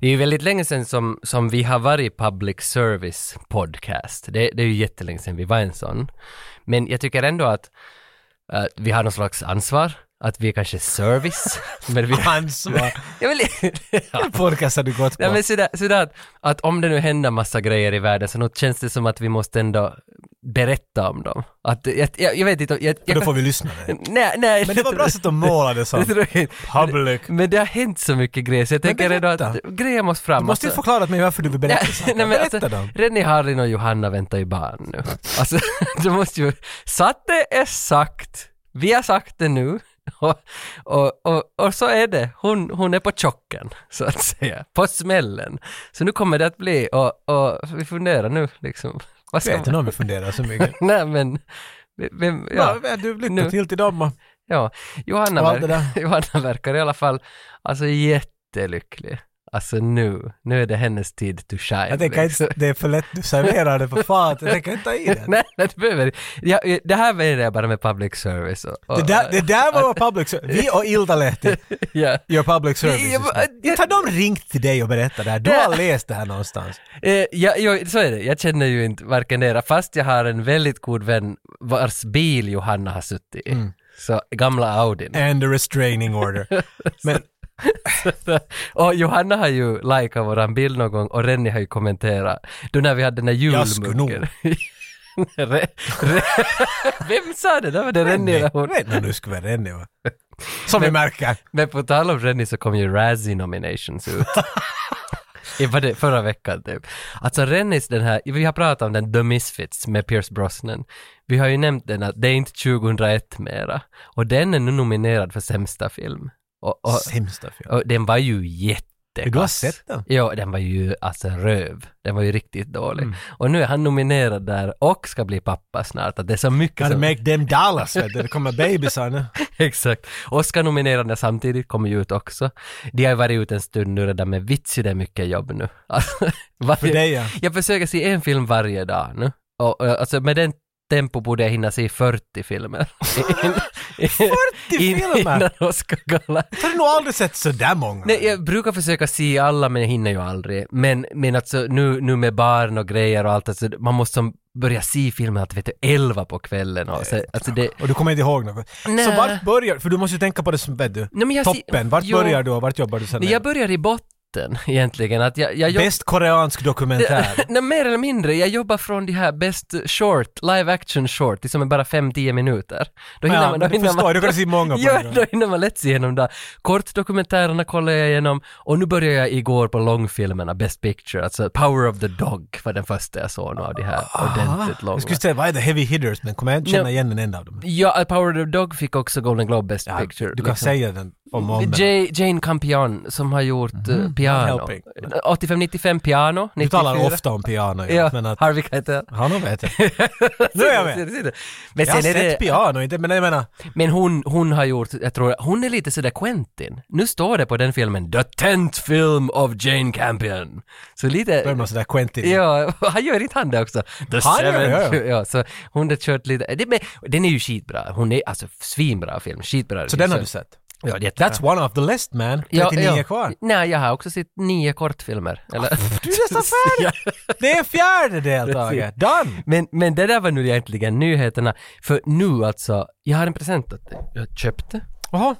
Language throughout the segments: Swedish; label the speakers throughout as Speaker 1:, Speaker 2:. Speaker 1: Det är ju väldigt länge sedan som, som vi har varit public service podcast. Det, det är ju jättelänge sedan vi var en sån. Men jag tycker ändå att eh, vi har någon slags ansvar, att vi är kanske service. men vi har...
Speaker 2: Ansvar.
Speaker 1: Jag vill, ja.
Speaker 2: Vilken podcast har du gått på?
Speaker 1: Nej, men sådär, sådär att, att om det nu händer massa grejer i världen så nog känns det som att vi måste ändå berätta om dem. Att, jag, jag, jag vet inte, jag,
Speaker 2: Och
Speaker 1: jag,
Speaker 2: då får vi lyssna.
Speaker 1: jag, nej, nej,
Speaker 2: Men det var bra sätt att måla det
Speaker 1: Det
Speaker 2: så.
Speaker 1: tror jag inte.
Speaker 2: Public.
Speaker 1: Men, men det har hänt så mycket grejer så jag tänker ändå att
Speaker 2: berätta.
Speaker 1: grejer måste fram.
Speaker 2: Du måste ju
Speaker 1: Alltså-
Speaker 2: förklara för mig varför du vill berätta saker.
Speaker 1: Nej, men
Speaker 2: Berätta
Speaker 1: alltså,
Speaker 2: dem.
Speaker 1: Rennie, Harrin och Johanna väntar ju barn nu. Alltså, du måste ju... Så att det är sagt. Vi har sagt det nu. Och, och, och, och så är det. Hon, hon är på chocken, så att säga. På smällen. Så nu kommer det att bli... Och, och vi funderar nu, liksom. Vad
Speaker 2: Jag
Speaker 1: ska
Speaker 2: vet inte om vi funderar så mycket.
Speaker 1: Nej, men... Vem, ja,
Speaker 2: Ja. du, lycka
Speaker 1: Nu.
Speaker 2: till till dem och
Speaker 1: ja. Johanna,
Speaker 2: och allt det
Speaker 1: verkar,
Speaker 2: där.
Speaker 1: Johanna verkar i alla fall alltså, jättelycklig. Alltså nu, nu är det hennes tid to shine.
Speaker 2: Jag tänker
Speaker 1: liksom.
Speaker 2: inte, det är för lätt, du serverar det på fat, jag tänker inte ta i det.
Speaker 1: nej, nej, det behöver ja, eh, Det här menar jag bara med public service. Och, och,
Speaker 2: Det där, det där var vad public service, vi och Iltalehti
Speaker 1: ja.
Speaker 2: gör public service
Speaker 1: Jag-
Speaker 2: just nu.
Speaker 1: jag-
Speaker 2: Inte har de ringt till dig och berättat det här, du har läst det här någonstans.
Speaker 1: Eh, ja, ja, så är det. Jag känner ju inte varken era, fast jag har en väldigt god vän vars bil Johanna har suttit i.
Speaker 2: Mm.
Speaker 1: Så gamla Audin.
Speaker 2: And the restraining order. Men Eh.
Speaker 1: och Johanna har ju likat våran bild någon gång och Rennie har ju kommenterat. Då när vi hade den där
Speaker 2: Jag skulle nog.
Speaker 1: julmuggen. Re- re- Vem sa det? Då var det Rennie eller hon?
Speaker 2: vet när du skulle vara ännu. va? Som vi
Speaker 1: Men-
Speaker 2: märker.
Speaker 1: Men på tal om Rennie så kom ju Razzie nominations ut. I var det förra veckan typ. Alltså Rennies den här, vi har pratat om den The Misfits med Pierce Brosnan. Vi har ju nämnt den att det är inte 2001 mera. Och den är nu nominerad för sämsta film. Och, och,
Speaker 2: Sämsta film.
Speaker 1: och den var ju jättekass.
Speaker 2: Du har sett den?
Speaker 1: Ja, den var ju alltså röv. Den var ju riktigt dålig.
Speaker 2: Mm.
Speaker 1: Och nu är han nominerad där och ska bli pappa snart. Att det är så mycket
Speaker 2: Gotta
Speaker 1: som...
Speaker 2: make them dollars, vet du. Det kommer bebisar nu.
Speaker 1: Exakt. Oscar-nominerande samtidigt kommer ju ut också. De har ju varit ut en stund nu redan med vits ju det är mycket jobb nu. Alltså,
Speaker 2: För
Speaker 1: varje,
Speaker 2: dig ja.
Speaker 1: Jag försöker se en film varje dag nu. Och, och, alltså med den tempo borde jag hinna se 40 filmer. In,
Speaker 2: 40 filmer!
Speaker 1: Innan Oscargalan.
Speaker 2: Har du nog aldrig sett sådär många?
Speaker 1: Nej, jag brukar försöka se alla men jag hinner ju aldrig. Men, men alltså nu, nu med barn och grejer och allt, alltså, man måste som börja se filmen att vet du, 11 på kvällen och så, alltså det...
Speaker 2: Och du kommer inte ihåg något?
Speaker 1: Nej.
Speaker 2: Så vart börjar, för du måste ju tänka på det som, vet du,
Speaker 1: Nej, men jag ser-
Speaker 2: toppen. Vart
Speaker 1: Jo.
Speaker 2: börjar du och vart jobbar du sen?
Speaker 1: Nej, jag börjar i botten egentligen. Att jag, jag jobb...
Speaker 2: Bäst koreansk dokumentär.
Speaker 1: Nej, mer eller mindre. Jag jobbar från de här best short, live action short, det som är bara 5-10 minuter. Då hinner
Speaker 2: ja,
Speaker 1: man, då
Speaker 2: du
Speaker 1: hinner
Speaker 2: förstår,
Speaker 1: man...
Speaker 2: du kan se många på
Speaker 1: Ja,
Speaker 2: en gång.
Speaker 1: då hinner man lätt se igenom det. Kortdokumentärerna kollar jag igenom och nu börjar jag igår på långfilmerna, Best Picture, alltså Power of the Dog var den första jag såg nu av de här ordentligt
Speaker 2: Ah, Jag
Speaker 1: långa.
Speaker 2: skulle säga, vad är the heavy hitters? Men kommer jag inte känna
Speaker 1: Nej.
Speaker 2: igen en enda av dem?
Speaker 1: Ja, eh, Power of the Dog fick också Golden Globe Best
Speaker 2: Ja,
Speaker 1: Picture.
Speaker 2: du kan
Speaker 1: liksom.
Speaker 2: säga den om och om igen.
Speaker 1: Ja- Jane Campion som har gjort eh, piano.
Speaker 2: Helping.
Speaker 1: 85-95 piano, 94.
Speaker 2: Du talar ofta om piano, ja,
Speaker 1: Ja,
Speaker 2: men att...
Speaker 1: Harvey Keitel.
Speaker 2: Ja, nu vet jag. nu är jag med.
Speaker 1: Men,
Speaker 2: Jag har
Speaker 1: sen är
Speaker 2: sett
Speaker 1: det,
Speaker 2: piano, inte, men jag menar,
Speaker 1: men hon, hon har gjort, jag tror, hon är lite sådär Quentin. Nu står det på den filmen The Tenth Film of Jane Campion. Så
Speaker 2: börjar
Speaker 1: lite,
Speaker 2: man sådär Quentin.
Speaker 1: ja, han gör inte han det också? The
Speaker 2: Han gör det,
Speaker 1: Seventh-
Speaker 2: ja,
Speaker 1: ja, så hon har kört lite, det, men, den är ju skitbra. Hon är alltså svinbra film, skitbra.
Speaker 2: Så den har du sett?
Speaker 1: Ja, det är jättebra.
Speaker 2: That's one of the list man. 39 kvar. Ah,
Speaker 1: Nej, jag har också sett nio kortfilmer. Eller?
Speaker 2: Du är nästan färdig! Det är en fjärdedel, Tage. Done!
Speaker 1: Men, men det där var nu egentligen nyheterna. För nu alltså, jag har en present åt dig. Jag köpte.
Speaker 2: Jaha,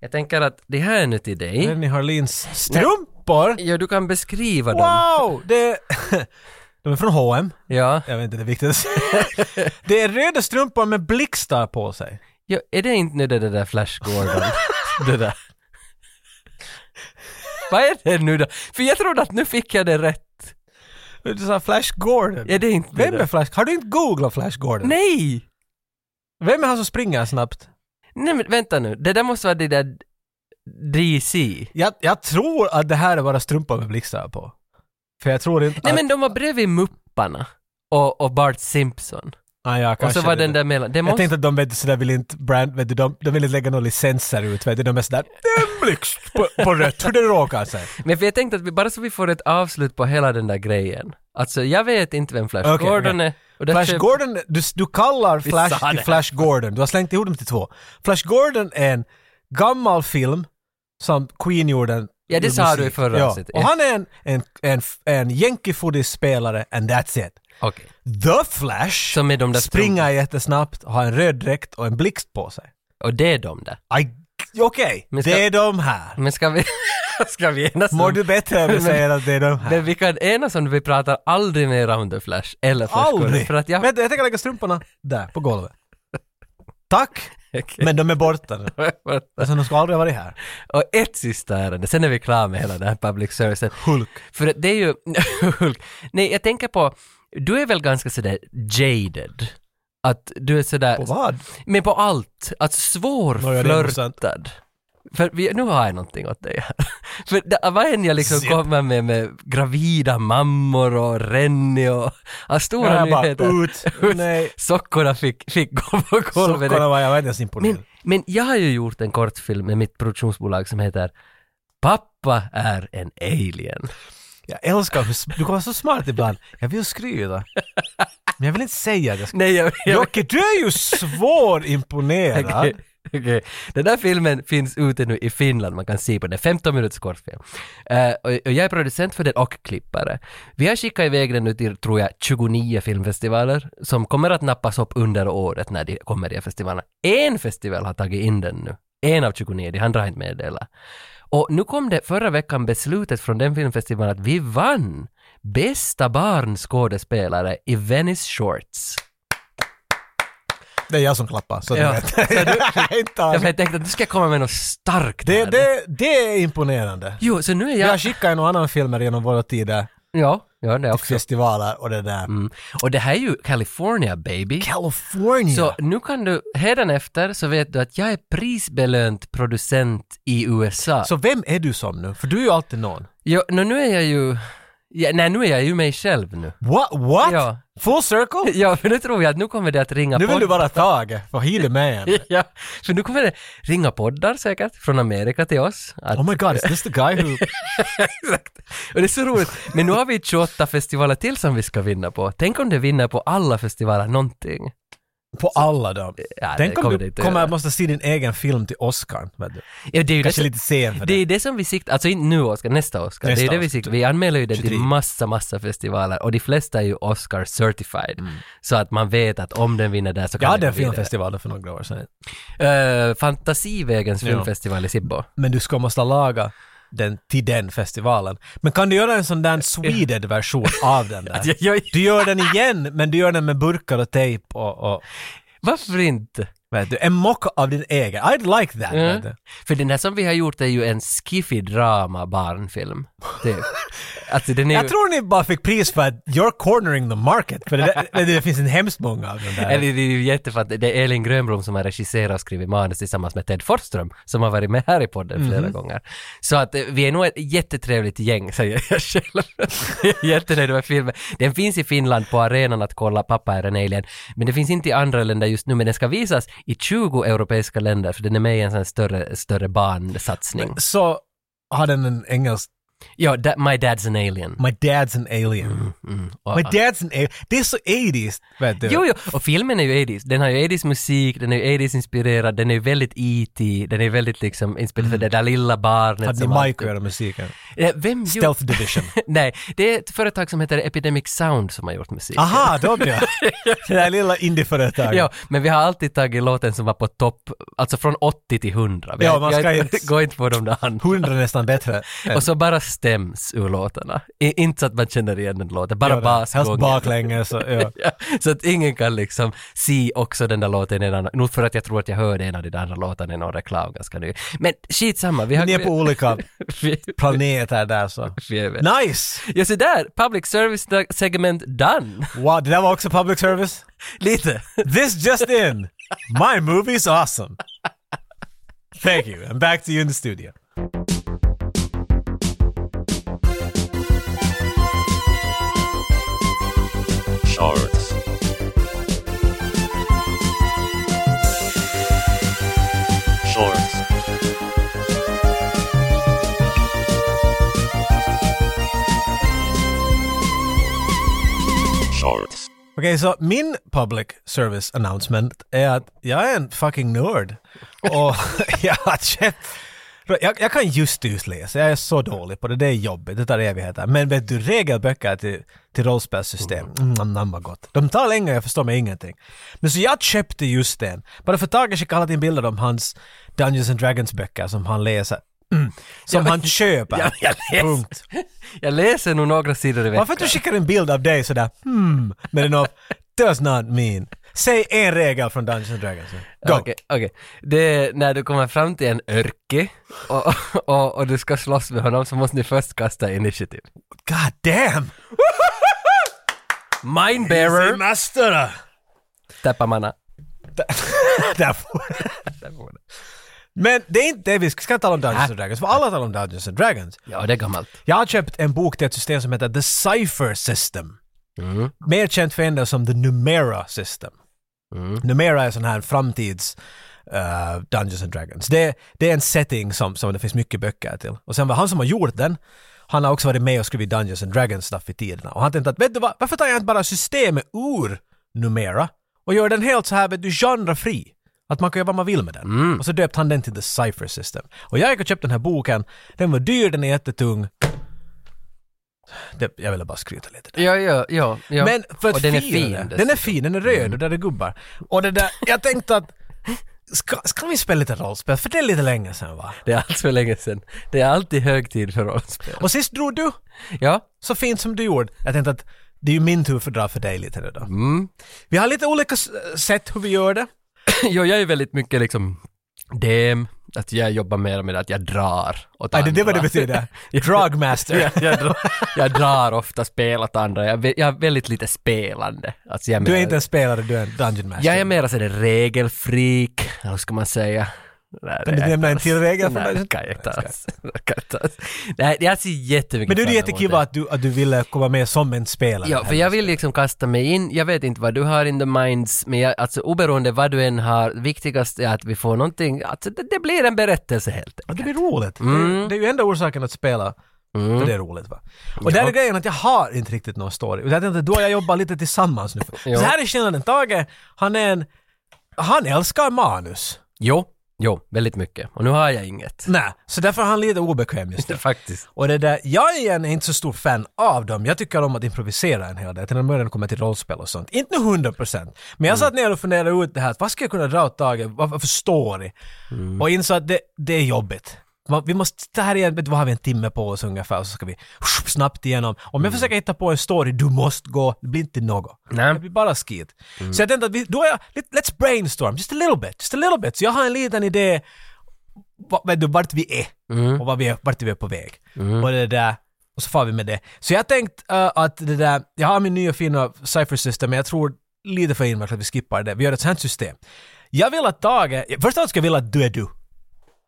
Speaker 1: Jag tänker att det här är nu till dig.
Speaker 2: Lenny Harlins strumpor?
Speaker 1: Ja, du kan beskriva dem.
Speaker 2: Wow! Det... De är från H&M.
Speaker 1: Ja.
Speaker 2: Jag vet inte, det är viktigt att säga. Det är röda strumpor med blixtar på sig.
Speaker 1: ja. Är det inte nu det det där Flash Gordon? det där. Vad är det nu då? För jag trodde att nu fick jag det rätt.
Speaker 2: Du sa Flash Gordon.
Speaker 1: Är det inte
Speaker 2: Vem
Speaker 1: det?
Speaker 2: är
Speaker 1: där?
Speaker 2: Flash? Har du inte googlat Flash Gordon?
Speaker 1: Nej!
Speaker 2: Vem är han som springer snabbt?
Speaker 1: Nej men vänta nu, det där måste vara det där DC.
Speaker 2: Jag, jag tror att det här är bara strumpor med blixtar på. För jag tror inte
Speaker 1: Nej
Speaker 2: att...
Speaker 1: men de var bredvid Mupparna och, och Bart Simpson.
Speaker 2: Ah, ja,
Speaker 1: Och så
Speaker 2: kanske
Speaker 1: var
Speaker 2: det
Speaker 1: den
Speaker 2: det.
Speaker 1: där mellan. Det
Speaker 2: Jag
Speaker 1: måste...
Speaker 2: tänkte att de vet, du, så där vill inte brand, vet du, de, de vill inte lägga några licenser ut, vet du, de är sådär det är en blixt på, på rött, hur det råkar sig.
Speaker 1: Men för jag tänkte att vi, bara så vi får ett avslut på hela den där grejen. Alltså jag vet inte vem Flash
Speaker 2: Okej,
Speaker 1: Gordon
Speaker 2: okej.
Speaker 1: är. Och där
Speaker 2: Flash
Speaker 1: köp-
Speaker 2: Gordon, du, du kallar
Speaker 1: Vi
Speaker 2: Flash
Speaker 1: sa
Speaker 2: till
Speaker 1: det.
Speaker 2: Flash Gordon, du har slängt ihop dem till två. Flash Gordon är en gammal film som Queen gjorde en
Speaker 1: Ja, det
Speaker 2: ur
Speaker 1: sa du i
Speaker 2: musik.
Speaker 1: förra
Speaker 2: ja.
Speaker 1: avsnittet.
Speaker 2: Och han är en, en, en, en Yankee-foodie-spelare and that's it.
Speaker 1: Okej.
Speaker 2: The Flash
Speaker 1: Som med de där strumporna.
Speaker 2: springer jättesnabbt, har en röd dräkt och en blixt på sig.
Speaker 1: Och det är de där.
Speaker 2: I- Okej,
Speaker 1: Men ska-
Speaker 2: det är de här.
Speaker 1: Men ska vi, ska vi enas
Speaker 2: Mår
Speaker 1: om-
Speaker 2: du bättre om du
Speaker 1: Men-
Speaker 2: säger att det är de här?
Speaker 1: Men vi kan enas om att vi pratar aldrig mer om The Flash eller Flash Gordon,
Speaker 2: Aldrig!
Speaker 1: För att jag...
Speaker 2: Vänta, jag tänker lägga strumporna där, på golvet. Tack,
Speaker 1: Okej.
Speaker 2: men de är borta nu. Alltså de ska aldrig ha varit här.
Speaker 1: Och ett sista ärende, sen är vi klara med hela den här public servicen.
Speaker 2: Hulk.
Speaker 1: För att det är ju... Hulk. Nej, jag tänker på... Du är väl ganska sådär jaded? Att du är sådär...
Speaker 2: På vad?
Speaker 1: Men på allt. Att
Speaker 2: Nåja, det är nog sant.
Speaker 1: svårflörtad. För vi, nu har jag någonting åt dig här. För det, vad än jag liksom
Speaker 2: Zip.
Speaker 1: kommer med med gravida mammor och Rennie och... Ja, stora
Speaker 2: Jag bara,
Speaker 1: nyheter.
Speaker 2: ut. Nej.
Speaker 1: Sockorna fick, fick gå på golvet.
Speaker 2: Sockorna var jag var inte ens
Speaker 1: Men,
Speaker 2: imponerad.
Speaker 1: men jag har ju gjort en kortfilm med mitt produktionsbolag som heter Pappa är en alien.
Speaker 2: Jag älskar hur, s- du kan vara så smart ibland. Jag vill skryta. Men jag vill inte säga att jag ska...
Speaker 1: Nej, jag, jag,
Speaker 2: Jocke, du är ju svårimponerad.
Speaker 1: Okej, okej. Den där filmen finns ute nu i Finland, man kan se på den. 15 minuters kortfilm. Eh, och, och jag är producent för den och klippare. Vi har skickat iväg den nu till, tror jag, 29 filmfestivaler som kommer att nappas upp under året när de kommer i festivalerna. En festival har tagit in den nu. En av 29, de andra har inte meddelat. Och nu kom det förra veckan beslutet från den filmfestivalen att vi vann bästa barnskådespelare i Venice Shorts.
Speaker 2: Det är jag som klappar, så
Speaker 1: Ja.
Speaker 2: du vet. Jag är inte alls-
Speaker 1: Jag tänkte att du ska komma med något starkt
Speaker 2: det,
Speaker 1: här.
Speaker 2: det, det är imponerande.
Speaker 1: Jo, så nu är
Speaker 2: Jag
Speaker 1: jag...
Speaker 2: har skickat några annan filmer genom våra tider,
Speaker 1: Ja, ja det
Speaker 2: till
Speaker 1: också.
Speaker 2: festivaler och det där.
Speaker 1: Mm. Och det här är ju California baby.
Speaker 2: California!
Speaker 1: Så nu kan du, hädanefter så vet du att jag är prisbelönt producent i USA.
Speaker 2: Så vem är du som nu? För du är ju alltid någon.
Speaker 1: Jo, nå, nu är jag ju, ja, nej nu är jag ju mig själv nu.
Speaker 2: What? What?
Speaker 1: Ja.
Speaker 2: Full circle?
Speaker 1: Ja, för nu tror jag att nu kommer det att ringa
Speaker 2: Nu vill
Speaker 1: podd-
Speaker 2: du vara Tage, för he med man.
Speaker 1: Ja, för nu kommer det ringa poddar säkert från Amerika till oss. Att,
Speaker 2: Oh my god, is this the guy who...
Speaker 1: Exakt. Och det är så roligt. Men nu har vi 28 festivaler till som vi ska vinna på. Tänk om det vinner på alla festivaler någonting.
Speaker 2: På alla dem.
Speaker 1: Ja, det
Speaker 2: Tänk om
Speaker 1: det
Speaker 2: du
Speaker 1: inte
Speaker 2: kommer
Speaker 1: göra.
Speaker 2: att måste se din egen film till Oscar. Vet du.
Speaker 1: Ja, det är ju det
Speaker 2: Kanske
Speaker 1: som-
Speaker 2: lite sen för
Speaker 1: Det
Speaker 2: det.
Speaker 1: är det som vi siktar, alltså inte nu Oscar, nästa Oscar.
Speaker 2: Nästa
Speaker 1: det är det vi
Speaker 2: Oscar.
Speaker 1: siktar. Vi anmäler ju den till
Speaker 2: 23.
Speaker 1: massa, massa festivaler och de flesta är ju Oscar certified. Så att man vet att om den vinner där så
Speaker 2: Mm. Jag
Speaker 1: kan
Speaker 2: hade
Speaker 1: den
Speaker 2: en
Speaker 1: gå vidare.
Speaker 2: filmfestival för några år sedan.
Speaker 1: Eh, Fantasivägens
Speaker 2: Ja.
Speaker 1: filmfestival i Sibbo.
Speaker 2: Men du ska måste laga den till den festivalen. Men kan du göra en sån där Sweden-version av den där?
Speaker 1: Jag- jag-
Speaker 2: Du gör den igen, men du gör den med burkar och tejp och, och
Speaker 1: Varför inte?
Speaker 2: vet du, en mocka av din egen. I'd like that.
Speaker 1: Ja.
Speaker 2: Vet du.
Speaker 1: För den här som vi har gjort är ju en skiffy drama barnfilm. Typ. alltså den är ju...
Speaker 2: Jag tror ni bara fick pris för att you're cornering the market. För det, där, men det finns en hemskt många av dem
Speaker 1: Eller
Speaker 2: där.
Speaker 1: det är ju jättefantastiskt. Det är Elin Grönblom som har regisserat och skrivit manus tillsammans med Ted Forsström som har varit med här i podden flera gånger. Så att eh, vi är nog ett jättetrevligt gäng säger jag själv. Jag är Jättenöjd med filmen. Den finns i Finland på arenan att kolla Pappa är en alien. Men det finns inte i andra länder just nu men den ska visas i 20 europeiska länder för den är med i en sån här större, större barnsatsning.
Speaker 2: Så har den en engelsk...
Speaker 1: Ja, da- My Dad's an alien.
Speaker 2: My dad's an alien.
Speaker 1: Mm. Och,
Speaker 2: My dad's an alien. Det är så 80s, vet du.
Speaker 1: Jo, jo, och filmen är ju 80s. Den har ju 80s musik, den är ju 80s inspirerad, den är ju väldigt E.T., den är ju väldigt liksom inspirerad för det där lilla barnet
Speaker 2: Mm. Hade ni
Speaker 1: alltid-
Speaker 2: Mike att göra musiken?
Speaker 1: Eh, Vem gjorde...
Speaker 2: Stealth Division.
Speaker 1: Nej, det är ett företag som heter Epidemic Sound som har gjort musik.
Speaker 2: Aha, de ja! Det där lilla indieföretaget.
Speaker 1: Ja, men vi har alltid tagit låten som var på topp, alltså från 80 till 100. Vi har-
Speaker 2: Ja, man
Speaker 1: vi har
Speaker 2: ska inte-
Speaker 1: Gå inte på de där andra.
Speaker 2: Hundra är nästan bättre.
Speaker 1: Och så bara stäms ur låtarna. I, inte så att man känner igen den låten, bara
Speaker 2: Helst
Speaker 1: basgången.
Speaker 2: baklänges och ja.
Speaker 1: Ja, så att ingen kan liksom se också den där låten i en annan, nog för att jag tror att jag hörde en av de där andra låtarna i någon reklam ganska ny. Men skitsamma, vi har...
Speaker 2: Ni är på olika
Speaker 1: vi,
Speaker 2: planeter där så.
Speaker 1: vi är väl-
Speaker 2: Nice!
Speaker 1: Ja, så där, public service segment done.
Speaker 2: Wow, det där var också public service.
Speaker 1: Lite.
Speaker 2: This just in! My movie's awesome! Thank you, and back to you in the studio.
Speaker 3: shorts. Shorts. Shorts.
Speaker 2: Okej, så min public service announcement är att jag är en fucking nörd. Och jag har köpt Jag, jag kan just just läsa, jag är så dålig på det, det är jobbigt, det tar evigheter. Men vet du, regelböcker till, till rollspelssystem, mm, nam, nam, vad gott. De tar länge, jag förstår mig ingenting. Men så jag köpte just den, bara för Tage skickade alla in bilder om hans Dungeons and Dragons böcker som han läser. Mm, som han köper.
Speaker 1: Ja, jag läser.
Speaker 2: Punkt.
Speaker 1: Jag läser nog några sidor i veckan.
Speaker 2: Varför att du skickar en bild av dig sådär hmm, med en upp, does not mean. Säg en regel från Dungeons and Dragons. Go!
Speaker 1: Okej, okej. Det är när du kommer fram till en örke och, och, och du ska slåss med honom så måste ni först kasta initiativ.
Speaker 2: God damn!
Speaker 1: Minebearer
Speaker 2: master!
Speaker 1: tappar manna.
Speaker 2: Men det är inte det vi ska, ska tala om Dungeons
Speaker 1: Nä.
Speaker 2: and Dragons, för alla talar om Dungeons and Dragons.
Speaker 1: Ja, det är gammalt.
Speaker 2: Jag har köpt en bok till ett system som heter The Cipher System.
Speaker 1: Mm,
Speaker 2: Mer känt för ändå som The Numera System.
Speaker 1: mm.
Speaker 2: Numera är sån här framtids eh, Dungeons and Dragons. Det, det är en setting som, som det finns mycket böcker till. Och sen var han som har gjort den, han har också varit med och skrivit Dungeons and Dragons stuff i tiderna. Och han tänkte att vet du vad, varför tar jag inte bara systemet ur Numera och gör den helt så här vet du, genrefri? Att man kan göra vad man vill med den.
Speaker 1: Mm.
Speaker 2: Och så döpte han den till The Cipher System. Och jag gick och köpte den här boken, den var dyr, den är jättetung. Det, jag ville bara skryta lite.
Speaker 1: Ja, ja, ja. ja.
Speaker 2: Men för att
Speaker 1: och den är
Speaker 2: fira
Speaker 1: fin.
Speaker 2: det. Den
Speaker 1: dessutom.
Speaker 2: är fin, den är röd och där är gubbar. Och det där, jag tänkte att ska, ska vi spela lite rollspel? För det är lite länge sedan va?
Speaker 1: Det är allt för länge sedan. Det är alltid hög tid för rollspel.
Speaker 2: Och sist drog du,
Speaker 1: Ja.
Speaker 2: så fint som du gjorde. Jag tänkte att det är ju min tur för att dra för dig lite nu då.
Speaker 1: Mm.
Speaker 2: Vi har lite olika s- sätt hur vi gör det.
Speaker 1: Jo, jag är väldigt mycket liksom dem, att jag jobbar mer med att jag drar åt
Speaker 2: Nej, det, det var det
Speaker 1: andra.
Speaker 2: betyder.
Speaker 1: Ja.
Speaker 2: Drugmaster.
Speaker 1: jag, jag, drar, jag drar ofta spel åt andra. Jag, vä- jag är väldigt lite spelande. Alltså jag
Speaker 2: Du är
Speaker 1: mer-
Speaker 2: inte en spelare, du är en dungeon master.
Speaker 1: Jag är mera sådär regelfreak, eller hur ska man säga? Nej,
Speaker 2: Kan
Speaker 1: det
Speaker 2: du
Speaker 1: är
Speaker 2: nämna en
Speaker 1: inte
Speaker 2: till
Speaker 1: alls-
Speaker 2: regel för
Speaker 1: Nej,
Speaker 2: mig?
Speaker 1: det kan jag inte alls. Det kan jag inte alls. Nej, jag ser jättemycket
Speaker 2: Men du är
Speaker 1: fram emot
Speaker 2: jättekul att du, att du ville komma med som en spelare.
Speaker 1: Ja, för jag vill liksom kasta mig in. Jag vet inte vad du har in the minds, men jag, alltså oberoende vad du än har, viktigast är att vi får någonting, alltså det, det blir en berättelse helt
Speaker 2: Ja,
Speaker 1: enkelt.
Speaker 2: det blir roligt. Det,
Speaker 1: Mm.
Speaker 2: det är ju enda orsaken att spela. För det är roligt va. Och där är grejen att jag har inte riktigt någon story. Och jag tänkte att du och jag jobbar lite tillsammans nu.
Speaker 1: Jo.
Speaker 2: Så här är skillnaden. Tage, han är en... Han älskar manus.
Speaker 1: Jo, jo, väldigt mycket. Och nu har jag inget.
Speaker 2: Nej, så därför är han lite obekväm just nu.
Speaker 1: Faktiskt.
Speaker 2: Och det där, jag igen är inte så stor fan av dem. Jag tycker om att improvisera en hel del. Till och med när det kommer till rollspel och sånt. Inte nu 100%. Men jag satt ner och funderade ut det här. Vad ska jag kunna dra åt Tage? Vad vad för story? Och insåg att det, det är jobbigt. Man, vi måste, det här igen, vet du, vad har vi en timme på oss ungefär? Och så ska vi snabbt igenom. Om jag försöker hitta på en story, du måste gå. Det blir inte något.
Speaker 1: Nej.
Speaker 2: Det blir bara skit. Så jag tänkte att vi, då är jag, let- let's brainstorm, just a little bit, just a little bit. Så jag har en liten idé va- vet du, vart vi är och vart vi är, vart vi är på väg. Och det där, och så far vi med det. Så jag tänkt eh, att det där, jag har min nya fina cipher system men jag tror lite för invecklat att vi skippar det. Vi gör ett sånt system. Jag vill att Tage, först av allt ska jag vilja att du är du.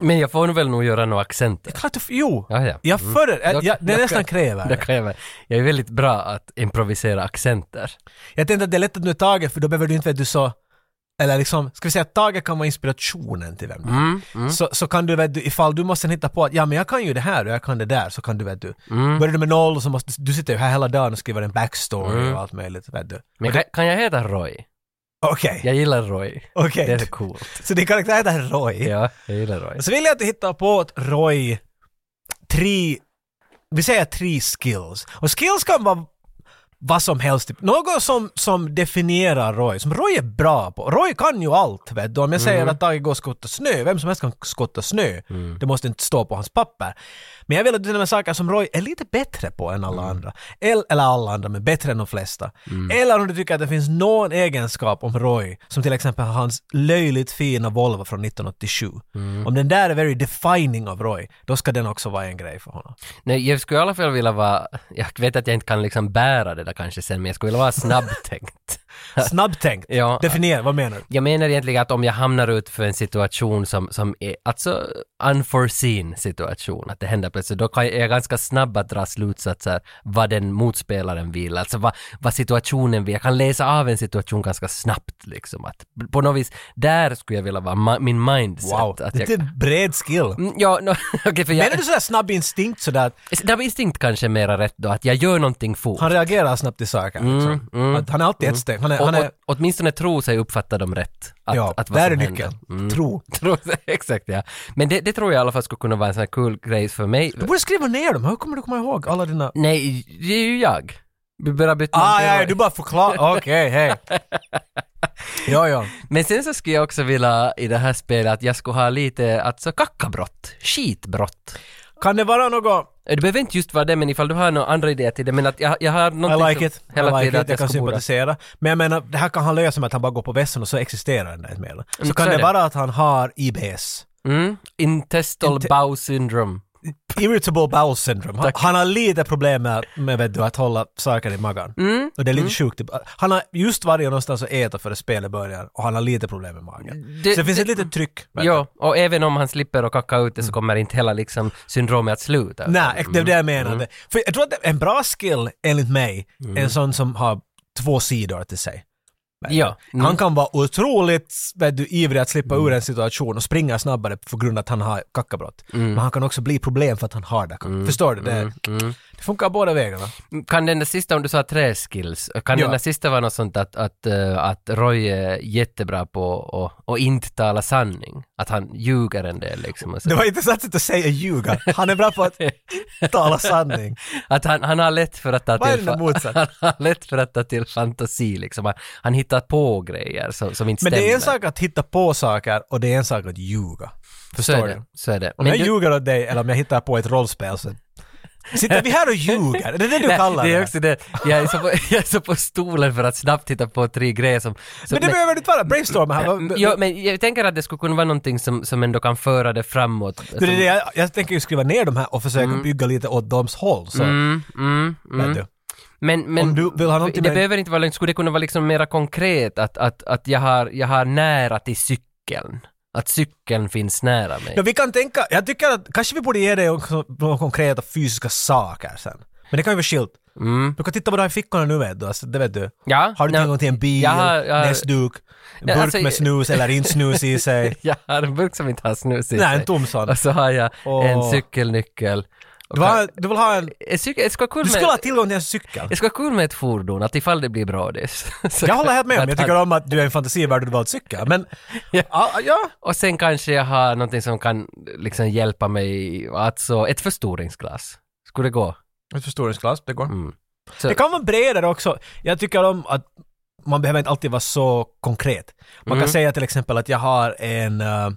Speaker 1: Men jag får nog väl nog göra några accenter.
Speaker 2: Klart du, f- jo!
Speaker 1: Ja, ja.
Speaker 2: Jag före, jag,
Speaker 1: Jag-
Speaker 2: jag, det
Speaker 1: jag-
Speaker 2: nästan kräver
Speaker 1: Det
Speaker 2: det.
Speaker 1: kräver. Jag är väldigt bra att improvisera accenter.
Speaker 2: Jag tänkte att det är lätt att du är Tage för då behöver du inte vet du så, eller liksom, ska vi säga att Tage kan vara inspirationen till vem du är.
Speaker 1: Mm, mm,
Speaker 2: så, så kan du, vet du, ifall du måste hitta på att ja men jag kan ju det här och jag kan det där, så kan du vet du.
Speaker 1: Mm.
Speaker 2: Börjar du med noll så måste du sitter ju här hela dagen och skriver en backstory
Speaker 1: Mm.
Speaker 2: och allt möjligt, vet du.
Speaker 1: Men kan, kan jag heta Roy?
Speaker 2: Okej,
Speaker 1: Jag gillar Roy.
Speaker 2: okej.
Speaker 1: Det är coolt.
Speaker 2: Så din karaktär heter Roy.
Speaker 1: Ja, jag gillar Roy.
Speaker 2: Så vill jag att du hittar på att Roy, tre, vi säger tre skills. Och skills kan vara vad som helst. Typ. Något som, som definierar Roy, som Roy är bra på. Roy kan ju allt, vet du. Om jag
Speaker 1: Mm.
Speaker 2: säger att Tage går och skottar snö, vem som helst kan skotta snö. Det måste inte stå på hans papper. Men jag vill att du nämner saker som Roy är lite bättre på än
Speaker 1: Mm.
Speaker 2: alla andra. Eller, eller alla andra, men bättre än de flesta. Eller om du tycker att det finns någon egenskap om Roy, som till exempel hans löjligt fina Volvo från 1987.
Speaker 1: Mm.
Speaker 2: Om den där är very defining av Roy, då ska den också vara en grej för honom.
Speaker 1: Nej, jag skulle i alla fall vilja vara... Jag vet att jag inte kan liksom bära det där kanske sen, men jag skulle vilja vara snabbtänkt.
Speaker 2: Snabbtänkt.
Speaker 1: Ja.
Speaker 2: Definiera, vad menar du?
Speaker 1: Jag menar egentligen att om jag hamnar ut för en situation som, som är, alltså unforeseen situation, att det händer plötsligt, då kan jag, är jag ganska snabb att dra slutsatser vad den motspelaren vill, alltså vad, vad situationen vill. Jag kan läsa av en situation ganska snabbt liksom. Att, på något vis, där skulle jag vilja vara, ma- min mindset.
Speaker 2: Wow,
Speaker 1: Att
Speaker 2: det
Speaker 1: jag,
Speaker 2: är en bred skill.
Speaker 1: Mm, ja, no, okej, för jag...
Speaker 2: Menar du sådär snabb instinkt sådär att
Speaker 1: Det var instinkt kanske mera rätt då, att jag gör någonting fort.
Speaker 2: han reagerar snabbt i saker? liksom?
Speaker 1: mm.
Speaker 2: Att han är alltid ett steg, han Han är,
Speaker 1: Och,
Speaker 2: han är,
Speaker 1: och, åtminstone tro sig uppfatta dem rätt. Att,
Speaker 2: ja,
Speaker 1: att vad
Speaker 2: där är
Speaker 1: som
Speaker 2: nyckeln.
Speaker 1: händer. Mm.
Speaker 2: Tro.
Speaker 1: Tro sig, exakt ja. Men det, det tror jag i alla fall skulle kunna vara en sån här cool grej för mig.
Speaker 2: Du borde skriva ner dem, hur kommer du komma ihåg alla dina...
Speaker 1: Nej, det är ju jag. Vi börjar byta namn
Speaker 2: Ah,
Speaker 1: till
Speaker 2: ja, ja,
Speaker 1: Roy.
Speaker 2: du bara förklarar. Okej, hej. Ja, ja.
Speaker 1: Men sen så skulle jag också vilja i det här spelet att jag skulle ha lite, alltså kackabrott, skitbrott.
Speaker 2: Kan det vara något...
Speaker 1: Det behöver inte just vara det, men ifall du har några andra idéer till det, men att jag, jag har någonting
Speaker 2: I like it.
Speaker 1: som
Speaker 2: I
Speaker 1: hela
Speaker 2: like
Speaker 1: tiden
Speaker 2: it.
Speaker 1: att
Speaker 2: Jag
Speaker 1: jag,
Speaker 2: kan
Speaker 1: ska borde...
Speaker 2: sympatisera. Men jag menar, det här kan han lösa med att han bara går på vässen och så existerar den där inte mer. Så
Speaker 1: Mm, så
Speaker 2: kan
Speaker 1: är
Speaker 2: det
Speaker 1: det.
Speaker 2: vara att han har IBS.
Speaker 1: Mm. Intestal
Speaker 2: Inte-
Speaker 1: bowel syndrome.
Speaker 2: Irritable bowel syndrome. Han,
Speaker 1: Tack.
Speaker 2: han har lite problem med, med vet du, att hålla saker i magen.
Speaker 1: Mm.
Speaker 2: Och det är lite sjukt. Han har just varit någonstans och ätit före spelet börjar och han har lite problem med magen.
Speaker 1: Det-
Speaker 2: så det finns
Speaker 1: det-
Speaker 2: ett litet tryck. vet du.
Speaker 1: Jo, och även om han slipper att kacka ut det så kommer inte hela liksom syndromet att sluta.
Speaker 2: Mm. Nej, det är det jag
Speaker 1: Mm.
Speaker 2: menade. För jag tror att det- en bra skill, enligt mig, är
Speaker 1: Mm.
Speaker 2: en sån som har två sidor till sig. Vet du.
Speaker 1: Ja. Mm.
Speaker 2: Han kan vara otroligt vet du, ivrig att slippa ur en situation och springa snabbare på grund av att han har kackabrott. Men han kan också bli problem för att han har det. Förstår du? Det,
Speaker 1: Mm.
Speaker 2: det funkar båda vägarna.
Speaker 1: Kan den där sista, om du sa tre skills, kan
Speaker 2: Ja.
Speaker 1: den där sista vara något sånt att, att, eh, att Roy är jättebra på att- att inte tala sanning? Att han ljuger en del liksom? Och så.
Speaker 2: Det var intressant att du säger ljuga. Han är bra på att tala sanning.
Speaker 1: Att han, han har lätt för att ta
Speaker 2: Vad är
Speaker 1: till,
Speaker 2: den där motsatsen?
Speaker 1: han har lätt för att ta till fantasi liksom. Han, han hittar på grejer som, som inte
Speaker 2: Men
Speaker 1: stämmer.
Speaker 2: det är en sak att hitta på saker och det är en sak att ljuga.
Speaker 1: så är
Speaker 2: Förstår du?
Speaker 1: det, så är det.
Speaker 2: Om
Speaker 1: Men
Speaker 2: jag
Speaker 1: du-
Speaker 2: ljuger åt dig eller om jag hittar på ett rollspel så sitter vi här och ljuger. Är det det du
Speaker 1: Nej,
Speaker 2: kallar
Speaker 1: det är
Speaker 2: det?
Speaker 1: också det. Jag är, så på, jag är så på stolen för att snabbt hitta på tre grejer som... som
Speaker 2: Men det behöver du inte vara. Brainstorma här. Vad-
Speaker 1: men, jo, Mm, men jag tänker att det skulle kunna vara någonting som, som ändå kan föra det framåt.
Speaker 2: Det är det jag, jag tänker ju skriva ner de här och försöka bygga lite åt dems håll. Så,
Speaker 1: Mm, mm,
Speaker 2: vet
Speaker 1: mm.
Speaker 2: du.
Speaker 1: Men, men
Speaker 2: Om du vill ha någonting
Speaker 1: det
Speaker 2: med-
Speaker 1: behöver inte vara långt. Skulle det kunna vara liksom mera konkret att, att, att jag, har, jag har nära till cykeln? Att cykeln finns nära mig?
Speaker 2: Ja, vi kan tänka, jag tycker att kanske vi borde ge dig också några konkreta fysiska saker sen. Men det kan ju vara skilt.
Speaker 1: Mm.
Speaker 2: Du kan titta på de här fickorna nu vet du, alltså, det vet du.
Speaker 1: Ja,
Speaker 2: Har du
Speaker 1: nej,
Speaker 2: tillgång till en bil,
Speaker 1: jag har- jag har-
Speaker 2: näsduk, en
Speaker 1: Ja,
Speaker 2: burk
Speaker 1: alltså-
Speaker 2: med snus eller inte snus i sig?
Speaker 1: Jag har en burk som inte har snus i
Speaker 2: Nej, en
Speaker 1: sig.
Speaker 2: tom sån.
Speaker 1: Och så Alltså, har jag en
Speaker 2: Åh.
Speaker 1: cykelnyckel. Och
Speaker 2: Du, har, du vill ha en...
Speaker 1: kan- en cykel, det skulle vara kul
Speaker 2: Du skulle
Speaker 1: med-
Speaker 2: ha tillgång till en cykel.
Speaker 1: Det ska vara kul med ett fordon, att ifall det blir brådis. så-
Speaker 2: Jag håller helt med om, jag
Speaker 1: att
Speaker 2: tycker
Speaker 1: han-
Speaker 2: om att du är en fantasivärld och du valt cykel. Men,
Speaker 1: Ja.
Speaker 2: ja, ja.
Speaker 1: Och sen kanske jag har någonting som kan liksom hjälpa mig, alltså ett förstoringsglas. Skulle det gå?
Speaker 2: Ett förstoringsglas, det går.
Speaker 1: Mm.
Speaker 2: Det kan vara bredare också. Jag tycker om att man behöver inte alltid vara så konkret. Man
Speaker 1: Mm.
Speaker 2: kan säga till exempel att jag har en... eh,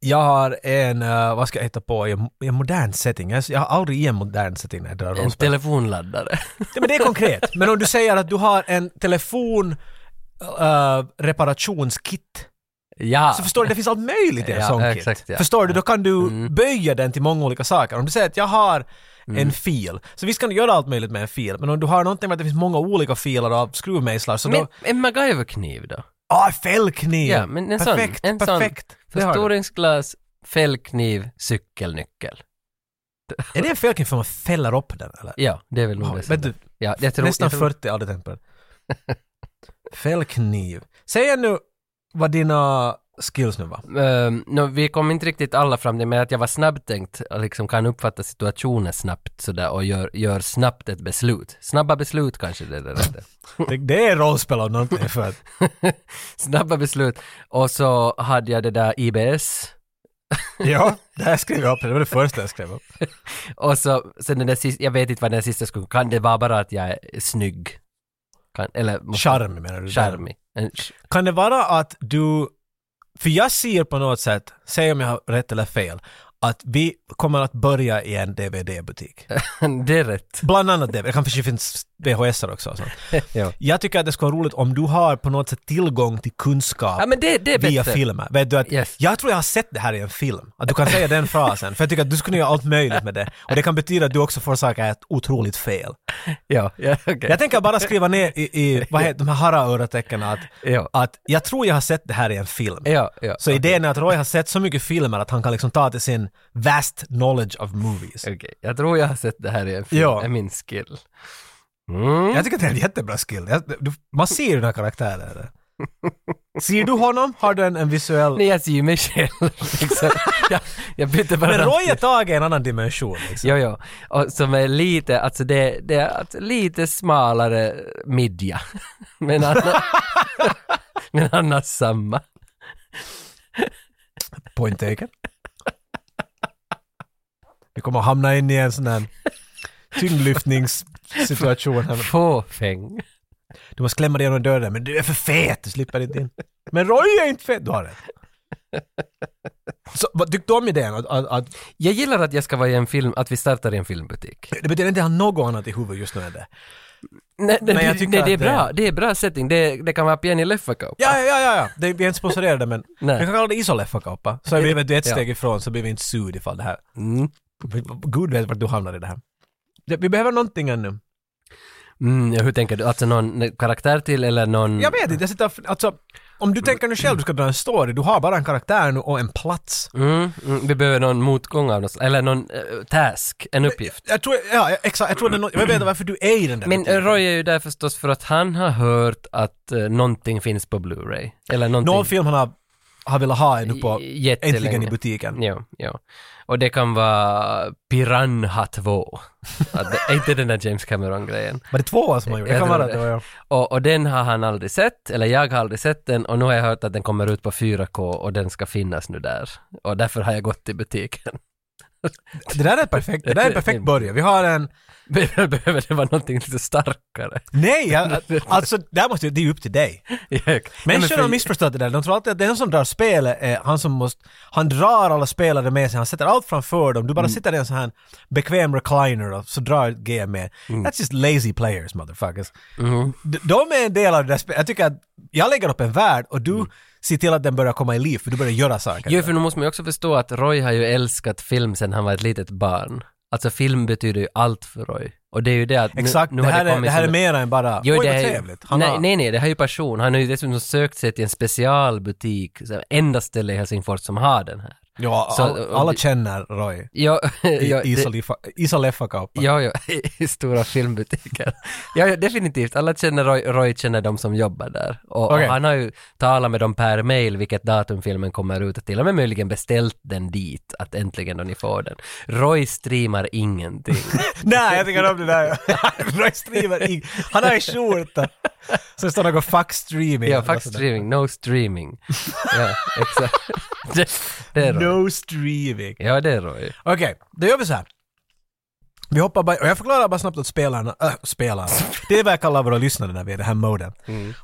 Speaker 2: jag har en, eh, vad ska jag hitta på, i en, i en modern setting. Jag, jag har aldrig i en modern setting när jag drar
Speaker 1: En
Speaker 2: rollspel.
Speaker 1: telefonladdare.
Speaker 2: Ja, men det är konkret. Men om du säger att du har en telefon eh, reparationskit.
Speaker 1: ja.
Speaker 2: Så förstår du, det finns allt möjligt i en
Speaker 1: Ah. Ja,
Speaker 2: sån kit.
Speaker 1: exakt, ja.
Speaker 2: Förstår du, då kan du
Speaker 1: Mm.
Speaker 2: böja den till många olika saker. Om du säger att jag har en fil, så visst kan du göra allt möjligt med en fil, men om du har någonting med att det finns många olika filer av skruvmejslar så
Speaker 1: Men
Speaker 2: då...
Speaker 1: en MacGyver-kniv då?
Speaker 2: Ah, fällkniv!
Speaker 1: Ja, men en sån.
Speaker 2: perfekt,
Speaker 1: en sån.
Speaker 2: perfekt! Det har du.
Speaker 1: Förstoringsglas, fällkniv, cykelnyckel.
Speaker 2: Är det en fällkniv för man fäller upp den eller?
Speaker 1: Ja, det är väl nog
Speaker 2: Ja,
Speaker 1: det. som-
Speaker 2: vet du,
Speaker 1: ja, jag tror,
Speaker 2: nästan
Speaker 1: jag tror,
Speaker 2: 40, jag har aldrig tänkt på det. fällkniv. Säg nu vad dina skills nu var.
Speaker 1: Ehm, nå, vi kom inte riktigt alla fram till, men att jag var snabbtänkt, liksom kan uppfatta situationen snabbt sådär och gör, gör snabbt ett beslut. Snabba beslut kanske det är det där.
Speaker 2: Det, det är rollspel om någonting för att...
Speaker 1: Snabba beslut. Och så hade jag det där IBS.
Speaker 2: Ja, det här skrev jag upp, det var det första jag skrev upp.
Speaker 1: Och så, sen den där sista, jag vet inte vad den sista skulle, kan det vara bara att jag är snygg? Kan, eller måste-
Speaker 2: Charmig menar du?
Speaker 1: charmig. En ch-
Speaker 2: Kan det vara att du, för jag ser på något sätt, säg om jag har rätt eller fel, att vi kommer att börja i en DVD-butik.
Speaker 1: det är rätt.
Speaker 2: Bland annat DVD, det kanske finns VHS också. och sånt.
Speaker 1: ja.
Speaker 2: Jag tycker att det skulle vara roligt om du har på något sätt tillgång till kunskap
Speaker 1: ja, men det, det är
Speaker 2: via
Speaker 1: bättre.
Speaker 2: filmer. Vet du att,
Speaker 1: Yes.
Speaker 2: Jag tror jag har sett det här i en film, att du kan säga den frasen, för jag tycker att du skulle göra allt möjligt med det. Och det kan betyda att du också får saker att otroligt fel.
Speaker 1: Ja, ja, okej.
Speaker 2: Jag tänker bara skriva ner i, i vad heter de här haraörotecknen att,
Speaker 1: Ja.
Speaker 2: att jag tror jag har sett det här i en film.
Speaker 1: ja, ja.
Speaker 2: Så idén är att Roy har sett så mycket filmer att han kan liksom ta till sin vast knowledge of movies.
Speaker 1: Okej, jag tror jag har sett det här i en film.
Speaker 2: Ja.
Speaker 1: Det är min skill. Mm.
Speaker 2: Jag tycker att det är en jättebra skill. Jag, du, man ser ju den här karaktären. Ser du honom? Har du en, en visuell...
Speaker 1: Nej, jag ser ju mig själv. Liksom. Jag, jag bytte bara
Speaker 2: Men Roy är
Speaker 1: namn.
Speaker 2: taget i en annan dimension liksom.
Speaker 1: Jo, jo. Och som är lite, alltså det, det är alltså lite smalare midja. Men annars, men annars samma.
Speaker 2: Point taken. Vi kommer att hamna in i en sån här tyngdlyftningssituation här.
Speaker 1: Fåfäng.
Speaker 2: Du måste klämma dig genom dörren, men du är för fet, du slipper inte in. Men Roy är inte fet, du har rätt. Så, vad tyckte du om idén? Att, att, att,
Speaker 1: Jag gillar att jag ska vara i en film, att vi startar i en filmbutik.
Speaker 2: det betyder inte att han har något annat i huvudet just nu än det.
Speaker 1: Nej, nej,
Speaker 2: Men jag
Speaker 1: det-
Speaker 2: tycker
Speaker 1: nej det är
Speaker 2: att det-
Speaker 1: bra, det är bra setting. Det, det kan vara Pieni Leffakauppa.
Speaker 2: Ja, ja, ja, ja. Det, vi är inte sponsorerade men
Speaker 1: Nej.
Speaker 2: vi kan kalla det isoleffakauppa. Så är vi vet du, ett
Speaker 1: Ja.
Speaker 2: steg ifrån så blir vi inte sued ifall det här...
Speaker 1: Mm.
Speaker 2: Gud vet vart du hamnar i det här. Det- Vi behöver någonting ännu.
Speaker 1: Mm, hur tänker du? Alltså någon karaktär till eller någon...
Speaker 2: Jag vet inte, jag sitter... Alltså, om du tänker nu själv du ska dra en story, du har bara en karaktär nu och en plats.
Speaker 1: Mm, mm, vi behöver någon motgång av något slag, eller någon eh, task, en uppgift.
Speaker 2: Jag tror, ja, exakt, jag tror det är nå- Jag vet inte varför du är i den där
Speaker 1: Men eh,
Speaker 2: butiken.
Speaker 1: Roy är ju där förstås för att han har hört att uh, någonting finns på Blu-ray. Eller någonting.
Speaker 2: Någon film han har, har velat ha nu på
Speaker 1: J- jättelänge.
Speaker 2: äntligen i butiken.
Speaker 1: Ja, ja. Och det kan vara Piranha 2. Att det, är inte den där James Cameron-grejen.
Speaker 2: Var det två som han gjorde? Det
Speaker 1: Jag
Speaker 2: kan
Speaker 1: tror
Speaker 2: vara
Speaker 1: det.
Speaker 2: det. var jag.
Speaker 1: Och, och den har han aldrig sett, eller jag har aldrig sett den och nu har jag hört att den kommer ut på 4K och den ska finnas nu där. Och därför har jag gått till butiken.
Speaker 2: Det där är ett perfekt, det där är en perfekt början. Vi har en...
Speaker 1: Behöver det vara någonting lite starkare?
Speaker 2: Nej, jag, alltså där måste, det är ju upp till dig. Människor har
Speaker 1: för-
Speaker 2: missförstått det där. De tror alltid att den som drar spelet är han som måste... Han drar alla spelare med sig. Han sätter allt framför dem. Du bara sitter i en sån här bekväm recliner och så drar ett game med. That's just lazy players, motherfuckers.
Speaker 1: Mhm.
Speaker 2: D- De är en del av det där spelet. Jag tycker att jag lägger upp en värld och du ser till att den börjar komma i liv för du börjar göra saker.
Speaker 1: Jo, för nu måste man ju också förstå att Roy har ju älskat film sedan han var ett litet barn. Alltså film betyder ju allt för Roy. Och det är ju det att nu,
Speaker 2: Exakt,
Speaker 1: nu
Speaker 2: det,
Speaker 1: har
Speaker 2: här är,
Speaker 1: kommit
Speaker 2: det här är
Speaker 1: som-
Speaker 2: mer än bara
Speaker 1: Jo,
Speaker 2: oj
Speaker 1: det
Speaker 2: vad
Speaker 1: är,
Speaker 2: trevligt. Han
Speaker 1: nej,
Speaker 2: har,
Speaker 1: nej, nej, det här är ju passion. Han har ju dessutom sökt sig till en specialbutik, så här, enda ställe i Helsingfors som har den här.
Speaker 2: ja,
Speaker 1: Så-
Speaker 2: all,
Speaker 1: och
Speaker 2: alla
Speaker 1: det-
Speaker 2: känner Roy.
Speaker 1: Ja, ja, det-
Speaker 2: Isaleffa-kappa.
Speaker 1: Ja, ja, i stora filmbutiker. Ja, ja, definitivt. Alla känner Roy, Roy känner de som jobbar där. Och,
Speaker 2: Okej.
Speaker 1: och han har ju talat med dem per mail vilket datum filmen kommer ut och till och med möjligen beställt den dit, att äntligen då ni får den. Roy streamar ingenting.
Speaker 2: Nej, jag tycker om det där. Roy streamar ing- Han har en skjorta. Så det står något fuck streaming.
Speaker 1: ja,
Speaker 2: eller
Speaker 1: fuck
Speaker 2: något sånt där.
Speaker 1: streaming, no streaming. Ja, exakt. Det, det är Roy.
Speaker 2: No streaming.
Speaker 1: Ja, det är Roy.
Speaker 2: Okej, då gör vi så här. Vi hoppar bara, och jag förklarar bara snabbt åt spelarna, äh, spelarna. Det är vad jag kallar våra lyssnare när vi är i den här moden.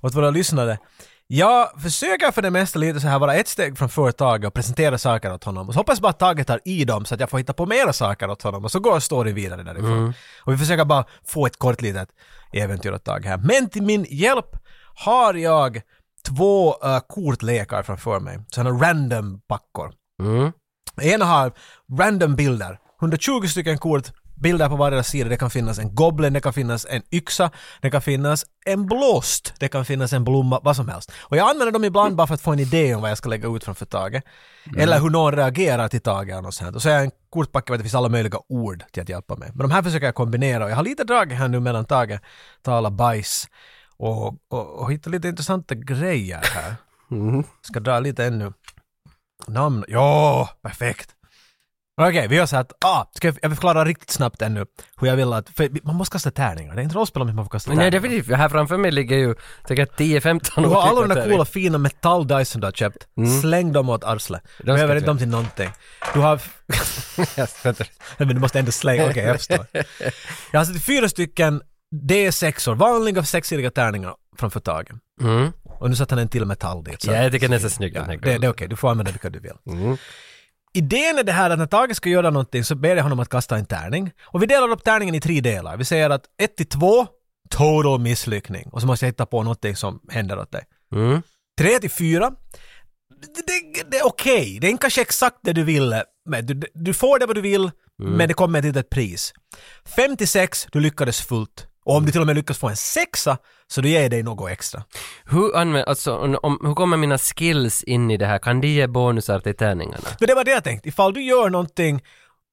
Speaker 2: Åt våra lyssnare. Jag försöker för det mesta lite så här vara ett steg från företaget och presentera saker åt honom. Och så hoppas bara att taget tar i dem så att jag får hitta på mera saker åt honom och så går storyn vidare därifrån. Och vi försöker bara få ett kort litet äventyr åt tag här. Men till min hjälp har jag två uh, kortlekar framför mig. Sådana random packor.
Speaker 1: Mm.
Speaker 2: En har random bilder. 120 stycken kort, bilder på varje sida. Det kan finnas en goblin, det kan finnas en yxa, det kan finnas en blåst, det kan finnas en blomma, vad som helst. Och jag använder dem ibland bara för att få en idé om vad jag ska lägga ut framför taget. Mm. Eller hur någon reagerar till taget och något sånt. Och så har jag en kortpacke där det finns alla möjliga ord till att hjälpa mig. Men de här försöker jag kombinera och jag har lite drag här nu mellan taget, tala bajs och, och, och hitta lite intressanta grejer här.
Speaker 1: Mm.
Speaker 2: Ska dra lite ännu. Namn. Ja, perfekt. Okej, vi gör så här att, ah, ska jag, jag vill förklara riktigt snabbt ännu hur jag vill att, för man måste kasta tärningar. Det är inte rollspel om man får kasta
Speaker 1: Nej,
Speaker 2: tärningar.
Speaker 1: definitivt. Här framför mig ligger ju, tänker jag, 10-15
Speaker 2: Du har alla de
Speaker 1: olika
Speaker 2: där
Speaker 1: tärningar.
Speaker 2: coola fina metalldice som du har köpt. Släng dem åt arslet.
Speaker 1: Mm.
Speaker 2: Du
Speaker 1: ska
Speaker 2: behöver
Speaker 1: jag
Speaker 2: inte dem till någonting. Du har...
Speaker 1: Vänta.
Speaker 2: Nej, men du måste ändå slänga. Okej, jag förstår. Jag har sett fyra stycken D6-or, vanliga sexsidiga tärningar framför tagen.
Speaker 1: Mm.
Speaker 2: Och nu satte han en till metall dit. så-
Speaker 1: Ja, jag tycker den är så snygg
Speaker 2: Ja,
Speaker 1: den här
Speaker 2: det, det är
Speaker 1: gubben.
Speaker 2: okej, du får använda vilka du vill.
Speaker 1: Mm.
Speaker 2: Idén är det här att när Tage ska göra någonting så ber jag honom att kasta en tärning. Och vi delar upp tärningen i tre delar. Vi säger att 1 till 2, total misslyckning. Och så måste jag hitta på någonting som händer åt dig.
Speaker 1: Mm.
Speaker 2: 3 till 4, det, det, det är okej. Det är inte kanske exakt det du ville. Men du, du får det vad du vill,
Speaker 1: Mm.
Speaker 2: men det kommer ett litet pris. 5 till 6, du lyckades fullt. Och om du till och med lyckas få en sexa, så du ger dig något extra.
Speaker 1: Hur, använder, alltså, om, om, hur kommer mina skills in i det här? Kan de ge bonusar till tärningarna?
Speaker 2: Men det var det jag tänkte. Ifall du gör någonting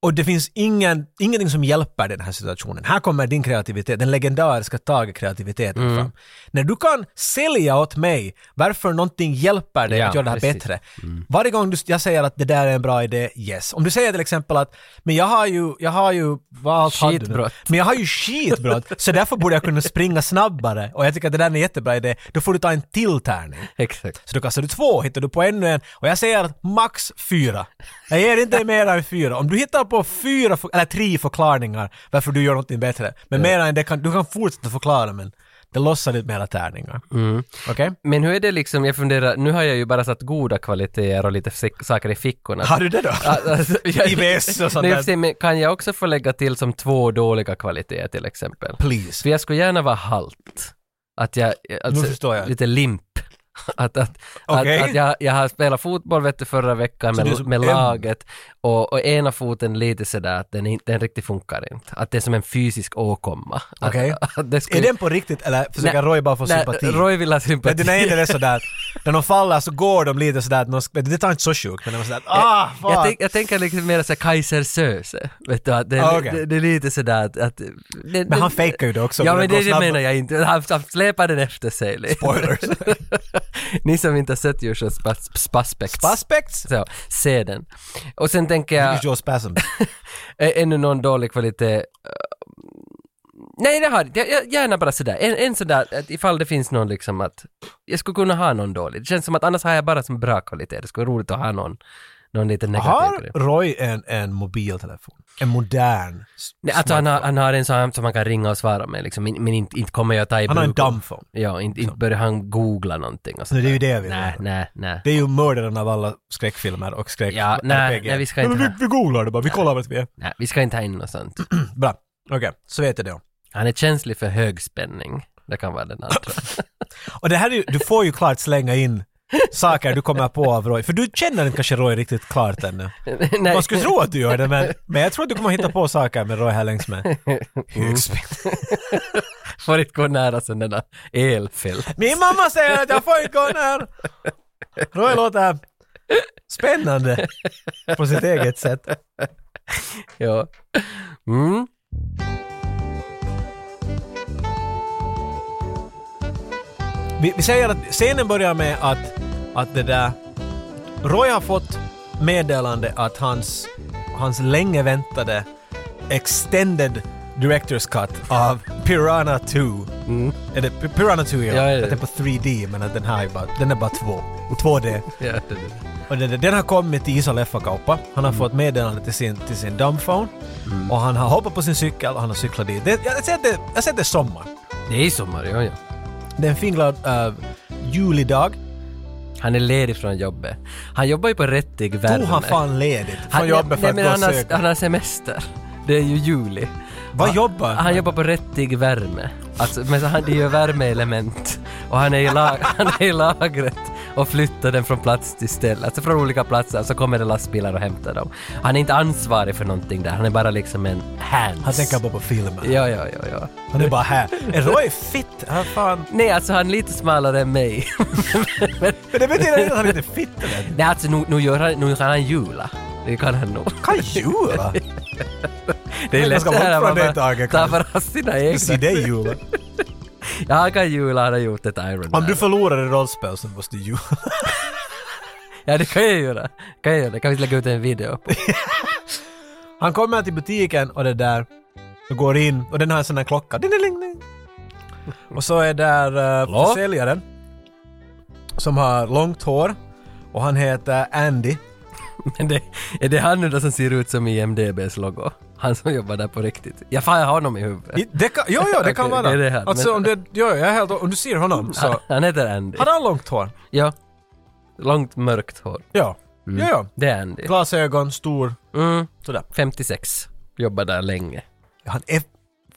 Speaker 2: Och det finns ingen, ingenting som hjälper den här situationen. Här kommer din kreativitet, den legendariska Tage-kreativiteten
Speaker 1: Mm.
Speaker 2: fram. När du kan sälja åt mig varför någonting hjälper dig
Speaker 1: Ja,
Speaker 2: att göra det här
Speaker 1: precis. Mm.
Speaker 2: bättre. Varje gång du, jag säger att det där är en bra idé, yes. Om du säger till exempel att men jag har ju, jag har ju, vad allt hade du nu?
Speaker 1: Skitbrott.
Speaker 2: Men jag har ju skitbrott, så därför borde jag kunna springa snabbare. Och jag tycker att det där är en jättebra idé. Då får du ta en till tärning.
Speaker 1: Exakt.
Speaker 2: Så då kastar du två, hittar du på ännu en och jag säger max fyra. Jag ger inte mer än fyra. Om du hittar på fyra, för- eller tre förklaringar varför du gör någonting bättre. Men mer än det kan, du kan fortsätta förklara men det lossar lite mera tärningar. Okej?
Speaker 1: Mm. Men hur är det liksom, jag funderar, nu har jag ju bara satt goda kvaliteter och lite se- saker i fickorna.
Speaker 2: Har du det då?
Speaker 1: Alltså, alltså, jag-
Speaker 2: IBS och sånt
Speaker 1: Nej,
Speaker 2: där.
Speaker 1: i och för sig, men kan jag också få lägga till som två dåliga kvaliteter till exempel? För
Speaker 2: Please.
Speaker 1: jag skulle gärna vara halt. Att jag, alltså,
Speaker 2: Nu förstår jag.
Speaker 1: lite limp. Att, att,
Speaker 2: Okej.
Speaker 1: att, att jag, jag har spelat fotboll vet du, förra veckan
Speaker 2: Så du är
Speaker 1: med,
Speaker 2: som
Speaker 1: med
Speaker 2: en-
Speaker 1: laget och, och ena foten lite sådär att den, inte, den riktigt funkar inte. Att det är som en fysisk åkomma. Att-
Speaker 2: Okej.
Speaker 1: att det skulle-
Speaker 2: Är den på riktigt eller försöker Roy bara få
Speaker 1: Nej,
Speaker 2: sympati?
Speaker 1: Roy vill ha
Speaker 2: Men
Speaker 1: sympati.
Speaker 2: dina egna är sådär, när de faller så går de lite sådär, att någon sk- det tar inte så sjukt men de är sådär ah, fan.
Speaker 1: jag, tänk, jag tänker liksom mer såhär Kaiser Söze. Vet du, att det,
Speaker 2: Ah, okej.
Speaker 1: det, det är lite sådär att... att det,
Speaker 2: men han
Speaker 1: det-
Speaker 2: fejkar ju det också.
Speaker 1: Ja
Speaker 2: för
Speaker 1: men
Speaker 2: går
Speaker 1: det, det
Speaker 2: snabbt.
Speaker 1: menar jag inte. Han, han släpar den efter sig. liksom. lite.
Speaker 2: Spoilers.
Speaker 1: Ni som inte har sett Usual Spas- Suspects.
Speaker 2: Aspects?
Speaker 1: så, se den. Och sen tänker jag,
Speaker 2: Visual spasm.
Speaker 1: ä- ännu någon dålig kvalitet. eh, Nej, det har jag, jag Gärna bara sådär. En, en sådär, att ifall det finns någon liksom att, jag skulle kunna ha någon dålig. Det känns som att annars har jag bara som bra kvalitet. Det skulle vara roligt att ha någon, någon lite negativ
Speaker 2: Har
Speaker 1: grej.
Speaker 2: Roy en, en mobiltelefon? En modern? s-
Speaker 1: Nej, alltså han, har, han har en sån här som man kan ringa och svara med liksom, men men inte, inte kommer jag ta i
Speaker 2: Han har en
Speaker 1: bruk och-
Speaker 2: dumbphone.
Speaker 1: Ja, inte, inte börjar han googla någonting och
Speaker 2: Nej, det är ju
Speaker 1: sådär.
Speaker 2: det jag vill
Speaker 1: Nej,
Speaker 2: göra.
Speaker 1: nej, nej.
Speaker 2: Det är ju mördaren av alla skräckfilmer och skräck
Speaker 1: Ja, nej, nej, vi ska inte
Speaker 2: Men vi,
Speaker 1: ha-
Speaker 2: vi googlar det bara, vi kollar vart vi är. Mm,
Speaker 1: nej. Vi ska inte ha in något sånt.
Speaker 2: Bra. Okej, så vet jag det.
Speaker 1: Han är känslig för högspänning. Det kan vara den andra.
Speaker 2: Och det här är ju, du får ju klart slänga in saker du kommer på av Roy. För du känner inte kanske Roy riktigt klart ännu.
Speaker 1: nej,
Speaker 2: Man skulle tro att du gör det, men, men jag tror att du kommer hitta på saker med Roy här längs med.
Speaker 1: får inte gå nära sen denna elfält.
Speaker 2: Min mamma säger att jag får inte gå när. Roy låter spännande på sitt eget sätt.
Speaker 1: Ja. Mm.
Speaker 2: Vi, vi säger att scenen börjar med att, att det där... Roy har fått meddelande att hans, hans länge väntade extended director's cut av Piranha 2. Är det Pi- Piranha 2? Ja,
Speaker 1: Mm. Ja, det är
Speaker 2: jag
Speaker 1: det.
Speaker 2: tänker på 3D men att den här är bara, den är bara 2. 2D.
Speaker 1: Ja, det- det-
Speaker 2: Och den, den har kommit till Iso Leffa-kauppa.
Speaker 1: Mm.
Speaker 2: Han har fått meddelande till sin, till sin dumbphone. Och han har hoppat på sin cykel och han har cyklat dit. Det, jag säger att det- jag säger att det är sommar.
Speaker 1: det är ju sommar, ja, ja.
Speaker 2: Det är en finglad uh, julidag.
Speaker 1: Han är ledig från jobbet. Han jobbar ju på rättig värme.
Speaker 2: Tog han fan ledigt från jobbet för
Speaker 1: nej,
Speaker 2: att
Speaker 1: men
Speaker 2: gå och
Speaker 1: han, har,
Speaker 2: söka?
Speaker 1: han har semester. Det är ju juli.
Speaker 2: Vad jobbar
Speaker 1: Han jobbar på rättig värme. Alltså, men så han, det är ju värmeelement. Och han är, i la- han är i lagret och flyttar den från plats till ställe. Alltså från olika platser. Så kommer det lastbilar och hämtar dem. Han är inte ansvarig för någonting där. Han är bara liksom en hands.
Speaker 2: Han tänker bara på filmen.
Speaker 1: Ja, ja, ja, ja.
Speaker 2: Han är bara här. Är Roy fit? Han fan...
Speaker 1: Nej, alltså han är lite smalare än mig.
Speaker 2: Men det betyder inte att han inte är fit eller?
Speaker 1: Nej, alltså nu, nu gör han, nu kan han jula. Det kan han nog.
Speaker 2: Kan jula?
Speaker 1: Det
Speaker 2: Men ganska långt från det taget,
Speaker 1: tar
Speaker 2: kanske.
Speaker 1: bara sina
Speaker 2: Du ser
Speaker 1: egna.
Speaker 2: det jula.
Speaker 1: Ja, han kan jula, han har gjort ett Iron
Speaker 2: Om
Speaker 1: Man.
Speaker 2: du förlorar i rollspel så måste du jula.
Speaker 1: Ja, det kan jag göra. Kan jag göra. Kan vi lägga ut en video på.
Speaker 2: Han kommer till butiken och det där och går in och den har en sån här klocka. Ding, ding, ding. Och så är där uh,
Speaker 1: Hallå?
Speaker 2: försäljaren som har långt hår och han heter Andy.
Speaker 1: Men det, är det han nu då som ser ut som IMDBs logo? Han som jobbar där på riktigt. Jag fan, jag har honom i huvudet.
Speaker 2: I, det kan, jo, jo, det kan
Speaker 1: Okej,
Speaker 2: vara.
Speaker 1: det är det här.
Speaker 2: alltså,
Speaker 1: Men-
Speaker 2: om, det, jo, jag är helt, om du ser honom så...
Speaker 1: Han, han heter Andy.
Speaker 2: Hade han långt hår?
Speaker 1: Ja. Långt mörkt hår.
Speaker 2: Ja. Ja, ja.
Speaker 1: Det är Andy.
Speaker 2: Glasögon, stor.
Speaker 1: Mm,
Speaker 2: Mm. Sådär.
Speaker 1: 56. Jobbar där länge.
Speaker 2: Han är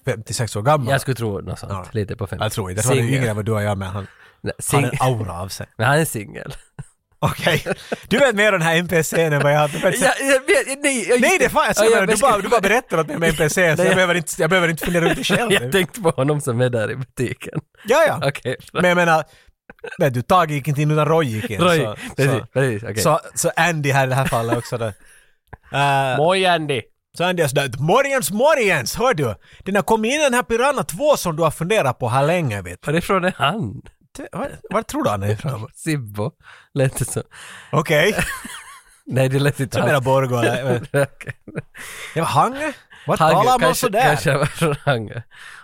Speaker 2: 56 år gammal.
Speaker 1: Jag skulle tro något sånt.
Speaker 2: Ja.
Speaker 1: Lite på 50.
Speaker 2: Jag tror inte. Jag tror han är yngre än vad du och jag men han
Speaker 1: Nej,
Speaker 2: har
Speaker 1: sing-
Speaker 2: en aura av sig.
Speaker 1: Men han är singel.
Speaker 2: Okej. Du vet mer om den här NPCn än vad jag har. Du vet-
Speaker 1: Ja, jag vet- nej, jag-
Speaker 2: Nej, det är fan, jag,
Speaker 1: Ja,
Speaker 2: jag menar, du,
Speaker 1: besk-
Speaker 2: bara, du bara berättar åt mig om NPCn så
Speaker 1: Nej,
Speaker 2: jag
Speaker 1: jag-
Speaker 2: behöver inte, jag behöver inte fundera ut det själv.
Speaker 1: Jag tänkte på honom som är där i butiken.
Speaker 2: Ja, ja.
Speaker 1: Okej.
Speaker 2: Men jag menar, vet du, Tage gick inte in utan Roy gick in.
Speaker 1: Roy,
Speaker 2: Så,
Speaker 1: precis,
Speaker 2: så,
Speaker 1: precis, okej.
Speaker 2: så, så Andy här i det här fallet också då. Eh,
Speaker 1: Moi Andy!
Speaker 2: Så Andy är sådär “Morgens, morgens! Hör du? Den har kommit in den här Piranha 2 som du har funderat på här länge vet
Speaker 1: Varifrån är han?
Speaker 2: du. Var, var tror du han är ifrån?
Speaker 1: Sibbo? Lät det så?
Speaker 2: Okej.
Speaker 1: Nej, det lät inte
Speaker 2: Så menar Borgo. Jag var Hange? Vad talar man
Speaker 1: kanske,
Speaker 2: sådär?
Speaker 1: kanske var från Hangö.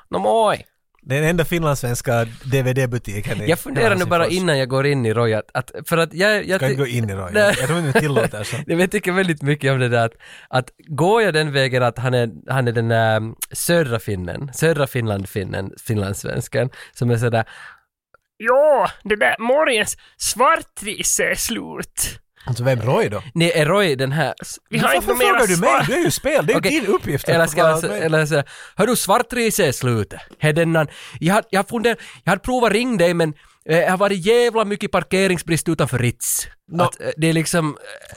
Speaker 1: Nåmoj.
Speaker 2: Den enda finlandssvenska DVD-butiken. i
Speaker 1: Jag funderar nu bara
Speaker 2: Helsingfors.
Speaker 1: innan jag går in i Roy att, att för att jag... jag
Speaker 2: Ska
Speaker 1: ty-
Speaker 2: inte gå in i Roy.
Speaker 1: Nej.
Speaker 2: Jag tror inte tillåter så.
Speaker 1: Nej, men Jag tycker väldigt mycket om det där att, att går jag den vägen att han är, han är den där mm, södra finnen, södra Finland-finnen, finlandssvensken, som är sådär Ja, det där morgens svartris är slut.
Speaker 2: Alltså vem Roy då?
Speaker 1: Nej, är Roy den här... Vi
Speaker 2: Varför frågar du mig?
Speaker 1: svart-
Speaker 2: Du är ju spel, det är ju
Speaker 1: Okej.
Speaker 2: din uppgift. att
Speaker 1: Eller ska
Speaker 2: förklara
Speaker 1: jag,
Speaker 2: åt mig.
Speaker 1: eller så, hör du svartris är slut. Här denna, jag har, jag har funderat, jag har provat ring dig men eh, det har varit jävla mycket parkeringsbrist utanför Ritz.
Speaker 2: Nå.
Speaker 1: Att, eh, det är liksom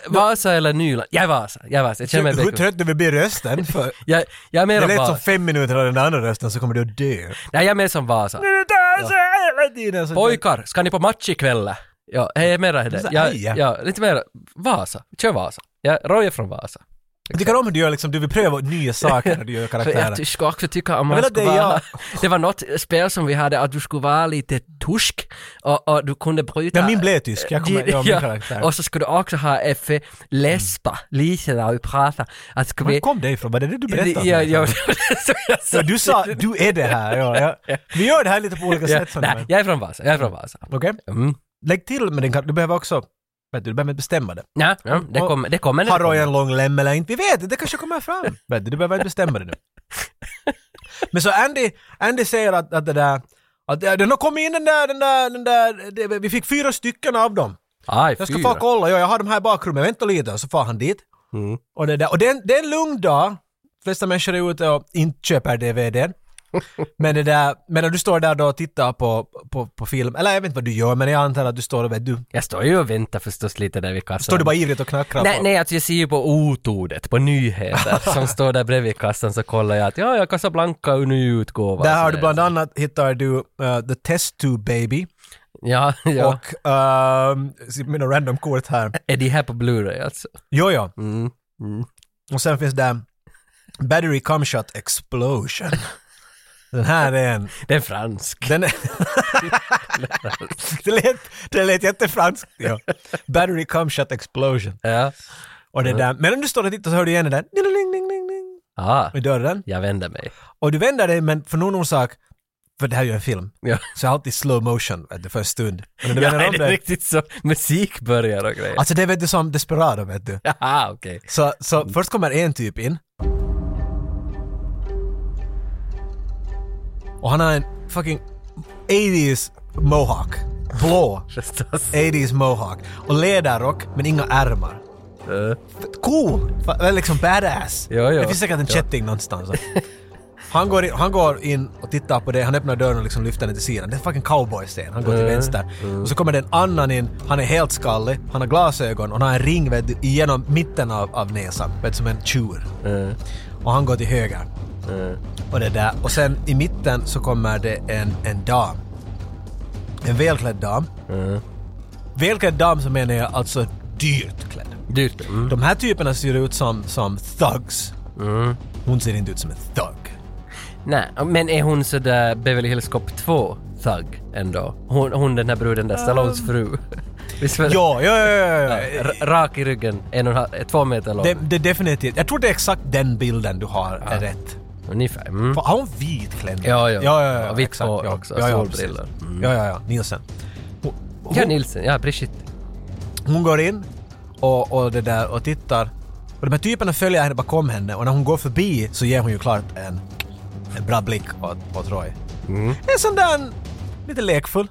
Speaker 1: eh, Vasa eller Nyland. Jag är Vasa, jag är Vasa. Jag känner mig
Speaker 2: Hur
Speaker 1: bekväm.
Speaker 2: trött du vill bli i rösten? För
Speaker 1: Jag, jag är
Speaker 2: det
Speaker 1: mer om
Speaker 2: lät som
Speaker 1: Vasa.
Speaker 2: fem minuter av den andra rösten så kommer du att dö.
Speaker 1: Nej, jag är mer som Vasa.
Speaker 2: Du dansar hela tiden! så-
Speaker 1: Pojkar, ska ni på match ikväll? Ja, jag är mera det.
Speaker 2: Så här,
Speaker 1: Jag,
Speaker 2: ja.
Speaker 1: ja, lite mer Vasa. Kör Vasa. Jag röjer från Vasa.
Speaker 2: Jag tycker om hur du gör liksom, du vill pröva nya saker när du gör
Speaker 1: För jag
Speaker 2: karaktärer.
Speaker 1: ty- skulle också tycka om man
Speaker 2: vill att
Speaker 1: skulle
Speaker 2: det är jag.
Speaker 1: vara... Det var något spel som vi hade att du skulle vara lite tusk och, och du kunde bryta...
Speaker 2: Ja, min blev tysk, jag kommer
Speaker 1: Di-
Speaker 2: göra min karaktär.
Speaker 1: Och så skulle du också ha F läspa lite när vi pratar. Att skulle
Speaker 2: Var
Speaker 1: vi...
Speaker 2: Mm. kom det ifrån? Var det det du berättade?
Speaker 1: ja, ja,
Speaker 2: för mig?
Speaker 1: så jag sa-
Speaker 2: Ja, du sa du är det här. Ja, ja. Vi gör det här lite på olika
Speaker 1: ja,
Speaker 2: sätt.
Speaker 1: nej,
Speaker 2: sådär.
Speaker 1: jag är från Vasa, jag är från Vasa.
Speaker 2: Okej?
Speaker 1: Mm.
Speaker 2: Lägg till med din karaktär, du behöver också, vet du, du behöver inte bestämma det.
Speaker 1: Ja, ja, det
Speaker 2: Och-
Speaker 1: kommer, det kommer. när
Speaker 2: Har
Speaker 1: det kommer.
Speaker 2: Roy en lång lem eller inte? Vi vet inte, det kanske kommer fram. Vet du, du behöver inte bestämma det nu. Men så Andy, Andy säger att, att det där, att det- den har kommit in den där, den där, den där, det, vi fick fyra stycken av dem.
Speaker 1: Aj,
Speaker 2: Jag ska
Speaker 1: fyra.
Speaker 2: få kolla, ja, jag har de här i bakrummet, vänta lite. Och så far han dit.
Speaker 1: Mm.
Speaker 2: Och det, där. Och det, är en- det är en lugn dag. De flesta människor är ute och inte köper DVD. Men det där, medan du står där då och tittar på, på, på film, eller jag vet inte vad du gör, men jag antar att du står och vet du,
Speaker 1: Jag står ju och väntar förstås lite där vid kassan.
Speaker 2: står du bara ivrigt och knackar
Speaker 1: Nej,
Speaker 2: på?
Speaker 1: nej, alltså jag ser ju på otordet, på nyheter som står där bredvid kassan så kollar jag att ja, jag Casablanca och ny utgåva.
Speaker 2: Där
Speaker 1: Så
Speaker 2: har du
Speaker 1: jag-
Speaker 2: bland annat, hittar du eh, The Test Tube Baby
Speaker 1: Ja, ja.
Speaker 2: och ehm, se mina random kort här.
Speaker 1: är de här på Blu-ray alltså?
Speaker 2: Jo, jo.
Speaker 1: Mm. Mm.
Speaker 2: Och sen finns det Battery Comshot Explosion. Den här är en...
Speaker 1: Det är fransk.
Speaker 2: Den är... det, lät, det lät jättefranskt. Ja. Battery Comshot Explosion.
Speaker 1: Ja.
Speaker 2: Och det där. Men om du står och tittar så hör du igen den där... Ding, ding, ding, ding,
Speaker 1: Ah,
Speaker 2: vid dörren.
Speaker 1: jag vänder mig.
Speaker 2: Och du vänder dig, men för någon orsak, för det här är ju en film,
Speaker 1: Ja.
Speaker 2: så jag har alltid slow motion vet du, för en stund. Men när du
Speaker 1: Ja,
Speaker 2: vänder
Speaker 1: är
Speaker 2: om
Speaker 1: det
Speaker 2: dig,
Speaker 1: riktigt så? Musik börjar och grejer.
Speaker 2: Alltså det vet du som Desperado vet du.
Speaker 1: Jaha, okej.
Speaker 2: Så, så först kommer en typ in. Och han har en fucking 80s mohawk. Blå
Speaker 1: Förstås.
Speaker 2: 80s mohawk. Och ledarrock men inga ärmar.
Speaker 1: Eh,
Speaker 2: Cool! Fa- eller Liksom badass.
Speaker 1: Ja, ja.
Speaker 2: Det finns säkert en kätting någonstans. Han går, in, han går in och tittar på det, han öppnar dörren och liksom lyfter den till sidan. Det är fucking cowboy-scen. Han går
Speaker 1: Eh.
Speaker 2: till vänster.
Speaker 1: Mm.
Speaker 2: Och så kommer det en annan in, han är helt skallig, han har glasögon och han har en ring vet du, genom mitten av, av näsan. Vet, du, som en tjur.
Speaker 1: eh,
Speaker 2: Och han går till höger.
Speaker 1: eh.
Speaker 2: Och det där. Och sen i mitten så kommer det en, en dam. En välklädd dam.
Speaker 1: Mm.
Speaker 2: Välklädd dam så menar jag alltså dyrt klädd.
Speaker 1: Dyrt. Mm.
Speaker 2: De här typerna ser ut som, som thugs. Hon ser inte ut som en thug.
Speaker 1: Nej, men är hon sådär Beverly Hills Cop 2 thug ändå? Hon, hon den här bruden där, Stallones fru. Visst var det?
Speaker 2: Ja, ja, ja, ja. ja.
Speaker 1: R- rak i ryggen, en och en halv, eh, två meter lång.
Speaker 2: Det, det är definitivt. Jag tror det är exakt den bilden du har är rätt.
Speaker 1: Ungefär. Mm.
Speaker 2: Har hon vit klänning?
Speaker 1: Ja, ja.
Speaker 2: ja, ja, ja
Speaker 1: Och vitt
Speaker 2: exakt,
Speaker 1: hår
Speaker 2: ja.
Speaker 1: också, Mm.
Speaker 2: Ja, ja,
Speaker 1: solbrillor.
Speaker 2: precis. Ja, ja, ja. Nielsen. Hon,
Speaker 1: Ja,
Speaker 2: hon,
Speaker 1: Nilsen. Ja, Brigitte.
Speaker 2: hon går in och, och det där och tittar. Och de här typerna följer henne bakom henne och när hon går förbi så ger hon ju klart en, en bra blick åt, åt Roy. En sån där en, lite lekfull.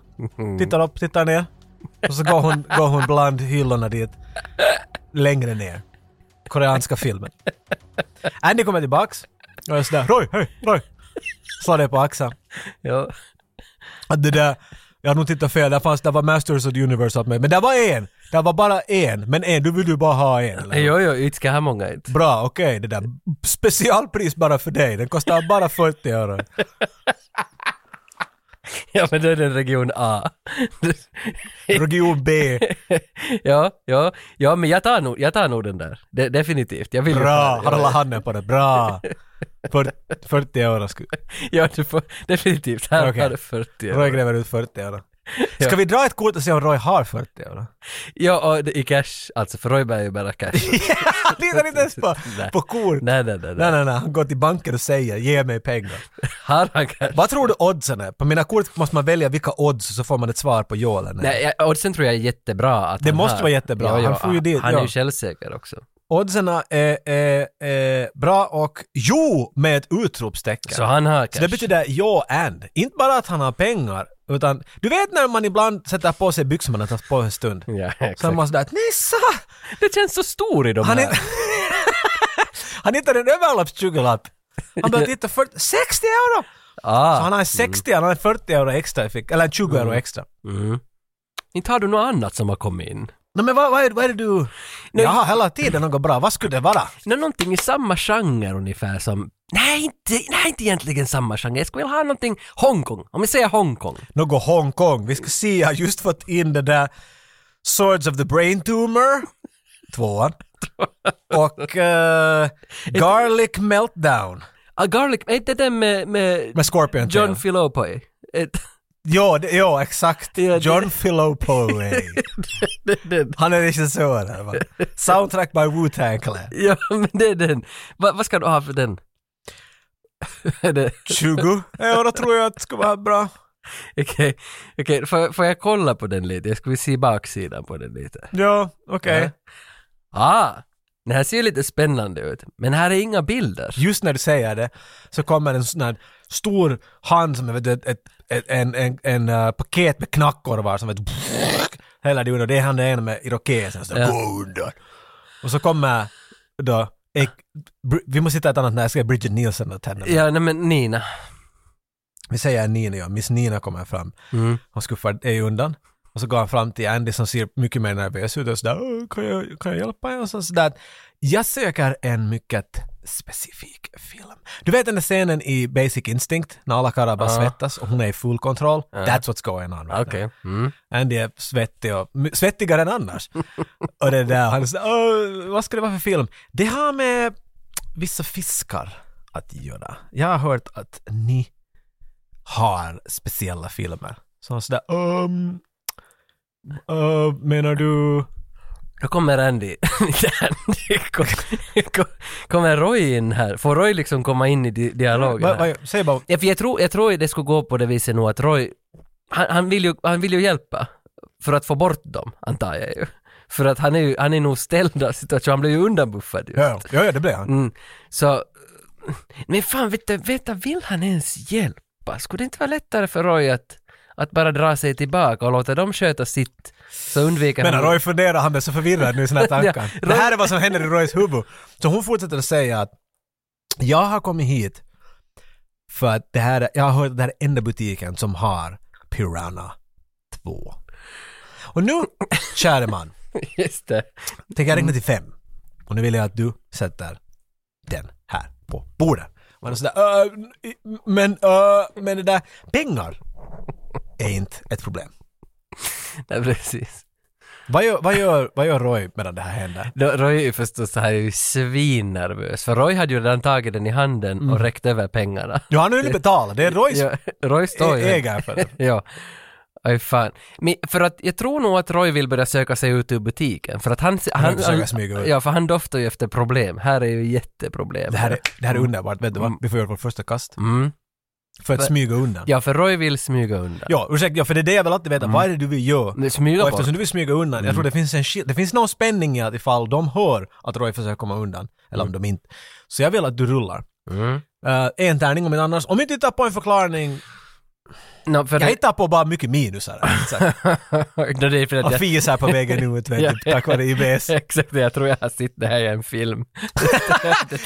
Speaker 2: Tittar upp, tittar ner. Och så går hon, går hon bland hyllorna dit. Längre ner. Koreanska filmen. Andy kommer tillbaks. Och jag är sådär Roy, hej, Roy. Slår dig på axeln.
Speaker 1: Ja.
Speaker 2: Att det där, jag har nog tittat fel, där fanns, det var Masters of the Universe åt mig. Men det var en! Det var bara en, men en, du vill ju bara ha en. Eller?
Speaker 1: Jo, jo, inte ska jag ha många. inte.
Speaker 2: Bra, okej, det där. Specialpris bara för dig, den kostar bara 40 euro.
Speaker 1: ja, men då är den region A.
Speaker 2: Region B.
Speaker 1: ja, ja, ja, men jag tar nog, jag tar nog den där. De, definitivt. Jag vill ju
Speaker 2: Bra.
Speaker 1: ta-
Speaker 2: Har alla handen på det. Bra. För, 40 euro. sku-
Speaker 1: Ja, du får, definitivt. Här
Speaker 2: Okej.
Speaker 1: har du 40 euro.
Speaker 2: Roy gräver ut 40 euro. Ska vi dra ett kort och se om Roy har 40 euro?
Speaker 1: Ja, och det- i cash. Alltså, för Roy bär ju bara cash.
Speaker 2: Han litar inte ens på,
Speaker 1: Nej.
Speaker 2: på kort.
Speaker 1: nej, nej, nej, nej.
Speaker 2: Nej, nej, nej. Han går till banken och säger ge mig pengar.
Speaker 1: Har han cash?
Speaker 2: Vad tror du oddsen är? På mina kort måste man välja vilka odds och så får man ett svar på ja eller nej.
Speaker 1: Nej, jag- oddsen tror jag är jättebra. Att
Speaker 2: Det
Speaker 1: han
Speaker 2: måste
Speaker 1: har.
Speaker 2: vara jättebra.
Speaker 1: Ja, ja,
Speaker 2: Han får ju dit,
Speaker 1: han är
Speaker 2: ja.
Speaker 1: ju självsäker också.
Speaker 2: Oddsen är, är, är bra och jo med ett utropstecken.
Speaker 1: Så han har cash.
Speaker 2: Så det betyder ja and. Inte bara att han har pengar, utan du vet när man ibland sätter på sig byxor man har tagit på en stund.
Speaker 1: Ja,
Speaker 2: Så är
Speaker 1: exakt.
Speaker 2: man sådär att Nissa!
Speaker 1: Det känns så stor i de
Speaker 2: Han,
Speaker 1: här.
Speaker 2: är... han hittar en överlappstjugolapp. Han börjar titta 40, 60 euro!
Speaker 1: Ah.
Speaker 2: Så han har 60, han har 40 euro extra i fickan, eller 20 euro extra.
Speaker 1: Mm. Inte har du något annat som har kommit in?
Speaker 2: Nej men vad, vad, är, vad är det du...
Speaker 1: Nej.
Speaker 2: Jag har hela tiden något bra, vad skulle det vara?
Speaker 1: Nå, någonting i samma genre ungefär som... Nej, inte, nej, inte egentligen samma genre. Jag skulle vilja ha någonting Hongkong. Om vi säger Hongkong.
Speaker 2: Något Hongkong. Vi ska se, jag har just fått in det där Swords of the Brain Tumor, tvåan. Och eh, Garlic Meltdown
Speaker 1: Ah, garlic, är inte den med, med
Speaker 2: med Scorpion
Speaker 1: John
Speaker 2: Tail.
Speaker 1: Filippo? Ett-
Speaker 2: Ja, det, ja exakt.
Speaker 1: Ja, det-
Speaker 2: John Filippo.
Speaker 1: det- det-
Speaker 2: Han är regissör. här, va? Soundtrack by Wu-Tang Clan.
Speaker 1: Ja, men det är den. Va, vad ska du ha för den? Är det-
Speaker 2: 20 euro tror jag att det skulle vara bra.
Speaker 1: Okej, okej. Får, får jag kolla på den lite? Jag skulle se baksidan på den lite.
Speaker 2: Ja, okej.
Speaker 1: Ja. Ah, den här ser ju lite spännande ut. Men här är inga bilder.
Speaker 2: Just när du säger det så kommer en sån här stor hand som är, vet du, ett, ett, ett, en, en, en eh, paket med knackkorvar som ett häller det under. Det är han den ena med irokesen. Så
Speaker 1: Ja.
Speaker 2: gå under. Och så kommer då ek, Br- vi måste hitta ett annat namn, jag ska Bridget Nielsen åt henne.
Speaker 1: Ja, nej men Nina.
Speaker 2: Vi säger Nina, ja. Miss Nina kommer fram.
Speaker 1: Mm.
Speaker 2: Hon skuffar dig undan. Och så går han fram till Andy som ser mycket mer nervös ut och sådär "Åh, kan jag, kan jag hjälpa er? Och så sådär. Jag söker en mycket specifik film. Du vet den där scenen i Basic Instinct när alla karlar bara
Speaker 1: Ja.
Speaker 2: svettas och hon är i full kontroll? That's what's going on. right
Speaker 1: Okej. Mm.
Speaker 2: now. Andy är svettig och my- svettigare än annars. och det där, han är sådär, "Åh, vad ska det vara för film? Det har med vissa fiskar att göra. Jag har hört att ni har speciella filmer. Så han sådär, um, uh, menar du?
Speaker 1: Då kommer Andy. Andy kom, kom, kommer Roy in här? Får Roy liksom komma in i di- dialogen?
Speaker 2: Va,
Speaker 1: här?
Speaker 2: va, säg bara,
Speaker 1: Ja, för jag tror, jag tror det skulle gå på det viset nog att Roy, han, han, vill ju, han vill ju hjälpa för att få bort dem, antar jag ju. För att han är ju, han är nog ställd av situationen, han blev ju undanbuffad ju.
Speaker 2: ja, ja, ja, det blev han.
Speaker 1: Mm. Så, men fan vet du, vet du, vill han ens hjälpa? Skulle det inte vara lättare för Roy att, att bara dra sig tillbaka och låta dem sköta sitt? Så undviker
Speaker 2: Men
Speaker 1: han...
Speaker 2: Roy funderar, han blev så förvirrad nu i sina tankar.
Speaker 1: Ja,
Speaker 2: Det här är vad som händer i Roys huvud. Så hon fortsätter att säga att jag har kommit hit för att det här, är- jag har hört att det här är enda butiken som har Piranha 2. Och nu, käre man,
Speaker 1: Just det.
Speaker 2: Tänker jag räkna till fem. Och nu vill jag att du sätter den här på bordet. Och han är sådär, "Äh, n- men, äh, men det där, pengar är inte ett problem.
Speaker 1: Nej, precis.
Speaker 2: Vad gör, vad gör, vad gör Roy medan det här händer?
Speaker 1: Då, Roy är ju förstås så här är ju svinnervös, för Roy hade ju redan tagit den i handen
Speaker 2: Mm.
Speaker 1: och räckt över pengarna.
Speaker 2: Ja, han har hunnit betala. Det är Roys
Speaker 1: Ja, Roy står ju...
Speaker 2: ä- ägare för det.
Speaker 1: ja. Aj fan. Men för att jag tror nog att Roy vill börja söka sig ut ur butiken. För att han...
Speaker 2: vill försöka smyga ut.
Speaker 1: Ja, för han doftar ju efter problem. Här är ju jätteproblem.
Speaker 2: Det här är, det här är underbart, vet du vad?
Speaker 1: Mm.
Speaker 2: Vi får göra vårt första kast.
Speaker 1: Mm.
Speaker 2: För att
Speaker 1: Va-
Speaker 2: smyga undan.
Speaker 1: Ja, Mm. för Roy vill smyga undan.
Speaker 2: Ja, ursäkta, ja, för det är det jag vill alltid veta. Vad är det du vill göra?
Speaker 1: Men Smyga
Speaker 2: Och
Speaker 1: på.
Speaker 2: eftersom du vill smyga undan,
Speaker 1: Mm.
Speaker 2: jag tror det finns en skil- det finns någon spänning i att ifall de hör att Roy försöker komma undan, eller om de inte. Så jag vill att du rullar.
Speaker 1: Mm.
Speaker 2: Eh, en tärning om inte annars. Om inte hittar på en förklaring,
Speaker 1: No, för
Speaker 2: jag
Speaker 1: det,
Speaker 2: hittar på bara mycket minus här. Så här.
Speaker 1: no, det är för att
Speaker 2: Jag
Speaker 1: jag...
Speaker 2: fiser på vägen ut, vet du, tack vare IBS.
Speaker 1: Exakt, jag tror jag har sett det här i en film.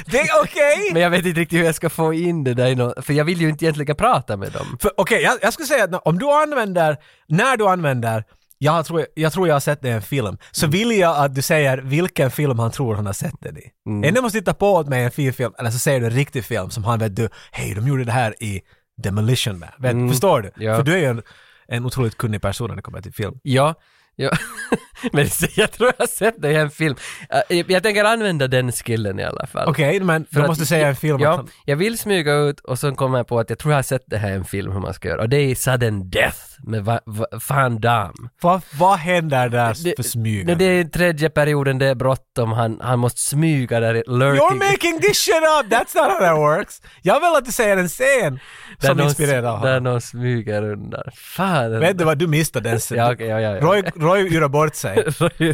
Speaker 2: Det är okej!
Speaker 1: Men jag vet inte riktigt hur jag ska få in det där i nå- för jag vill ju inte egentligen prata med dem.
Speaker 2: För, Okej, jag, jag skulle säga att när- om du använder, när du använder jag tror, jag tror jag har sett det i en film. Så
Speaker 1: Mm.
Speaker 2: vill jag att du säger vilken film han tror han har sett den i.
Speaker 1: Mm.
Speaker 2: Ändå måste du titta på åt mig en fin film, eller så säger du en riktig film som han vet du, hej de gjorde det här i Demolition Man. Vet,
Speaker 1: Mm.
Speaker 2: Förstår du?
Speaker 1: Ja.
Speaker 2: För du är ju en, en otroligt kunnig person när det kommer till film.
Speaker 1: Ja, ja. men jag tror jag har sett det i en film. Eh, Jag, jag tänker använda den skillen i alla fall.
Speaker 2: Okej, men
Speaker 1: För
Speaker 2: du
Speaker 1: att-
Speaker 2: måste säga en film.
Speaker 1: Ja,
Speaker 2: att,
Speaker 1: jag vill smyga ut och sen kommer jag på att jag tror jag har sett det här i en film hur man ska göra. Och det är Sudden Death med Va- Va- Van Damme.
Speaker 2: vad, vad händer där
Speaker 1: Det-
Speaker 2: för
Speaker 1: Det,
Speaker 2: smygande?
Speaker 1: det är tredje perioden, det är bråttom, han, han måste smyga där i
Speaker 2: You're
Speaker 1: lurking.
Speaker 2: making this shit up! That's not how that works! Jag vill att du säger en scen
Speaker 1: där
Speaker 2: som
Speaker 1: någon-
Speaker 2: inspirerar av
Speaker 1: Där
Speaker 2: honom.
Speaker 1: någon smyger undan. Fan.
Speaker 2: Vet du vad, du missade den scenen.
Speaker 1: Ja, okej, ja, ja, ja.
Speaker 2: Roy, Roy gör bort sig.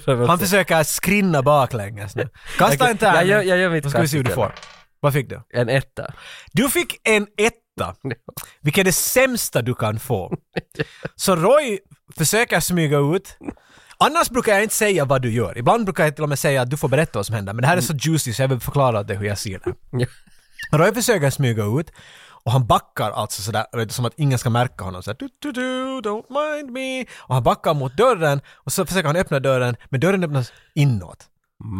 Speaker 2: Han
Speaker 1: Han
Speaker 2: försöker skrinna baklänges nu. Kasta en tärning.
Speaker 1: Jag gör, jag gör mitt
Speaker 2: Då ska vi se hur du
Speaker 1: kast
Speaker 2: får. Vad fick du?
Speaker 1: En etta.
Speaker 2: Du fick en etta, vilket är det sämsta du kan få. Så Roy försöker smyga ut. Annars brukar jag inte säga vad du gör. Ibland brukar jag till och med säga att du får berätta vad som händer. Men det här är
Speaker 1: Mm.
Speaker 2: så juicy så jag vill förklara det hur jag ser det.
Speaker 1: Ja.
Speaker 2: Roy försöker smyga ut och han backar alltså sådär, vet du, som att ingen ska märka honom. Sådär, du, du, du, don't mind me. Och han backar mot dörren och så försöker han öppna dörren, men dörren öppnas inåt.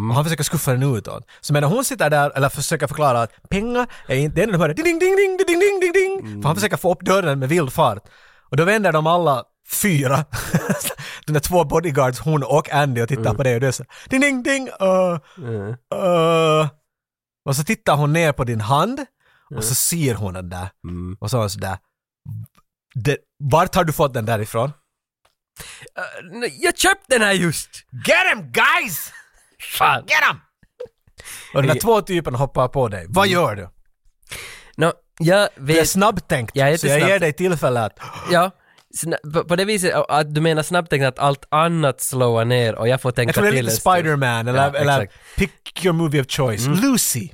Speaker 2: Och han försöker skuffa den utåt. Så medan hon sitter där, eller försöker förklara att pengar är inte... Det enda de hör är ding, ding, ding, ding, ding, ding, ding, ding. För han försöker få upp dörren med vild fart. Och då vänder de alla fyra, de där två bodyguards, hon och Andy, och tittar på det och det är så ding, ding, ding, uh,
Speaker 1: Mm.
Speaker 2: uh. Och så tittar hon ner på din hand och så ser hon den där.
Speaker 1: Mm.
Speaker 2: Och så är hon sådär, det, vart har du fått den därifrån?
Speaker 1: Eh, nej, jag köpte den här just!
Speaker 2: Get him guys!
Speaker 1: Fan!
Speaker 2: Get him! Och de där
Speaker 1: Jag-
Speaker 2: två typerna hoppar på dig. Vad gör du?
Speaker 1: Nå, jag
Speaker 2: Det är
Speaker 1: vet...
Speaker 2: snabbtänkt,
Speaker 1: Jag är inte
Speaker 2: så jag ger
Speaker 1: snabbtänkt.
Speaker 2: dig tillfälle att...
Speaker 1: Ja, sna- på, på det viset a- att du menar snabbt tänkt att allt annat slowar ner och jag får tänka
Speaker 2: Jag tror det är
Speaker 1: till
Speaker 2: lite
Speaker 1: en stund.
Speaker 2: Spider-Man eller,
Speaker 1: Ja,
Speaker 2: eller
Speaker 1: exakt. Mm.
Speaker 2: pick your movie of choice. Lucy!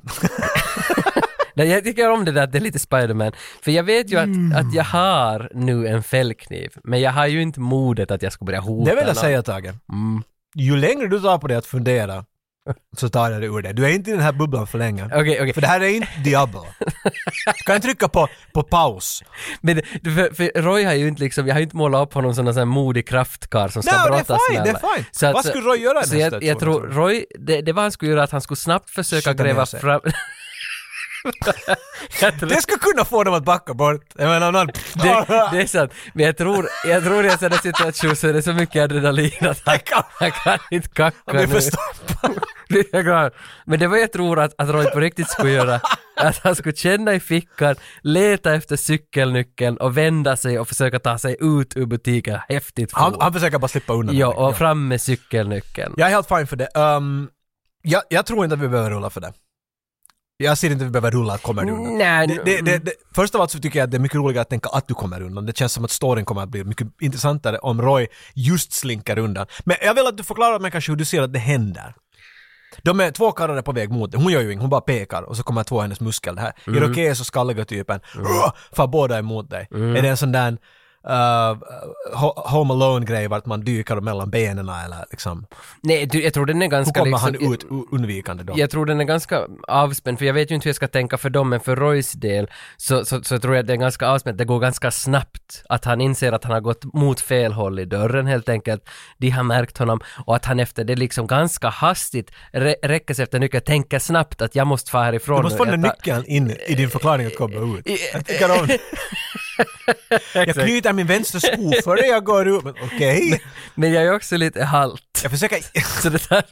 Speaker 1: Nej, jag tycker om det där att det är lite Spider-Man. För jag vet ju att,
Speaker 2: Mm.
Speaker 1: att jag har nu en fällkniv, men jag har ju inte modet att jag ska börja hota
Speaker 2: Det vill
Speaker 1: någon.
Speaker 2: jag säga Tage.
Speaker 1: Mm.
Speaker 2: Ju längre du tar på dig att fundera, så tar jag dig ur det. Du är inte i den här bubblan för länge.
Speaker 1: Okej, okej.
Speaker 2: För det här är inte Diablo. Du kan trycka på, på paus.
Speaker 1: Men det- för, för Roy har ju inte liksom, jag har ju inte målat upp honom som någon sån här modig kraftkarl som ska
Speaker 2: Nej, det är
Speaker 1: brottas
Speaker 2: fine,
Speaker 1: med
Speaker 2: det är
Speaker 1: alla.
Speaker 2: fine.
Speaker 1: Så att-
Speaker 2: Vad skulle Roy göra i
Speaker 1: Så
Speaker 2: den här
Speaker 1: Alltså, jag, jag
Speaker 2: situationen,
Speaker 1: tror
Speaker 2: tror du?
Speaker 1: Roy, det, det var han skulle göra att han skulle snabbt försöka
Speaker 2: Skjuta ner
Speaker 1: gräva
Speaker 2: sig.
Speaker 1: fram... jag tror,
Speaker 2: Det skulle kunna få dem att backa bort. Jag menar om någon...
Speaker 1: det, det är sant. Men jag tror, jag tror i en sån här situation så är det så mycket adrenalin att han, han kan inte kacka
Speaker 2: blir
Speaker 1: nu.
Speaker 2: förstoppad.
Speaker 1: Lite grann. Men det var jag tror att, att Roy på riktigt skulle göra. Att han skulle känna i fickan, leta efter cykelnyckeln och vända sig och försöka ta sig ut ur butiken häftigt fort.
Speaker 2: Han, han försöker bara slippa undan.
Speaker 1: Ja, och fram med cykelnyckeln.
Speaker 2: Jag är helt fine för det. Ehm, jag, jag tror inte att vi behöver rulla för det. Jag ser inte att vi behöver rulla att komma undan.
Speaker 1: Nej,
Speaker 2: Det, det, det, det, först av allt så tycker jag att det är mycket roligare att tänka att du kommer undan. Det känns som att storyn kommer att bli mycket intressantare om Roy just slinker undan. Men jag vill att du förklarar mig kanske hur du ser att det händer. De är två karlar är på väg mot det. Hon gör ju inget, hon bara pekar och så kommer två av hennes muskel. Det här irokes och skalliga typen. "Åh!" Far båda emot dig. Är det en sån där eh, ho- Home Alone-grej vart man dyker mellan benen eller liksom
Speaker 1: Nej, du, jag tror den är
Speaker 2: hur
Speaker 1: ganska...
Speaker 2: kommer
Speaker 1: liksom,
Speaker 2: han ut u- undvikande då?
Speaker 1: Jag, jag tror den är ganska avspänd, för jag vet ju inte hur jag ska tänka för dem, men för Roys del så, så, så tror jag att det är ganska avspänt. Det går ganska snabbt att han inser att han har gått mot fel håll i dörren helt enkelt. De har märkt honom och att han efter det liksom ganska hastigt rä- räcker sig efter nyckeln, tänker snabbt att jag måste få härifrån.
Speaker 2: du måste få
Speaker 1: nu. Eh,
Speaker 2: den
Speaker 1: Jag tar-
Speaker 2: nyckeln in i din förklaring att komma ut. Jag tycker om det. Jag knyter min vänstra sko före jag går ut. Men Okej.
Speaker 1: Men jag är också lite halt.
Speaker 2: Jag försöker...
Speaker 1: Så det där,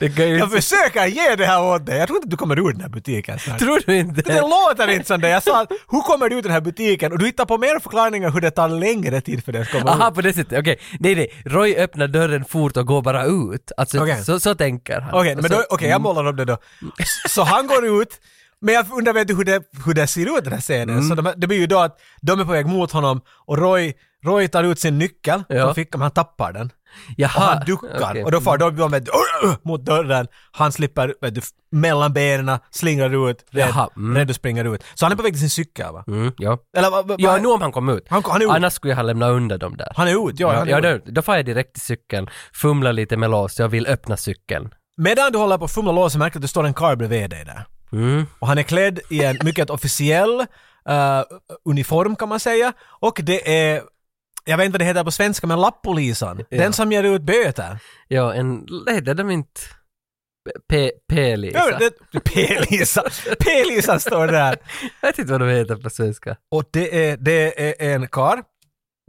Speaker 1: det går ju
Speaker 2: Jag
Speaker 1: inte...
Speaker 2: försöker ge det här åt dig. Jag tror inte att du kommer ur den här butiken snart.
Speaker 1: Tror du inte?
Speaker 2: Det låter inte som det. Jag sa att hur kommer du ut ur den här butiken? Och du hittar på mer förklaringar hur det tar längre tid för den att komma
Speaker 1: Aha,
Speaker 2: ut.
Speaker 1: på det sättet, okej. Nej, nej. Roy öppnar dörren fort och går bara ut. Alltså,
Speaker 2: Okej.
Speaker 1: så, så tänker han. Alltså,
Speaker 2: Okej, men
Speaker 1: Så-
Speaker 2: då, okej, jag målar om det då. Så han går ut, men jag undrar vet du hur det, hur det ser ut den här scenen.
Speaker 1: Mm.
Speaker 2: Så de, det blir ju då att de är på väg mot honom och Roy, Roy tar ut sin nyckel
Speaker 1: Ja.
Speaker 2: från fickan, men han tappar den.
Speaker 1: Jaha.
Speaker 2: Och han duckar
Speaker 1: okej.
Speaker 2: och då far de med, mot dörren. Han slipper vet du, mellan benen, slingrar ut, rädd,
Speaker 1: Jaha, mm.
Speaker 2: rädd och springer ut. Så han är på väg till sin cykel va?
Speaker 1: Mm, ja.
Speaker 2: Eller vad? vad-
Speaker 1: Ja, nu om han kom ut.
Speaker 2: Han- han är ut.
Speaker 1: Annars skulle jag ha lämnat undan dem där.
Speaker 2: han är ut, ja.
Speaker 1: Ja,
Speaker 2: han är
Speaker 1: ja,
Speaker 2: ut.
Speaker 1: då, då får jag direkt till cykeln, fumla lite med lås, jag vill öppna cykeln.
Speaker 2: Medan du håller på att fumla låset märker du att det står en karl bredvid dig där.
Speaker 1: Mm.
Speaker 2: Och han är klädd i en mycket officiell eh, uniform kan man säga. Och det är, jag vet inte vad det heter på svenska, men lappolisen.
Speaker 1: Ja.
Speaker 2: Den som ger ut böter.
Speaker 1: Ja, en... Nej, det är de inte. P- P-Lisa.
Speaker 2: Ja, det- P-Lisa. P-Lisa står där.
Speaker 1: Jag vet inte vad de heter på svenska.
Speaker 2: Och det är, det är en kar.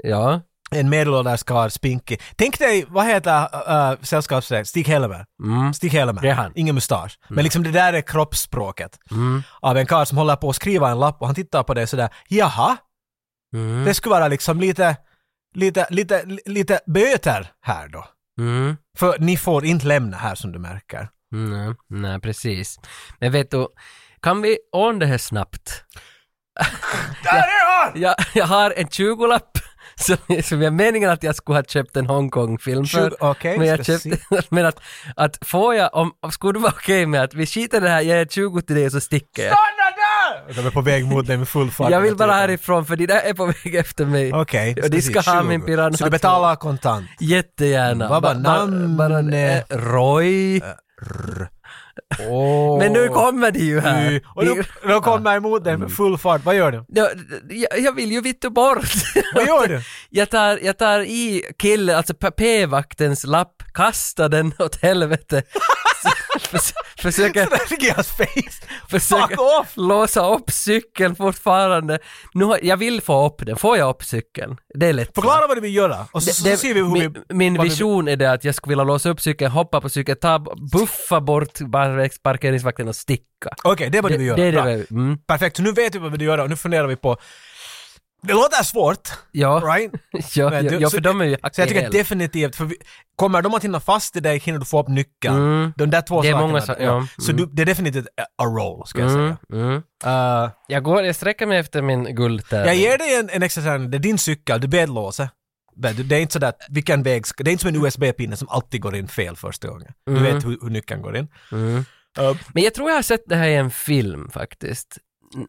Speaker 1: Ja.
Speaker 2: En medelålders karl, spinkig. Tänk dig, vad heter uh, sällskapsledaren? Stig-Helmer.
Speaker 1: Mm.
Speaker 2: Stig-Helmer.
Speaker 1: Det är han.
Speaker 2: Ingen mustasch. Men liksom det där är kroppsspråket.
Speaker 1: Mm,
Speaker 2: Av en karl som håller på att skriva en lapp och han tittar på det sådär, jaha,
Speaker 1: Mm.
Speaker 2: det skulle vara liksom lite, lite, lite, lite böter här då.
Speaker 1: Mm.
Speaker 2: För ni får inte lämna här som du märker.
Speaker 1: Nej, nej, precis. Men vet du, kan vi ordna det här snabbt?
Speaker 2: Där är han!
Speaker 1: Jag, jag har en 20-lapp som, som jag meningen att jag skulle ha köpt en Hongkong-film för.
Speaker 2: Tjugo- okej,
Speaker 1: men jag typ-
Speaker 2: ska
Speaker 1: köpte, men att, att får jag, om, om skulle det vara okej med att vi skiter i det här, jag ger 20 till dig och så sticker jag.
Speaker 2: De är på väg mot dig med full fart.
Speaker 1: Jag vill bara härifrån för de där är på väg efter mig.
Speaker 2: Okej.
Speaker 1: Och de ska ha min piranha.
Speaker 2: Så du betalar kontant?
Speaker 1: Jättegärna.
Speaker 2: Vad var
Speaker 1: Ba- ba-
Speaker 2: namnet?
Speaker 1: bara- eh, Roy.
Speaker 2: Åh.
Speaker 1: Men nu kommer de ju här.
Speaker 2: Du- Och
Speaker 1: De-
Speaker 2: då, då kommer jag emot
Speaker 1: Mm.
Speaker 2: dig med full fart. Vad gör du?
Speaker 1: Ja, jag, jag vill ju vittu bort.
Speaker 2: Vad gör du?
Speaker 1: Jag tar, jag tar i kille, alltså p- p-vaktens lapp, kastar den åt helvete. Förs- Försöker,
Speaker 2: Sådär ligger i hans face. Fuck
Speaker 1: försöker
Speaker 2: off!
Speaker 1: låsa upp cykeln fortfarande. Nu har, jag vill få upp den, får jag upp cykeln? Det är lätt.
Speaker 2: Förklara vad du vill göra och så, så,
Speaker 1: Det-
Speaker 2: ser vi hur
Speaker 1: min,
Speaker 2: vi...
Speaker 1: min
Speaker 2: vad vi-
Speaker 1: vision är det att jag skulle vilja låsa upp cykeln, hoppa på cykeln, ta, buffa bort bar- parkeringsvakten och sticka.
Speaker 2: Okej, det är vad du vill
Speaker 1: Det,
Speaker 2: göra.
Speaker 1: det är det.
Speaker 2: Bra.
Speaker 1: väl- Mm,
Speaker 2: Perfekt, nu vet vi vad vi vill göra och nu funderar vi på... Det låter svårt,
Speaker 1: ja.
Speaker 2: right?
Speaker 1: Ja,
Speaker 2: Men
Speaker 1: ja,
Speaker 2: du-
Speaker 1: ja,
Speaker 2: så-
Speaker 1: för de är ju hack
Speaker 2: Så jag
Speaker 1: i
Speaker 2: tycker
Speaker 1: häl.
Speaker 2: definitivt, för vi, kommer de att hinna fast i dig hinner du få upp nyckeln.
Speaker 1: Mm.
Speaker 2: De där två
Speaker 1: Det är
Speaker 2: sakerna.
Speaker 1: många sa- ja.
Speaker 2: Så
Speaker 1: Mm.
Speaker 2: du, det är definitivt a roll, ska jag
Speaker 1: Mm,
Speaker 2: säga.
Speaker 1: mm.
Speaker 2: Uh,
Speaker 1: Jag går, jag sträcker mig efter min guldtävling.
Speaker 2: jag ger dig en, en extra tärning, det är din cykel, du bedlåser. Det det är inte sådär, att vilken väg ska, det är inte som en USB-pinne som alltid går in fel första gången. Du
Speaker 1: Mm.
Speaker 2: vet hur, hur nyckeln går in.
Speaker 1: Mm.
Speaker 2: Uh,
Speaker 1: Men jag tror jag har sett det här i en film faktiskt.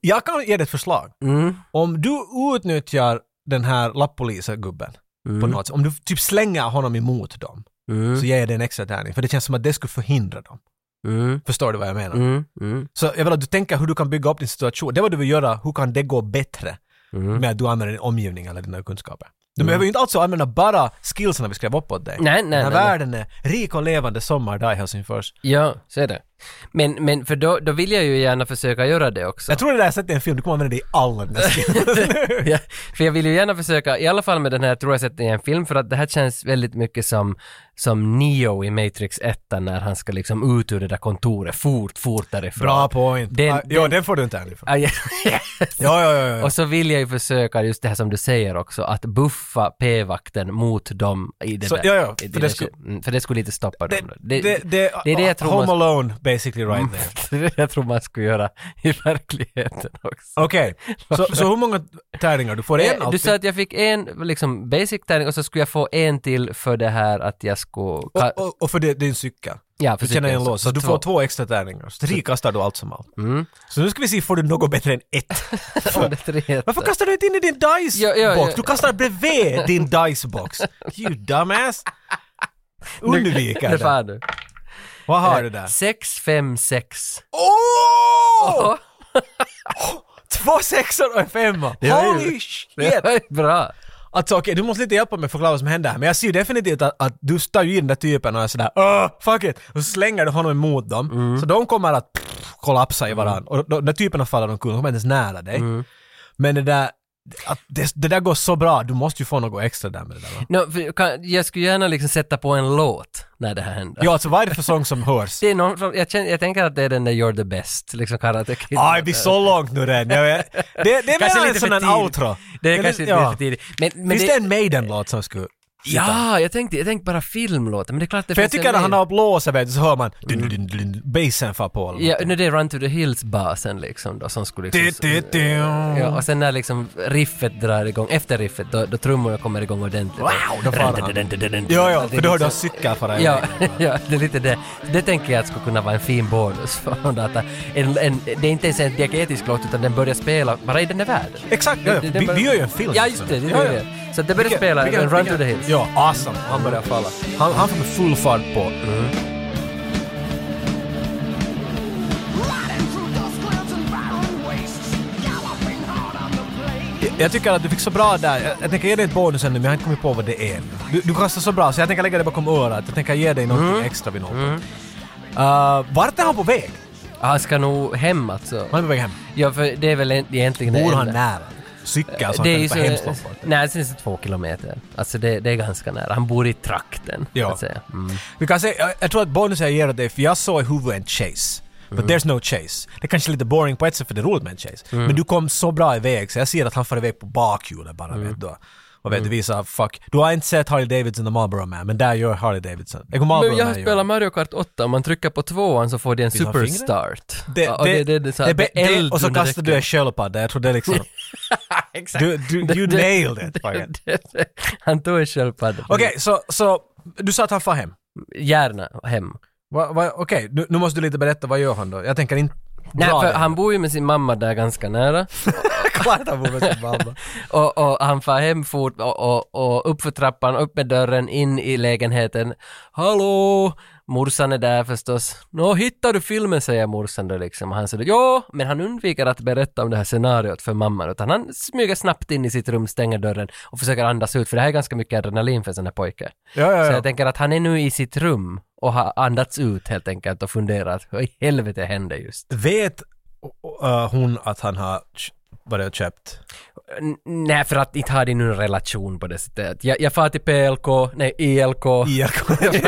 Speaker 2: jag kan ge dig ett förslag.
Speaker 1: Mm.
Speaker 2: Om du utnyttjar den här lappoliser-gubben
Speaker 1: Mm.
Speaker 2: på något sätt, om du typ slänger honom emot dem,
Speaker 1: Mm.
Speaker 2: så ger jag dig en extra tärning. För det känns som att det skulle förhindra dem.
Speaker 1: Mm.
Speaker 2: Förstår du vad jag menar?
Speaker 1: Mm. Mm.
Speaker 2: Så jag vill att du tänker hur du kan bygga upp din situation. Det är vad du vill göra, hur kan det gå bättre
Speaker 1: Mm.
Speaker 2: med att du använder din omgivning eller dina kunskaper. Du
Speaker 1: Mm.
Speaker 2: behöver ju inte alltså använda bara skillsarna vi skrev upp åt dig.
Speaker 1: Nej, nej,
Speaker 2: Den här
Speaker 1: nej, nej.
Speaker 2: världen är rik och levande sommardag i Helsingfors.
Speaker 1: Ja, så är det. Men, men för då, då vill jag ju gärna försöka göra det också.
Speaker 2: Jag tror det där jag sett i en film, du kommer använda det i alla dina skills.
Speaker 1: Ja, för jag vill ju gärna försöka, i alla fall med den här, jag tror jag sett den i en film, för att det här känns väldigt mycket som, som Neo i Matrix 1 när han ska liksom ut ur det där kontoret, fort, fort därifrån.
Speaker 2: Bra point.
Speaker 1: Den-
Speaker 2: ah, jo,
Speaker 1: den-
Speaker 2: den får du inte ärlig för.
Speaker 1: Ah, ja.
Speaker 2: Ja, ja, ja. ja.
Speaker 1: Och så vill jag ju försöka, just det här som du säger också, att buffa p-vakten mot dem i det
Speaker 2: Så-
Speaker 1: där.
Speaker 2: ja, ja,
Speaker 1: i
Speaker 2: för
Speaker 1: där-
Speaker 2: det skulle-
Speaker 1: mm, för det skulle inte stoppa
Speaker 2: Det,
Speaker 1: dem. då.
Speaker 2: det, det,
Speaker 1: det är det jag tror
Speaker 2: Home
Speaker 1: man- Mm.
Speaker 2: alone basically right there.
Speaker 1: det är det jag tror man skulle göra i verkligheten också.
Speaker 2: Okej, så, så hur många tärningar? Du får en
Speaker 1: Eh, Du
Speaker 2: alltid.
Speaker 1: sa att jag fick en liksom basic tärning och så skulle jag få en till för det här att jag skulle... ka-
Speaker 2: och, och, och för det, din cykel.
Speaker 1: ja, för
Speaker 2: Du känner igen
Speaker 1: cykeln,
Speaker 2: lås, så du får två extra tärningar. Så tre kastar du allt som allt.
Speaker 1: Mm.
Speaker 2: Så nu ska vi se, får du något bättre än ett?
Speaker 1: Får det tre
Speaker 2: Varför kastar du inte in i din dice-box?
Speaker 1: Ja, ja, ja.
Speaker 2: Du kastar bredvid din dice-box. You dumbass! Undviker
Speaker 1: Det
Speaker 2: det.
Speaker 1: får du.
Speaker 2: Vad har du där?
Speaker 1: Eh, Sex, fem, sex.
Speaker 2: Åh!
Speaker 1: Åh,
Speaker 2: Två sexor och en femma!
Speaker 1: Det var ju-
Speaker 2: Holy shit!
Speaker 1: Det var ju bra.
Speaker 2: Alltså okej, du måste lite hjälpa mig att förklara vad som händer här, men jag ser ju definitivt att, att du tar ju in den där typen och är sådär "Åh, fuck it! Och så slänger du honom emot dem,
Speaker 1: Mm.
Speaker 2: så de kommer att pff, kollapsa i varandra. Och de, de typerna faller omkull, de kommer inte ens nära dig.
Speaker 1: Mm.
Speaker 2: Men det där, att det, det där går så bra, du måste ju få något extra där med det där va?
Speaker 1: No, för, jag kan, jag skulle gärna liksom sätta på en låt när det här händer.
Speaker 2: Ja alltså vad är det för sång som hörs?
Speaker 1: Det är någon, från- jag, känner, jag tänker att det är den där You're the best, liksom Karate Kid.
Speaker 2: Aj, vi är så långt nu redan. Jag vet. Det, det är
Speaker 1: Kanske
Speaker 2: mer en
Speaker 1: lite
Speaker 2: sån
Speaker 1: för
Speaker 2: en
Speaker 1: tidigt.
Speaker 2: outro.
Speaker 1: Det är
Speaker 2: Eller-
Speaker 1: kanske inte
Speaker 2: ja.
Speaker 1: för tidigt. Men, men
Speaker 2: Finns
Speaker 1: det,
Speaker 2: det en Maiden-låt som skulle...
Speaker 1: Ja, jag tänkte, jag tänkte bara filmlåten, men det är klart det
Speaker 2: För jag
Speaker 1: finns
Speaker 2: tycker
Speaker 1: en
Speaker 2: att han
Speaker 1: mer.
Speaker 2: har blåsa vet du, så hör man... dun, dun, dun, dun, Basen far på. eller
Speaker 1: Ja,
Speaker 2: någonting.
Speaker 1: nu det är Run to the Hills-basen liksom då, som skulle
Speaker 2: Du,
Speaker 1: liksom...
Speaker 2: du, du.
Speaker 1: Ja, och sen när liksom riffet drar igång, efter riffet, då, då trummorna kommer igång ordentligt.
Speaker 2: Wow, då far han. Ja, ja, för då har du cykel för dig.
Speaker 1: Ja, ja, det är lite det. Det tänker jag att skulle kunna vara en fin bonus för honom. Att en, en, det är inte ens en diagetisk låt utan den börjar spela bara i den där världen.
Speaker 2: Exakt, ja, ja.
Speaker 1: Det- det
Speaker 2: Vi,
Speaker 1: bör-
Speaker 2: vi gör ju en film. liksom.
Speaker 1: Ja, just det. det, är det. Så att det börjar
Speaker 2: Vilken-
Speaker 1: spela
Speaker 2: vilken-
Speaker 1: Run to the
Speaker 2: vilken-
Speaker 1: Hills.
Speaker 2: Ja, awesome. Han börjar falla. Han, han får med full fart på.
Speaker 1: Mm.
Speaker 4: Riding through dust clouds and barren wastes, galloping hard on the blade.
Speaker 2: Jag tycker att du fick så bra där. Jag, jag tänker ge dig ett bonus ännu, men jag har inte kommit på vad
Speaker 1: Mm.
Speaker 2: det är. Du, du kastar så bra, så jag tänker lägga det bakom örat. Jag tänker ge dig någonting extra vid något.
Speaker 1: Ah,
Speaker 2: Vart är han på väg?
Speaker 1: han ska nog hem alltså.
Speaker 2: Han är på väg hem.
Speaker 1: Ja, för det är väl en- egentligen det
Speaker 2: Bor han
Speaker 1: enda.
Speaker 2: nära? Cykel så han
Speaker 1: det är
Speaker 2: kan
Speaker 1: ju
Speaker 2: ta
Speaker 1: så,
Speaker 2: hemskt långt bort.
Speaker 1: nej, sen är det två kilometer. Alltså det, det är ganska nära. Han bor i trakten.
Speaker 2: Ja.
Speaker 1: så att säga. Mm.
Speaker 2: Vi kan säga, jag, jag tror att uh, bonus jag ger dig, för jag såg i huvudet en chase. But
Speaker 1: Mm.
Speaker 2: there's no chase. Det är kanske är lite boring på ett sätt för det är roligt med en chase. Men du kom så bra iväg så jag ser att han far iväg på bakhjulet bara
Speaker 1: Mm.
Speaker 2: vet du. Och vet du visar, fuck. Du har inte sett Harley Davidson och Marlboro Man, men där gör Harley Davidson. Jag kommer
Speaker 1: Men
Speaker 2: Marlboro
Speaker 1: jag har
Speaker 2: Man gör
Speaker 1: spelat Mario Kart 8, om man trycker på tvåan så får det en
Speaker 2: Vill du ha fingrar?
Speaker 1: superstart.
Speaker 2: det,
Speaker 1: Ja, och
Speaker 2: det, det,
Speaker 1: så här,
Speaker 2: det,
Speaker 1: är
Speaker 2: det,
Speaker 1: eld
Speaker 2: och så
Speaker 1: under
Speaker 2: kastar du en
Speaker 1: däcken.
Speaker 2: sköldpadda, jag tror det är liksom...
Speaker 1: Exakt.
Speaker 2: du, du, you
Speaker 1: Det-
Speaker 2: nailed it! Okej,
Speaker 1: Det- det- det- Han tog en sköldpadda.
Speaker 2: Okej, så, så du sa att han far hem.
Speaker 1: Gärna hem.
Speaker 2: Va, va, Okej, nu, nu måste du lite berätta, vad gör han då? Jag tänker inte...
Speaker 1: Nej,
Speaker 2: Bra
Speaker 1: för
Speaker 2: där.
Speaker 1: han bor ju med sin mamma där ganska nära.
Speaker 2: Klart han bor med sin mamma.
Speaker 1: Och, och han far hem fort och, och, och upp för trappan, upp med dörren, in i lägenheten. Hallå! Morsan är där förstås. Nå, hittar du filmen? säger morsan då liksom. Och Han säger ja, men han undviker att berätta om det här scenariot för mamman. Utan han smyger snabbt in i sitt rum, stänger dörren och försöker andas ut. För det här är ganska mycket adrenalin för en sån här pojke.
Speaker 2: Ja, ja,
Speaker 1: Så
Speaker 2: ja.
Speaker 1: jag tänker att han är nu i sitt rum och har andats ut helt enkelt och funderat. Vad i helvete hände just?
Speaker 2: Vet eh, hon att han har ch- börjat köpt?
Speaker 1: N- Nej, för att inte ha det någon relation på det sättet. Jag, jag far till PLK, nej ILK,
Speaker 2: Ja,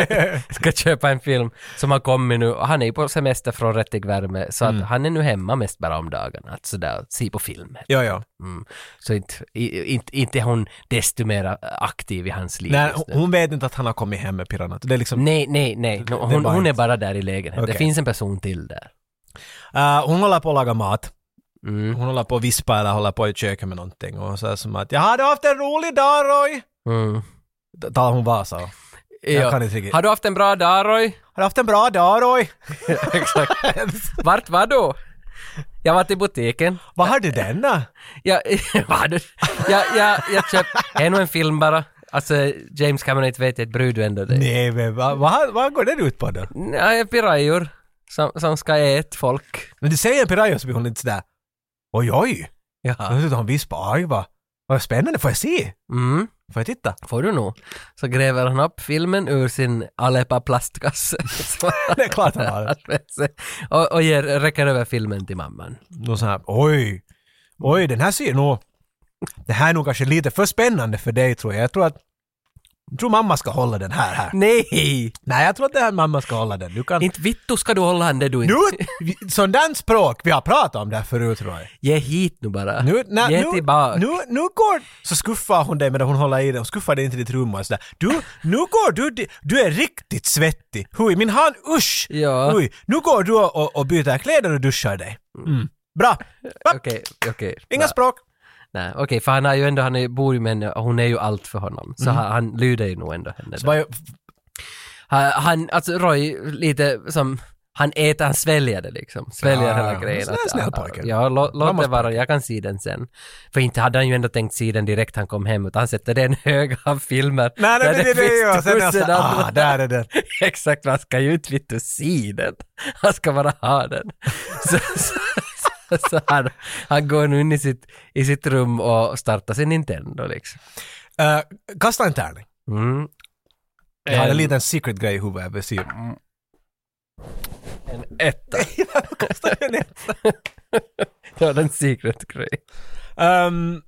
Speaker 1: ska köpa en film som har kommit nu. Och Han är ju på semester från Rättig värme, så
Speaker 2: Mm.
Speaker 1: att han är nu hemma mest bara om dagarna. Att sådär, se på film.
Speaker 2: ja, ja.
Speaker 1: Mm. Så inte, i- inte, inte är hon desto mer aktiv i hans liv
Speaker 2: Nej,
Speaker 1: just nu.
Speaker 2: hon vet inte att han har kommit hem med piranhat. Det är liksom,
Speaker 1: Nej, nej, nej. No,
Speaker 2: Det är
Speaker 1: hon,
Speaker 2: bara
Speaker 1: hon är
Speaker 2: inte-
Speaker 1: bara där i lägenheten.
Speaker 2: Okej.
Speaker 1: Det finns en person till där.
Speaker 2: Eh, hon håller på att laga mat.
Speaker 1: Mm.
Speaker 2: Hon håller på att vispa eller håller på i köket med någonting. Och hon säger som att ”Jag hade haft en rolig dag Roy!”
Speaker 1: Mm.
Speaker 2: Då Talar hon Vasa. Har Jag kan inte riktigt-
Speaker 1: Har du haft en bra dag Roy?
Speaker 2: du haft en bra dag Roy?
Speaker 1: Exakt. Vart var du? Jag var till butiken.
Speaker 2: Vad har du denna?
Speaker 1: Jag, vad? jag, jag, jag köpte ännu en film bara. Alltså James Cameron inte vet jag, ett bryr du ändå dig?
Speaker 2: Nej men vad, vad, vad går den ut på då?
Speaker 1: Nej, pirajor som, som ska äta folk.
Speaker 2: Men du säger en piraya så blir hon lite sådär ”Oj oj!” Jag
Speaker 1: Ja.
Speaker 2: vet inte, han vispar. Aj vad, vad spännande, får jag se?
Speaker 1: Mm,
Speaker 2: Får jag titta?
Speaker 1: får du nog. Så gräver han upp filmen ur sin Alepa plastkasse. som
Speaker 2: Det är klart han
Speaker 1: han
Speaker 2: har.
Speaker 1: hade med sig. och och ger, räcker över filmen till mamman.
Speaker 2: någon sån här oj, oj den här ser nog, det här är nog kanske lite för spännande för dig tror jag. Jag tror att, jag tror mamma ska hålla den här här.
Speaker 1: Nej!
Speaker 2: Nej jag tror att det här mamma ska hålla den. Du kan,
Speaker 1: Inte vittu ska du hålla handen du inte...
Speaker 2: nu, vi- sådant språk, vi har pratat om det här förut Roy.
Speaker 1: Ge hit nu bara.
Speaker 2: Nu, nä,
Speaker 1: Ge
Speaker 2: nu,
Speaker 1: tillbaka.
Speaker 2: nu, nu går, så skuffar hon dig medan hon håller i den, hon skuffar dig in till ditt rum och sådär. Du, nu går du, di- du är riktigt svettig. Hui, min hand, usch!
Speaker 1: Ja.
Speaker 2: Ui, nu går du och, och byter kläder och duschar dig. Mm. Bra! Va?
Speaker 1: Okej, okej.
Speaker 2: Inga språk!
Speaker 1: Nej, okej, för han är ju ändå, han är, bor ju med henne och hon är ju allt för honom. Så han, han lyder ju nog ändå henne.
Speaker 2: Mhm. Så
Speaker 1: där.
Speaker 2: bara,
Speaker 1: Han, han, alltså Roy, lite som, han äter, han sväljer det liksom. Sväljer
Speaker 2: Ja,
Speaker 1: hela
Speaker 2: ja.
Speaker 1: grejen.
Speaker 2: Snäll,
Speaker 1: Att-
Speaker 2: snäll
Speaker 1: att-
Speaker 2: pojke.
Speaker 1: Ja, lå- låt
Speaker 2: Mammas
Speaker 1: det vara, jag kan se den sen. För inte hade han ju ändå tänkt se den direkt han kom hem, utan han sätter den hög av filmer.
Speaker 2: Nej, nej,
Speaker 1: där
Speaker 2: nej, nej, nej,
Speaker 1: finns
Speaker 2: ja, sen är jag
Speaker 1: tusen
Speaker 2: så,
Speaker 1: andra.
Speaker 2: ah, där är den.
Speaker 1: Exakt, man ska ju inte vitt och se den. Han ska bara ha den. Så, så, så, så han, han går nu in i sitt, i sitt rum och startar sin Nintendo liksom.
Speaker 2: Eh, kasta en tärning.
Speaker 1: Mm.
Speaker 2: Jag har
Speaker 1: En-
Speaker 2: en liten secret grej i huvudet. jag vill se. Mm.
Speaker 1: En etta.
Speaker 2: Kasta en en.
Speaker 1: Det var en secret grej.
Speaker 2: Ehm,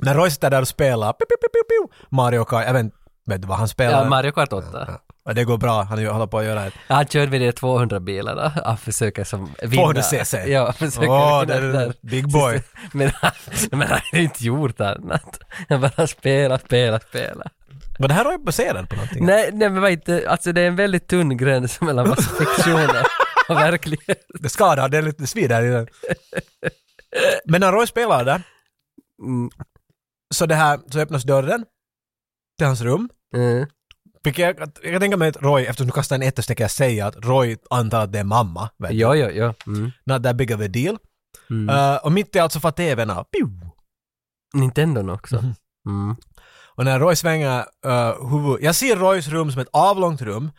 Speaker 2: Men Roy sitter där och spelar piu, piu, piu, piu, piu. Mario Kart. Jag vet inte vet du vad han spelar.
Speaker 1: Ja, Mario Kart 8.
Speaker 2: Ja, och det går bra. Han håller på att göra ett...
Speaker 1: Han körde med de 200 bilarna. Han försöker som vinna.
Speaker 2: 200 cc.
Speaker 1: Ja, försöker
Speaker 2: Åh,
Speaker 1: vinna
Speaker 2: där
Speaker 1: det
Speaker 2: är
Speaker 1: där.
Speaker 2: den. Big boy.
Speaker 1: Men han, men han har ju inte gjort annat. Han bara spelar, spelar, spelar.
Speaker 2: Men det här Roy baserad på någonting.
Speaker 1: Nej, nej men vad inte, alltså det är en väldigt tunn gräns mellan vad som är fiktioner och verklighet.
Speaker 2: Det skadar, det är lite svider i den. Men när Roy spelar där,
Speaker 1: Mm.
Speaker 2: så, det här, så öppnas dörren till hans rum.
Speaker 1: Mm.
Speaker 2: Vilket jag, jag kan tänka mig att Roy, eftersom du kastar en etta så tänker jag säga att Roy antar att det är mamma. Vet du.
Speaker 1: Ja, ja, ja. Mm.
Speaker 2: Not that big of a deal.
Speaker 1: Mm.
Speaker 2: Eh, och mitt i allt så far tvn av. Pew!
Speaker 1: Nintendon också.
Speaker 2: Mm-hmm.
Speaker 1: Mm.
Speaker 2: Och när Roy svänger uh, huvudet. Jag ser Roys rum som ett avlångt rum.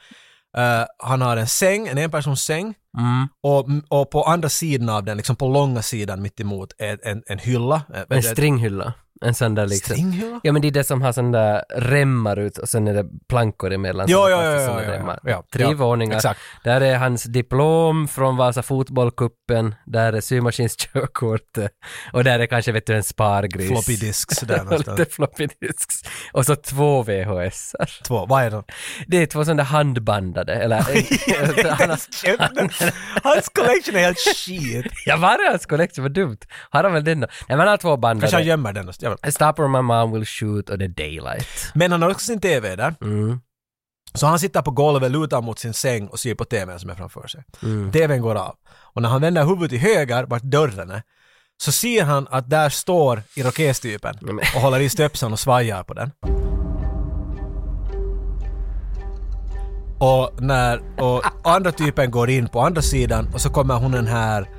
Speaker 2: Eh, han har en säng, en enpersonssäng.
Speaker 1: Mm.
Speaker 2: Och, och på andra sidan av den, liksom på långa sidan mitt emot är en, en hylla. eh,
Speaker 1: En
Speaker 2: ett-
Speaker 1: stringhylla. En sån där liksom...
Speaker 2: Stringhula?
Speaker 1: Ja men det är det som har sån där remmar ut och sen är det plankor emellan.
Speaker 2: Jo,
Speaker 1: som
Speaker 2: jo,
Speaker 1: fast i
Speaker 2: jo,
Speaker 1: såna
Speaker 2: jo, jo,
Speaker 1: remmar.
Speaker 2: ja,
Speaker 1: Tre
Speaker 2: ja,
Speaker 1: våningar.
Speaker 2: exakt.
Speaker 1: Där är hans diplom från Vasa fotbollcupen, där är symaskinskörkortet och där är kanske vet du en spargris.
Speaker 2: Floppy disks där
Speaker 1: Och Lite
Speaker 2: någonstans.
Speaker 1: floppy disks. Och så två VHS.
Speaker 2: Två, vad är det?
Speaker 1: Det är två sådana där handbandade, eller... han har,
Speaker 2: Hans collection är helt shit.
Speaker 1: jag var hans collection, vad dumt. Har han väl den då? Nej men han har två
Speaker 2: Kanske han
Speaker 1: bandade.
Speaker 2: gömmer den någonstans. Jag vet inte.
Speaker 1: Stop or my mom will shoot och det är daylight.
Speaker 2: Men han har också sin TV där.
Speaker 1: Mm.
Speaker 2: Så han sitter på golvet, lutar mot sin säng och ser på TVn som är framför sig.
Speaker 1: Mm.
Speaker 2: TVn går av. Och när han vänder huvudet till höger, vart dörren är, så ser han att där står irokestypen
Speaker 1: men-
Speaker 2: och håller i stöpseln och svajar på den. Och när och andra typen går in på andra sidan och så kommer hon den här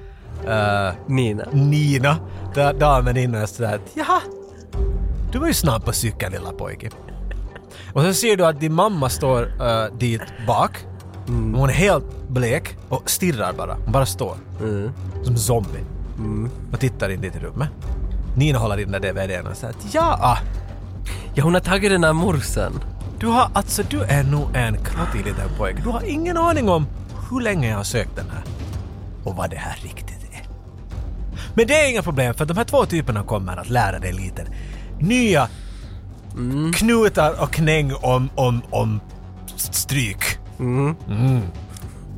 Speaker 2: eh,
Speaker 1: Nina.
Speaker 2: Nina, da- damen inne och sådär att jaha, du var ju snabb på cykeln lilla pojke. Och så ser du att din mamma står eh, dit bak. Hon är helt blek och stirrar bara. Hon bara står. Som zombie. Och tittar in dit i rummet. Nina håller i den där DVDn och säger att ja, ah,
Speaker 1: Ja, hon har tagit den där morsan.
Speaker 2: du har alltså, du är nog en krottig liten pojke. Du har ingen aning om hur länge jag har sökt den här. Och vad det här riktigt är. Men det är inga problem för de här två typerna kommer att lära dig lite nya knutar och knäng om, om, om stryk. Mm.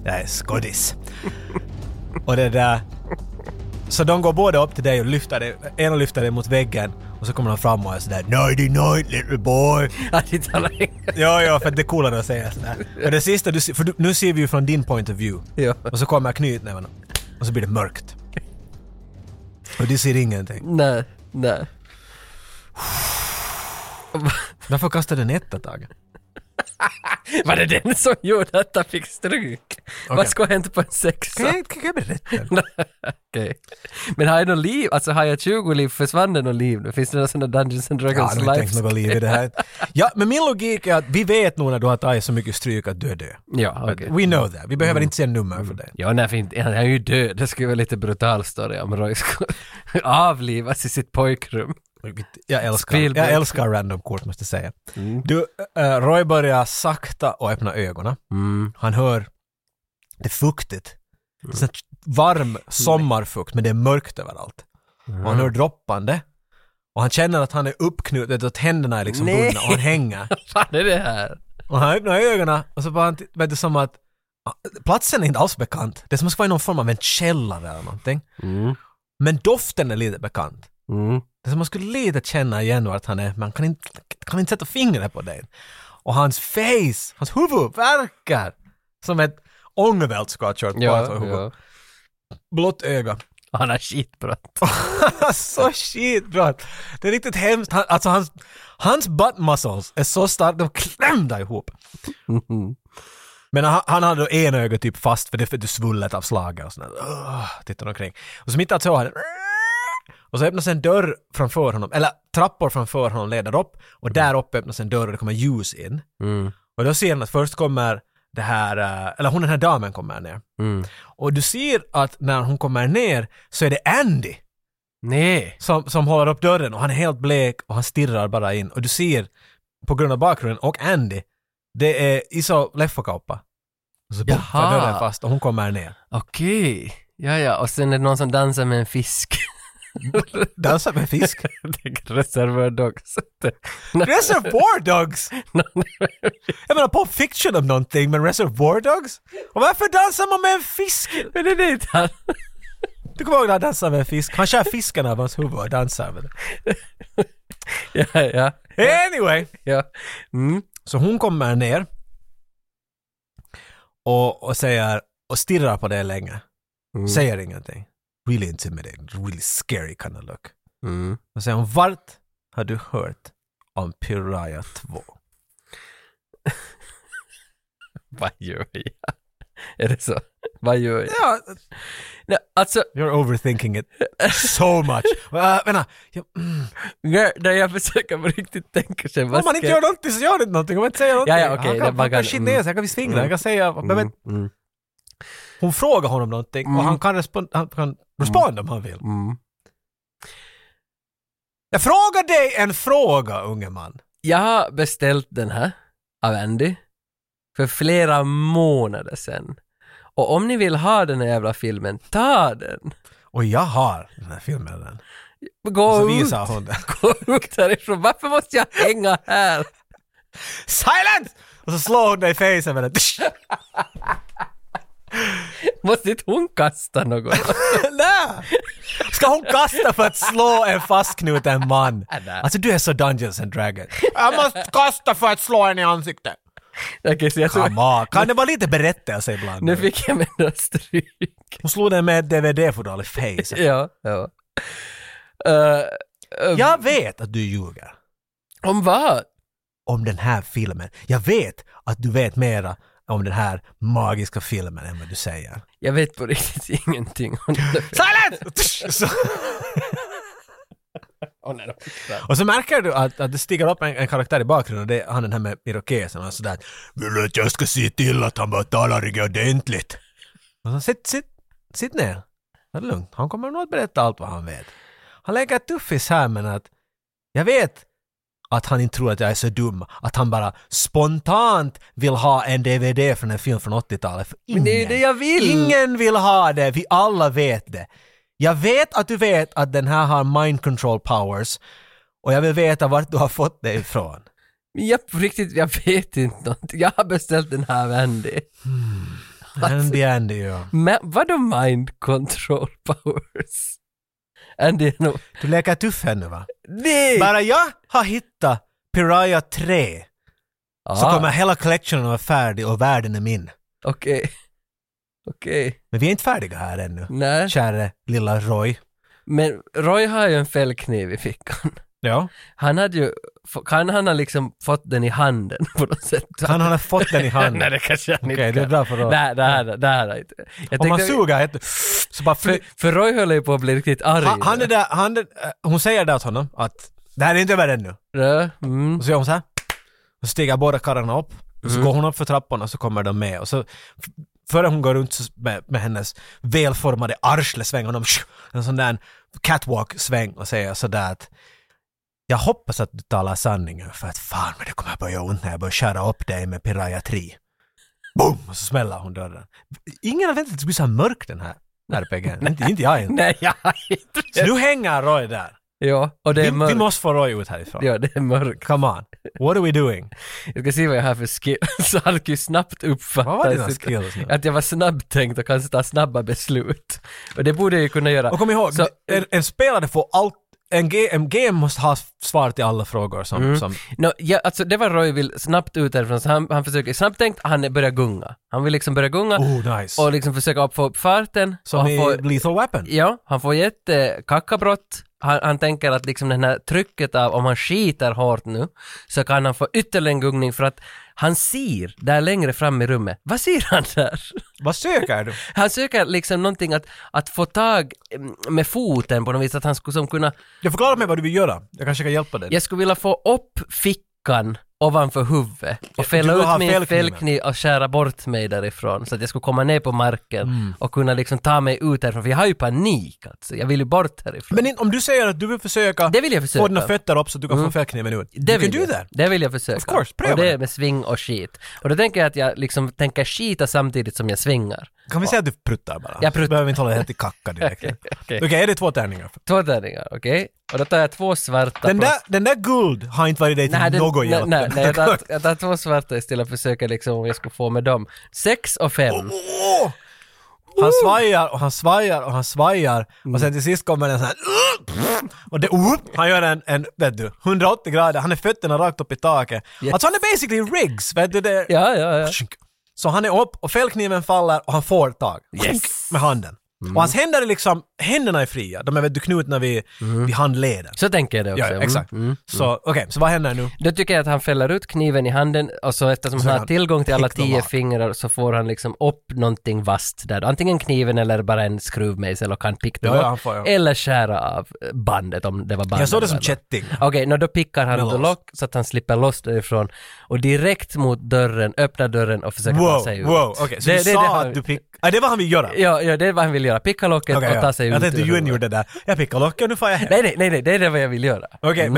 Speaker 2: Jag är skådis. och det där. Så de går båda upp till dig och lyfter dig, ena lyfter dig mot väggen och så kommer de fram och är sådär nighty night little boy.
Speaker 1: Ja, det talar engelska.
Speaker 2: Ja, ja, för att det är coolare att säga sådär. Och det sista du ser, för du, nu ser vi ju från din point of view.
Speaker 1: Ja.
Speaker 2: Och så kommer knytnäven och så blir det mörkt. Och du ser ingenting.
Speaker 1: Nej, nej.
Speaker 2: Varför kastade den ett ett tag?
Speaker 1: Var det den som gjorde att han fick stryk? Vad ska ha hänt på en sexa?
Speaker 2: Kan jag, kan jag berätta?
Speaker 1: Okej. Men har jag något liv? Alltså har jag 20 liv? Försvann det något liv? nu? Finns det några sådana Dungeons and
Speaker 2: Jag har
Speaker 1: Dragons
Speaker 2: aldrig tänkt
Speaker 1: lives?
Speaker 2: något liv i det här. Ja, men min logik är att vi vet nog när du har tagit så mycket stryk att du är död.
Speaker 1: Ja, okej.
Speaker 2: We know that. Vi behöver inte se nummer för det.
Speaker 1: Ja, nej, för inte, han är ju död. Det skulle vara lite brutal story om Roy skulle avlivas i sitt pojkrum.
Speaker 2: Jag älskar,
Speaker 1: Spielberg.
Speaker 2: jag älskar random kort måste jag säga. Du, eh, Roy börjar sakta och öppna ögonen.
Speaker 1: Mm.
Speaker 2: Han hör det är fuktigt. Det är sånt varm
Speaker 1: Mm.
Speaker 2: sommarfukt men det är mörkt överallt. Och han hör droppande. Och han känner att han är uppknuten, att händerna är liksom
Speaker 1: Nej.
Speaker 2: bundna och han hänger.
Speaker 1: Vad är det här?
Speaker 2: Och han öppnar ögonen och så bara han, t- vet du som att ah, platsen är inte alls bekant. Det är som att det ska vara i någon form av en källare eller någonting.
Speaker 1: Mm.
Speaker 2: Men doften är lite bekant.
Speaker 1: Mm.
Speaker 2: Det är som att man skulle lite känna igen vart han är, men han kan inte, kan inte sätta fingret på det. Och hans face, hans huvud verkar som ett ångvält ska ha kört på
Speaker 1: Ja,
Speaker 2: hans huvud.
Speaker 1: ja.
Speaker 2: Blått öga.
Speaker 1: Han har skitbrott.
Speaker 2: så skitbra. Alltså, Det är riktigt hemskt. Han, alltså hans, hans butt muscles är så starka, de klämda ihop. Men han, han hade då ena ögat typ fast för det för det svullet av slaget och sådär. Uh, tittar omkring. Och så mitt i allt så har han och så öppnas en dörr framför honom, eller trappor framför honom leder upp och där uppe öppnas en dörr och det kommer ljus in.
Speaker 1: Mm.
Speaker 2: Och då ser han att först kommer det här, eh, eller hon den här damen kommer ner.
Speaker 1: Mm.
Speaker 2: Och du ser att när hon kommer ner så är det Andy
Speaker 1: Nej.
Speaker 2: som, som håller upp dörren och han är helt blek och han stirrar bara in. Och du ser, på grund av bakgrunden och Andy, det är Iso Leffokauppa. Och så
Speaker 1: Jaha.
Speaker 2: puffar dörren fast och hon kommer ner.
Speaker 1: Okej. Ja, ja. Och sen är det någon som dansar med en fisk.
Speaker 2: Dansar med fisk.
Speaker 1: Tänk Reservoir Dogs.
Speaker 2: Reservoir Dogs! Jag menar Pop Fiction om någonting, men Reservoir Dogs? Och varför dansar man med en fisk?
Speaker 1: Men det är det inte han.
Speaker 2: Du kommer ihåg när han dansar med en fisk? Han skär fisken av hans huvud och dansar med det.
Speaker 1: Ja, ja,
Speaker 2: Anyway!
Speaker 1: ja. Mm.
Speaker 2: Så hon kommer ner och, och säger och stirrar på det länge.
Speaker 1: Mm.
Speaker 2: Säger ingenting. Really intimidating, really scary kind of look.
Speaker 1: Mm.
Speaker 2: Och säger hon, vart har du hört om Piraya 2?
Speaker 1: Vad gör jag? Är det så? Vad gör jag?
Speaker 2: Ja,
Speaker 1: Nej, alltså,
Speaker 2: you're overthinking it so much. Uh, vänta, jag, mm.
Speaker 1: när när jag försöker på riktigt tänka sig vad
Speaker 2: om man inte
Speaker 1: ska-
Speaker 2: gör någonting så gör det inte någonting. Om man inte säger någonting.
Speaker 1: Ja, ja, okej,
Speaker 2: han
Speaker 1: det-
Speaker 2: kan,
Speaker 1: man
Speaker 2: han kan
Speaker 1: kan-
Speaker 2: kines,
Speaker 1: mm.
Speaker 2: han kan visa fingrar,
Speaker 1: Mm.
Speaker 2: han kan säga... Men,
Speaker 1: Mm, mm,
Speaker 2: hon frågar honom någonting
Speaker 1: Mm.
Speaker 2: och han kan, respon- han kan respond om han vill.
Speaker 1: mm.
Speaker 2: Jag frågar dig en fråga, unge man.
Speaker 1: Jag har beställt den här av Andy för flera månader sedan. Och om ni vill ha den här jävla filmen, ta den!
Speaker 2: Och jag har den här filmen redan.
Speaker 1: Gå
Speaker 2: Och så
Speaker 1: ut,
Speaker 2: visar hon den.
Speaker 1: gå ut härifrån. Varför måste jag hänga här?
Speaker 2: Silence! Och så slår hon dig i fejsen med den.
Speaker 1: Måste inte hon kasta något?
Speaker 2: Nej! Ska hon kasta för att slå en fastknuten man?
Speaker 1: Nej.
Speaker 2: Alltså du är så Dungeons and Dragons. Jag måste kasta för att slå en i ansiktet.
Speaker 1: Okej, så jag tror,
Speaker 2: Come on. Kan det vara lite berättelse ibland?
Speaker 1: nu fick jag mina stryk.
Speaker 2: Hon slog den med ett DVD-fodral i fejsen.
Speaker 1: Ja, ja. Eh, eh,
Speaker 2: Jag vet att du ljuger
Speaker 1: Om vad?
Speaker 2: om den här filmen. Jag vet att du vet mera om den här magiska filmen än vad du säger.
Speaker 1: Jag vet på riktigt ingenting om det.
Speaker 2: Silence! Så-
Speaker 1: Åh, nej, då.
Speaker 2: och så märker du att, att det stiger upp en, en karaktär i bakgrunden och det är han den här med irokesen och sådär. Vill du att jag ska se till att han bara talar riktigt ordentligt? Och så sitt, sitt, sitt ner. Ta det lugnt. Han kommer nog att berätta allt vad han vet. Han lägger ett tuffis här men att jag vet att han inte tror att jag är så dum att han bara spontant vill ha en DVD från en film från 80-talet. För ingen,
Speaker 1: Men det är ju det jag vill!
Speaker 2: ingen vill ha det, vi alla vet det. Jag vet att du vet att den här har mind control powers och jag vill veta vart du har fått det ifrån.
Speaker 1: Men jag på riktigt, jag vet inte någonting. Jag har beställt den här av Andy.
Speaker 2: Andy, Andy, ja.
Speaker 1: Men vadå mind control powers? Andy är nog...
Speaker 2: Du leker tuff här nu va?
Speaker 1: Nej!
Speaker 2: Bara jag har hittat Piraya 3 så
Speaker 1: Ah,
Speaker 2: kommer hela collectionen vara färdig och världen är min.
Speaker 1: Okej. Okej.
Speaker 2: Men vi är inte färdiga här ännu.
Speaker 1: Nej.
Speaker 2: Käre lilla Roy.
Speaker 1: Men Roy har ju en fällkniv i fickan.
Speaker 2: Ja.
Speaker 1: Han hade ju... Kan han ha liksom fått den i handen på något sätt?
Speaker 2: Han har fått den i handen.
Speaker 1: Nej, det kanske han
Speaker 2: Okej,
Speaker 1: inte
Speaker 2: det är
Speaker 1: kan.
Speaker 2: bra för Roy.
Speaker 1: Nej, det här, det här är inte. Jag
Speaker 2: Om man
Speaker 1: tänkte-
Speaker 2: suger ett, så bara
Speaker 1: För,
Speaker 2: fly-
Speaker 1: för Roy höll ju på att bli riktigt arg.
Speaker 2: han, han är där, han är, äh, hon säger det åt honom att det här är inte över ännu.
Speaker 1: Ja, mm.
Speaker 2: Och så gör hon så här. Och så stiger båda karlarna upp. Och så går hon upp för trappan och så kommer de med. Och så f- före hon går runt så s- med, med hennes välformade arsle svänger de en sån där catwalk-sväng och säger sådär att jag hoppas att du talar sanningen för att fan men det kommer att börja göra ont när jag börjar köra upp dig med Piraya 3. Boom! Och så smäller hon dörren. Ingen har väntat att det skulle bli så här mörk den här RPG'n. inte, inte jag inte.
Speaker 1: Nej, jag har inte
Speaker 2: Så du hänger Roy där.
Speaker 1: Ja, och det
Speaker 2: Vi,
Speaker 1: är
Speaker 2: vi
Speaker 1: mörkt.
Speaker 2: måste få Roy ut härifrån.
Speaker 1: Ja, det är mörkt.
Speaker 2: Come on. What are we doing?
Speaker 1: Jag ska se vad jag har för skills. Så han kan ju snabbt uppfatta
Speaker 2: Vad var dina
Speaker 1: sitt-
Speaker 2: skills nu?
Speaker 1: att jag var snabbtänkt och kan ta snabba beslut. Och det borde jag ju kunna göra.
Speaker 2: Och kom ihåg,
Speaker 1: Så-
Speaker 2: en, en spelare får allt, en, G, en game måste ha svar till alla frågor som...
Speaker 1: Mm.
Speaker 2: som
Speaker 1: No, ja, alltså det var Roy vill snabbt ut härifrån, så han, han försöker snabbtänkt, han börjar gunga. Han vill liksom börja gunga
Speaker 2: oh, nice.
Speaker 1: och liksom försöka upp- få upp farten. och
Speaker 2: som
Speaker 1: han
Speaker 2: i
Speaker 1: får,
Speaker 2: Lethal Weapon.
Speaker 1: Ja, han får jättekackabrott. Han, han tänker att liksom det här trycket av om han skiter hårt nu så kan han få ytterligare en gungning för att han ser där längre fram i rummet. Vad ser han där?
Speaker 2: Vad söker du?
Speaker 1: Han söker liksom någonting att, att få tag mm, med foten på något vis, att han skulle som kunna...
Speaker 2: Jag förklarar mig vad du vill göra. Jag kanske kan hjälpa dig.
Speaker 1: Jag skulle vilja få upp fickan ovanför huvudet och fälla
Speaker 2: du har
Speaker 1: ut min
Speaker 2: fällkniven.
Speaker 1: fällkniv och skära bort mig därifrån så att jag skulle komma ner på marken
Speaker 2: Mm.
Speaker 1: och kunna liksom ta mig ut härifrån. För jag har ju panik alltså. Jag vill ju bort härifrån.
Speaker 2: Men in, om du säger att du vill försöka,
Speaker 1: Det vill jag försöka.
Speaker 2: få dina fötter upp så att du kan få fällkniven ut.
Speaker 1: Det
Speaker 2: du kan
Speaker 1: vill,
Speaker 2: do
Speaker 1: jag.
Speaker 2: that.
Speaker 1: det vill jag försöka.
Speaker 2: Of course, pröva
Speaker 1: och det
Speaker 2: det.
Speaker 1: är med sving och skit. Och då tänker jag att jag liksom tänker skita samtidigt som jag svingar.
Speaker 2: Kan vi säga att du pruttar bara?
Speaker 1: Jag pruttar.
Speaker 2: Så behöver vi inte hålla det helt i kacka direkt. Okej,
Speaker 1: okej.
Speaker 2: är det två tärningar?
Speaker 1: Två tärningar, okej? Och då tar jag två svarta
Speaker 2: Den
Speaker 1: plus-
Speaker 2: där, den där guld har inte varit dig till
Speaker 1: Nej, den-
Speaker 2: någon
Speaker 1: nej,
Speaker 2: hjälp.
Speaker 1: nej, nej, jag tar, jag tar två svarta istället för att försöka liksom om jag skulle få med dem. Sex och fem.
Speaker 2: Åh! Han svajar och han svajar och han svajar och sen till sist kommer den så här och det, upp, han gör en, en, vet du, 180 grader, han är fötterna rakt upp i taket.
Speaker 1: Yes.
Speaker 2: Alltså han är basically rigs, vet du det?
Speaker 1: Ja, ja, ja.
Speaker 2: Så han är upp och fällkniven faller och han får tag.
Speaker 1: Yes. Mm.
Speaker 2: Med handen. Och hans händer är liksom, händerna är fria, de är vet du knutna vid, vid handleden.
Speaker 1: Så tänker jag det också.
Speaker 2: Ja,
Speaker 1: Mm.
Speaker 2: exakt. Så okej, så vad händer nu?
Speaker 1: Då tycker jag att han fäller ut kniven i handen och så eftersom
Speaker 2: Så
Speaker 1: han
Speaker 2: han
Speaker 1: har tillgång till alla
Speaker 2: täckt dem
Speaker 1: tio
Speaker 2: av.
Speaker 1: fingrar så får han liksom upp någonting vasst där. Antingen kniven eller bara en skruvmejsel och han pickar
Speaker 2: Ja,
Speaker 1: upp.
Speaker 2: ja, han får, ja.
Speaker 1: Eller skära av bandet om det var bandet.
Speaker 2: Jag såg det som
Speaker 1: eller-
Speaker 2: kätting.
Speaker 1: Okej, nå då pickar han
Speaker 2: Med
Speaker 1: då
Speaker 2: loss.
Speaker 1: lock så att han slipper loss därifrån och direkt mot dörren, öppnar dörren och försöker ta
Speaker 2: Wow,
Speaker 1: sig ut.
Speaker 2: wow, okej. Så du sa
Speaker 1: han-
Speaker 2: att du pick... Ah, det var han vill göra?
Speaker 1: Ja, ja, det är vad han vill göra. Picka locket
Speaker 2: Okej,
Speaker 1: och
Speaker 2: ja.
Speaker 1: ta sig ut
Speaker 2: Jag tänkte
Speaker 1: ur
Speaker 2: Jun
Speaker 1: huvudet.
Speaker 2: gjorde det där. Jag pickar locket och nu får jag hem.
Speaker 1: Nej, nej, nej, nej, det är det vad jag vill göra.
Speaker 2: Okej,
Speaker 1: Mm.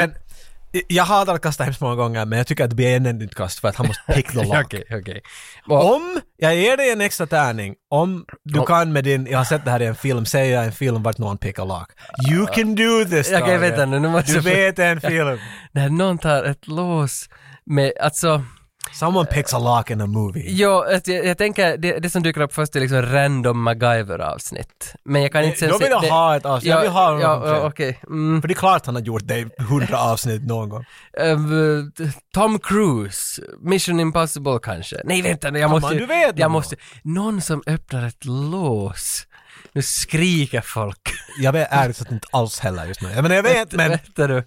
Speaker 2: men jag hatar att kasta hemskt många gånger, men jag tycker att det blir en enligt kast för att han måste pick the lock.
Speaker 1: Okej, okej. Och-
Speaker 2: Om, jag ger dig en extra tärning, om du
Speaker 1: Om-
Speaker 2: kan med din, jag har sett det här i en film, säga en film vart någon pickar lock. You can do this
Speaker 1: Okej,
Speaker 2: Tage.
Speaker 1: vänta nu, nu måste
Speaker 2: Du
Speaker 1: jag...
Speaker 2: vet en film.
Speaker 1: När någon tar ett lås med, alltså...
Speaker 2: Someone picks a lock in a movie.
Speaker 1: Jo, att jag, jag tänker, det, det som dyker upp först är liksom random MacGyver-avsnitt. Men jag kan inte...
Speaker 2: Jag Eh, vill
Speaker 1: det-
Speaker 2: ha ett avsnitt, jag vill ha någon
Speaker 1: ja, ja,
Speaker 2: själv.
Speaker 1: okej. Mm.
Speaker 2: För det är klart han har gjort det i hundra avsnitt någon gång.
Speaker 1: Ehm, Tom Cruise, Mission Impossible kanske? Nej vänta nu, jag
Speaker 2: Tomma,
Speaker 1: måste...
Speaker 2: du vet
Speaker 1: jag
Speaker 2: någon.
Speaker 1: måste... Någon som öppnar ett lås. Nu skriker folk.
Speaker 2: Jag vet ärligt sagt inte alls heller just nu. Jag menar jag vet men...
Speaker 1: Vänta du.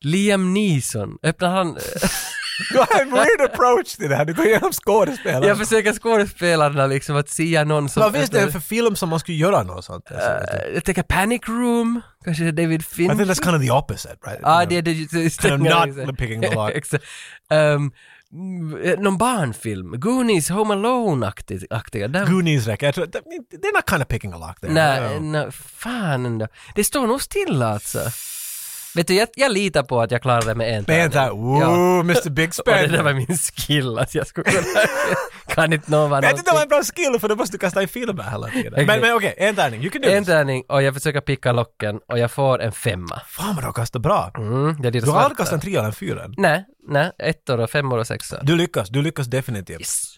Speaker 1: Liam Neeson, öppnar han...
Speaker 2: Du har en weird approach till det här, du går igenom skådespelare.
Speaker 1: jag försöker skådespelarna liksom att se någon som...
Speaker 2: Vad finns det
Speaker 1: öppnar-
Speaker 2: för film som man skulle göra något sånt? Alltså,
Speaker 1: Eh, Jag tänker Panic Room, kanske David
Speaker 2: I
Speaker 1: Fincher?
Speaker 2: think that's kind of the opposite, right?
Speaker 1: Ja, ah, det är det ju.
Speaker 2: not picking the lock.
Speaker 1: Exakt. Ehm, mm, någon barnfilm? Goonies, Home Alone-aktiga? Där-
Speaker 2: Goonies räcker. Jag tror, they're not kind of picking a lock there.
Speaker 1: Nej,
Speaker 2: No.
Speaker 1: nej, fan ändå. Det står nog stilla alltså. Vet du, jag, jag litar på att jag klarar det med en
Speaker 2: Men jag
Speaker 1: tärning.
Speaker 2: tänkte, ooh, Mr Big
Speaker 1: Och det där
Speaker 2: Spender.
Speaker 1: var min skill, att jag skulle kunna... kan inte någon vara
Speaker 2: Men jag tyckte det var en
Speaker 1: någonting.
Speaker 2: bra skill för då måste du kasta i filmer hela tiden.
Speaker 1: Okej.
Speaker 2: Men, men okej, en tärning. You can do
Speaker 1: En
Speaker 2: this.
Speaker 1: tärning och jag försöker picka locken och jag får en femma.
Speaker 2: Fan vad du har kastat bra.
Speaker 1: Mm, jag litar
Speaker 2: Du har
Speaker 1: svarta.
Speaker 2: aldrig kastat en trea eller en fyra.
Speaker 1: Nej, nej. Ettor och femmor och sexor.
Speaker 2: Du lyckas, du lyckas definitivt.
Speaker 1: Yes.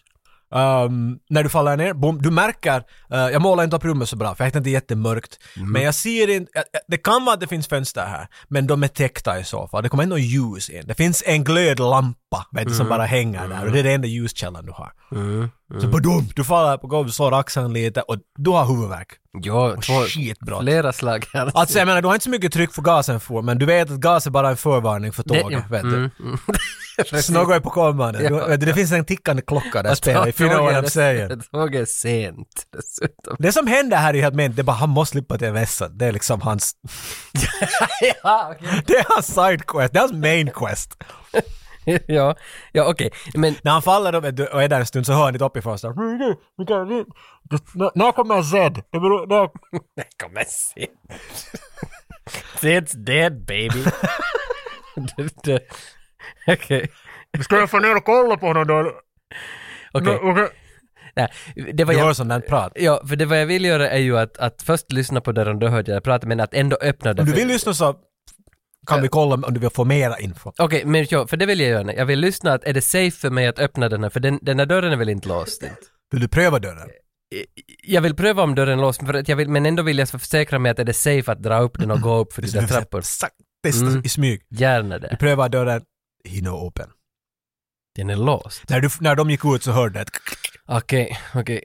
Speaker 2: Ehm, när du faller ner, boom, du märker, eh, jag målar inte upp rummet så bra för jag tyckte att det är jättemörkt.
Speaker 1: Mhm.
Speaker 2: Men jag ser inte, jag- jag- det kan vara att det finns fönster här, men de är täckta i så fall. Det kommer ändå ljus in. Det finns en glödlampa, vet
Speaker 1: Mhm.
Speaker 2: du, som bara hänger där och det är den enda ljuskällan du har.
Speaker 1: Mm.
Speaker 2: Så badum, du faller på golvet, slår axeln lite och du har huvudvärk.
Speaker 1: Ja,
Speaker 2: Och
Speaker 1: två,
Speaker 2: Skitbra.
Speaker 1: flera slag här.
Speaker 2: Alltså jag menar, du har inte så mycket tryck för gasen får, men du vet att gas är bara en förvarning för tåg,
Speaker 1: ja,
Speaker 2: vet du.
Speaker 1: mm, mm.
Speaker 2: Så något är på kommande. Du,
Speaker 1: Ja.
Speaker 2: vet du, det finns en tickande klocka där spelar, if you know what I'm saying.
Speaker 1: Tåget är sent dessutom.
Speaker 2: Det som händer här är ju att men, det är bara han måste slippa till vässan. Det är liksom hans...
Speaker 1: ja, okej.
Speaker 2: Det är hans side quest. Det är hans main quest.
Speaker 1: ja, ja okej. Men
Speaker 2: När han faller och är- och är där en stund så hör han lite uppifrån så här, "Mikael, nu- nu- När kommer Zed? Det beror... när-
Speaker 1: Nej, kom igen. Sid's dead baby. Det- det- Okej.
Speaker 2: Ska jag få ner och kolla på honom då?
Speaker 1: Okej. Eh,
Speaker 2: Okej.
Speaker 1: Nej, det var
Speaker 2: Du hör
Speaker 1: jag...
Speaker 2: sånt där prat.
Speaker 1: Ja, för det vad jag vill göra är ju att, att först lyssna på dörren, då hörde jag det prata, men att ändå öppna
Speaker 2: Om
Speaker 1: den.
Speaker 2: du
Speaker 1: för-
Speaker 2: vill lyssna så kan vi kolla om du vill få mera info.
Speaker 1: Okej, men ja, för det vill jag göra. Jag vill lyssna, att är det safe för mig att öppna den här? För den, den här dörren är väl inte låst? Inte?
Speaker 2: Vill du pröva dörren?
Speaker 1: Jag vill pröva om dörren är låst, för att jag vill, men ändå vill jag försäkra mig att är det safe att dra upp den och gå upp för de
Speaker 2: Så
Speaker 1: där
Speaker 2: du vill
Speaker 1: trappor.
Speaker 2: exakt Testa
Speaker 1: Mm.
Speaker 2: i smyg.
Speaker 1: Gärna
Speaker 2: Du
Speaker 1: det.
Speaker 2: prövar dörren. He no open.
Speaker 1: Den är låst.
Speaker 2: När, du, när de gick ut så hörde jag ett...
Speaker 1: Okej, okej.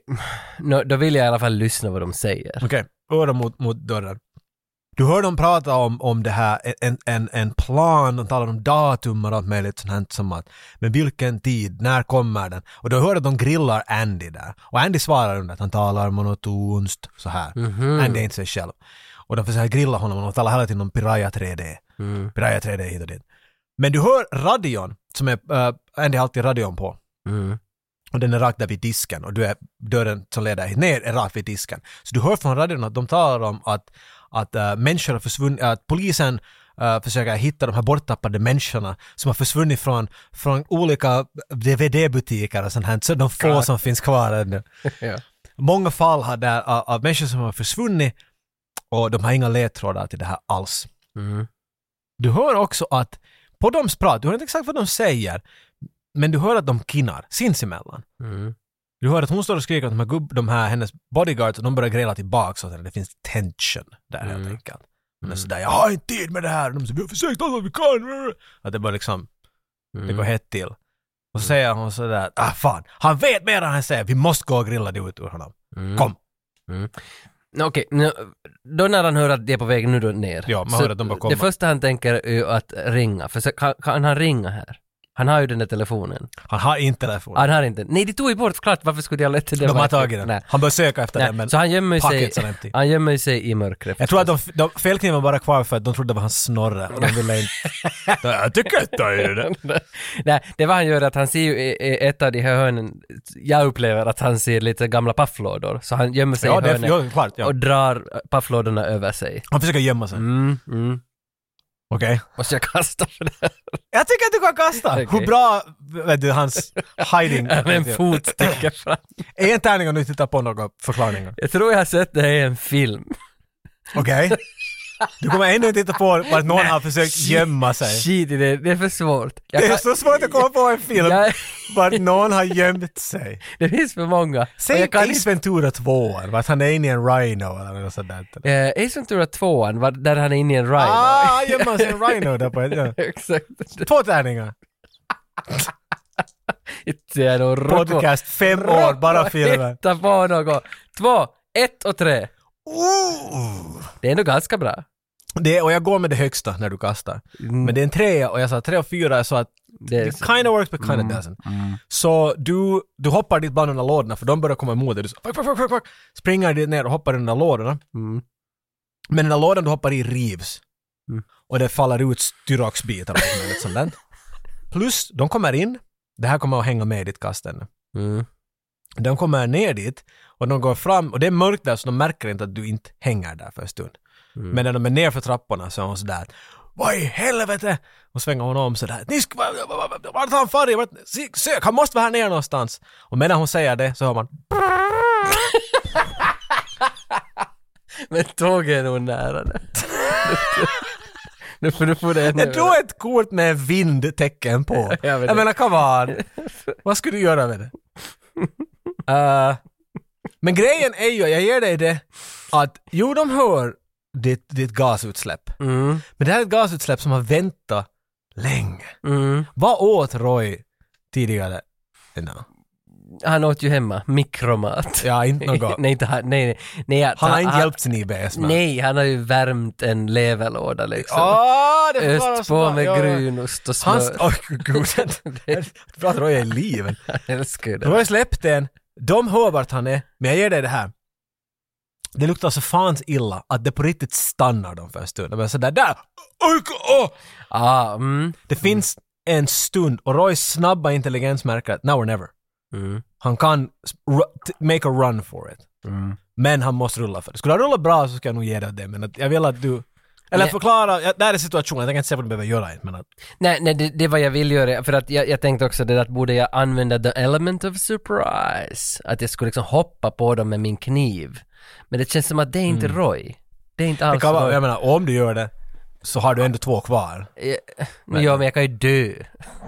Speaker 1: Nå, då vill jag i alla fall lyssna vad de säger.
Speaker 2: Okej, öra mot, mot dörren. Du hör dem prata om, om det här, en, en, en plan, de talar om datum och allt möjligt sånt här som att men vilken tid, när kommer den? Och du hör att de grillar Andy där. Och Andy svarar under att han talar monotont så här.
Speaker 1: Mhm, Mm.
Speaker 2: Andy är inte sig själv. Och de försöker grilla honom och de talar hela tiden om Piraya 3D.
Speaker 1: Mm,
Speaker 2: Piraya 3D hit och dit. Men du hör radion, som är, eh, Andy har alltid radion på.
Speaker 1: mm,
Speaker 2: Och den är rakt där vid disken och du är, dörren som leder hit ner är rakt vid disken. Så du hör från radion att de talar om att, att eh, människor har försvunnit, att polisen eh, försöker hitta de här borttappade människorna som har försvunnit från, från olika DVD-butiker och sånt här. Så de få
Speaker 1: Klart.
Speaker 2: som finns kvar ännu.
Speaker 1: ja.
Speaker 2: Många fall har där, av, av människor som har försvunnit och de har inga ledtrådar till det här alls.
Speaker 1: Mm,
Speaker 2: Du hör också att på dems prat, du hör inte exakt vad de säger, men du hör att de kinnar sinsemellan.
Speaker 1: mm,
Speaker 2: Du hör att hon står och skriker att de här, gubb, de här hennes bodyguards, och de börjar gräla tillbaks åt henne. Det finns tension där helt
Speaker 1: Mm.
Speaker 2: enkelt. Hon är sådär, jag har inte tid med det här. Och de säger, vi har försökt allt vad vi kan. Att det bara liksom,
Speaker 1: mm.
Speaker 2: det går hett till. Och så säger hon sådär, ah fan, han vet mer än han säger. Vi måste gå och grilla det ut ur honom.
Speaker 1: Mm.
Speaker 2: Kom.
Speaker 1: Nå, Okej, nå, då när han hör att de är på väg nu då ner.
Speaker 2: Ja, man
Speaker 1: så
Speaker 2: hör att de bara kommer.
Speaker 1: Det första han tänker är ju att ringa, för så, kan, kan han ringa här? Han har ju den där telefonen.
Speaker 2: Han har inte telefon.
Speaker 1: Han har inte. Nej, de tog ju bort, klart varför skulle de ha lett till Ah, det?
Speaker 2: de har
Speaker 1: varför?
Speaker 2: tagit den.
Speaker 1: Nej.
Speaker 2: Han bör söka efter
Speaker 1: Nej.
Speaker 2: den men
Speaker 1: så han gömmer ju sig,
Speaker 2: pockets har inte.
Speaker 1: han gömmer ju sig i mörkret.
Speaker 2: Jag tror att de, de felkniven var bara kvar för att de trodde det var hans snorre. och De ville inte... jag tycker inte det är det.
Speaker 1: Nej, det var han gör att han ser ju i- i ett av de här hörnen, jag upplever att han ser lite gamla pafflådor, så han gömmer sig
Speaker 2: Ja,
Speaker 1: i
Speaker 2: det
Speaker 1: hörnet
Speaker 2: är klart. Ja.
Speaker 1: och drar pafflådorna över sig.
Speaker 2: Han försöker gömma sig.
Speaker 1: Mm, mm.
Speaker 2: Okej.
Speaker 1: Och så jag kastar för det.
Speaker 2: Jag tycker att du kan kasta!
Speaker 1: Okej.
Speaker 2: Hur bra, vet du, hans hiding...
Speaker 1: Med en fot sticker fram.
Speaker 2: en tärning och nu tittar på några förklaringar.
Speaker 1: Jag tror jag har sett det här i en film.
Speaker 2: Okej? Du kommer ändå inte titta på vart någon har försökt gömma sig.
Speaker 1: Shit i det, det är för svårt. Jag
Speaker 2: Det är
Speaker 1: kan-
Speaker 2: så svårt att komma på en film
Speaker 1: jag,
Speaker 2: vart någon har gömt sig.
Speaker 1: det finns för många. Och
Speaker 2: Säg
Speaker 1: jag kan
Speaker 2: Ace Ventura 2, vart han är inne i en rhino eller något sådant.
Speaker 1: Eh, Ace Ventura 2 var där han är inne i en rhino.
Speaker 2: Ah, han gömmer sig i en rhino där på ett... Ja.
Speaker 1: Exakt.
Speaker 2: Två tärningar.
Speaker 1: Inte är någon
Speaker 2: Podcast fem år, bara filmer.
Speaker 1: Hitta på något. Två, ett och tre.
Speaker 2: Ooh.
Speaker 1: Det är ändå ganska bra.
Speaker 2: Det, och jag går med det högsta när du kastar.
Speaker 1: Mm.
Speaker 2: Men det är en trea och jag sa tre och fyra, jag sa att
Speaker 1: Det är
Speaker 2: It kinda works but kinda doesn't. Så du, du hoppar dit bland de där lådorna för de börjar komma emot dig. Du så, fuck, fuck, fuck, fuck, fuck, springer dit ner och hoppar i de där lådorna.
Speaker 1: Mm.
Speaker 2: Men den där lådan du hoppar i rivs.
Speaker 1: Mm.
Speaker 2: Och det faller ut styroxbitar och något sånt där. Plus, de kommer in. Det här kommer att hänga med i ditt kast ännu.
Speaker 1: Mm.
Speaker 2: De kommer ner dit och de går fram och det är mörkt där så de märker inte att du inte hänger där för en stund.
Speaker 1: Mm.
Speaker 2: Men när de är ner för trapporna så är hon sådär Vad i helvete! Och svänger hon om sådär Ni ska... va- va- va- va- Vart har han farit? Vart- se- Sök! Han måste vara här nere någonstans! Och medan hon säger det så hör man
Speaker 1: Men tåget är nog nära det. nu får du få det ännu
Speaker 2: Jag tror ett kort med vindtecken på.
Speaker 1: Jag
Speaker 2: Jag,
Speaker 1: vet det.
Speaker 2: menar come on! Vad skulle du göra med det? Eh, men grejen är ju, jag ger dig det, att jo de hör ditt, ditt gasutsläpp.
Speaker 1: Mm.
Speaker 2: Men det här är ett gasutsläpp som har väntat länge.
Speaker 1: Mm.
Speaker 2: Vad åt Roy tidigare? No.
Speaker 1: Han åt ju hemma mikromat.
Speaker 2: Ja, inte något.
Speaker 1: nej, inte han. Nej, nej. nej jag-
Speaker 2: Han har inte hjälpt sin IBS man.
Speaker 1: Nej, han har ju värmt en leverlåda liksom.
Speaker 2: Åh, det förklarar
Speaker 1: Öst
Speaker 2: så
Speaker 1: på
Speaker 2: bra. Ja,
Speaker 1: med
Speaker 2: ja.
Speaker 1: grunost och smör.
Speaker 2: Hans... Oj, gud.
Speaker 1: Det-
Speaker 2: Bra att Roy är i livet.
Speaker 1: Han älskar ju det.
Speaker 2: Roy släppte en. De hör vart han är, men jag ger dig det här. Det luktar så fans illa att det på riktigt stannar dem för en stund. De är sådär där! Oj, åh!
Speaker 1: Ah, mm.
Speaker 2: Det finns en stund och Roys snabba intelligens märker att now or never.
Speaker 1: Mm.
Speaker 2: Han kan s- ru- t- make a run for it.
Speaker 1: Mm.
Speaker 2: Men han måste rulla för det. Skulle han rulla bra så ska jag nog ge dig det, men att jag vill att du... Eller
Speaker 1: Nej.
Speaker 2: förklara, ja, det här är situationen, jag tänker inte säga vad du behöver göra, men att...
Speaker 1: Nej, nej det, det är vad jag vill göra, för att jag, jag tänkte också det att borde jag använda the element of surprise? Att jag skulle liksom hoppa på dem med min kniv. Men det känns som att det är inte Roy. Det är inte
Speaker 2: Mm. Det
Speaker 1: alls
Speaker 2: kan vara,
Speaker 1: Roy.
Speaker 2: jag menar, om du gör det så har du ändå två kvar.
Speaker 1: Men, ja, men jag kan ju dö.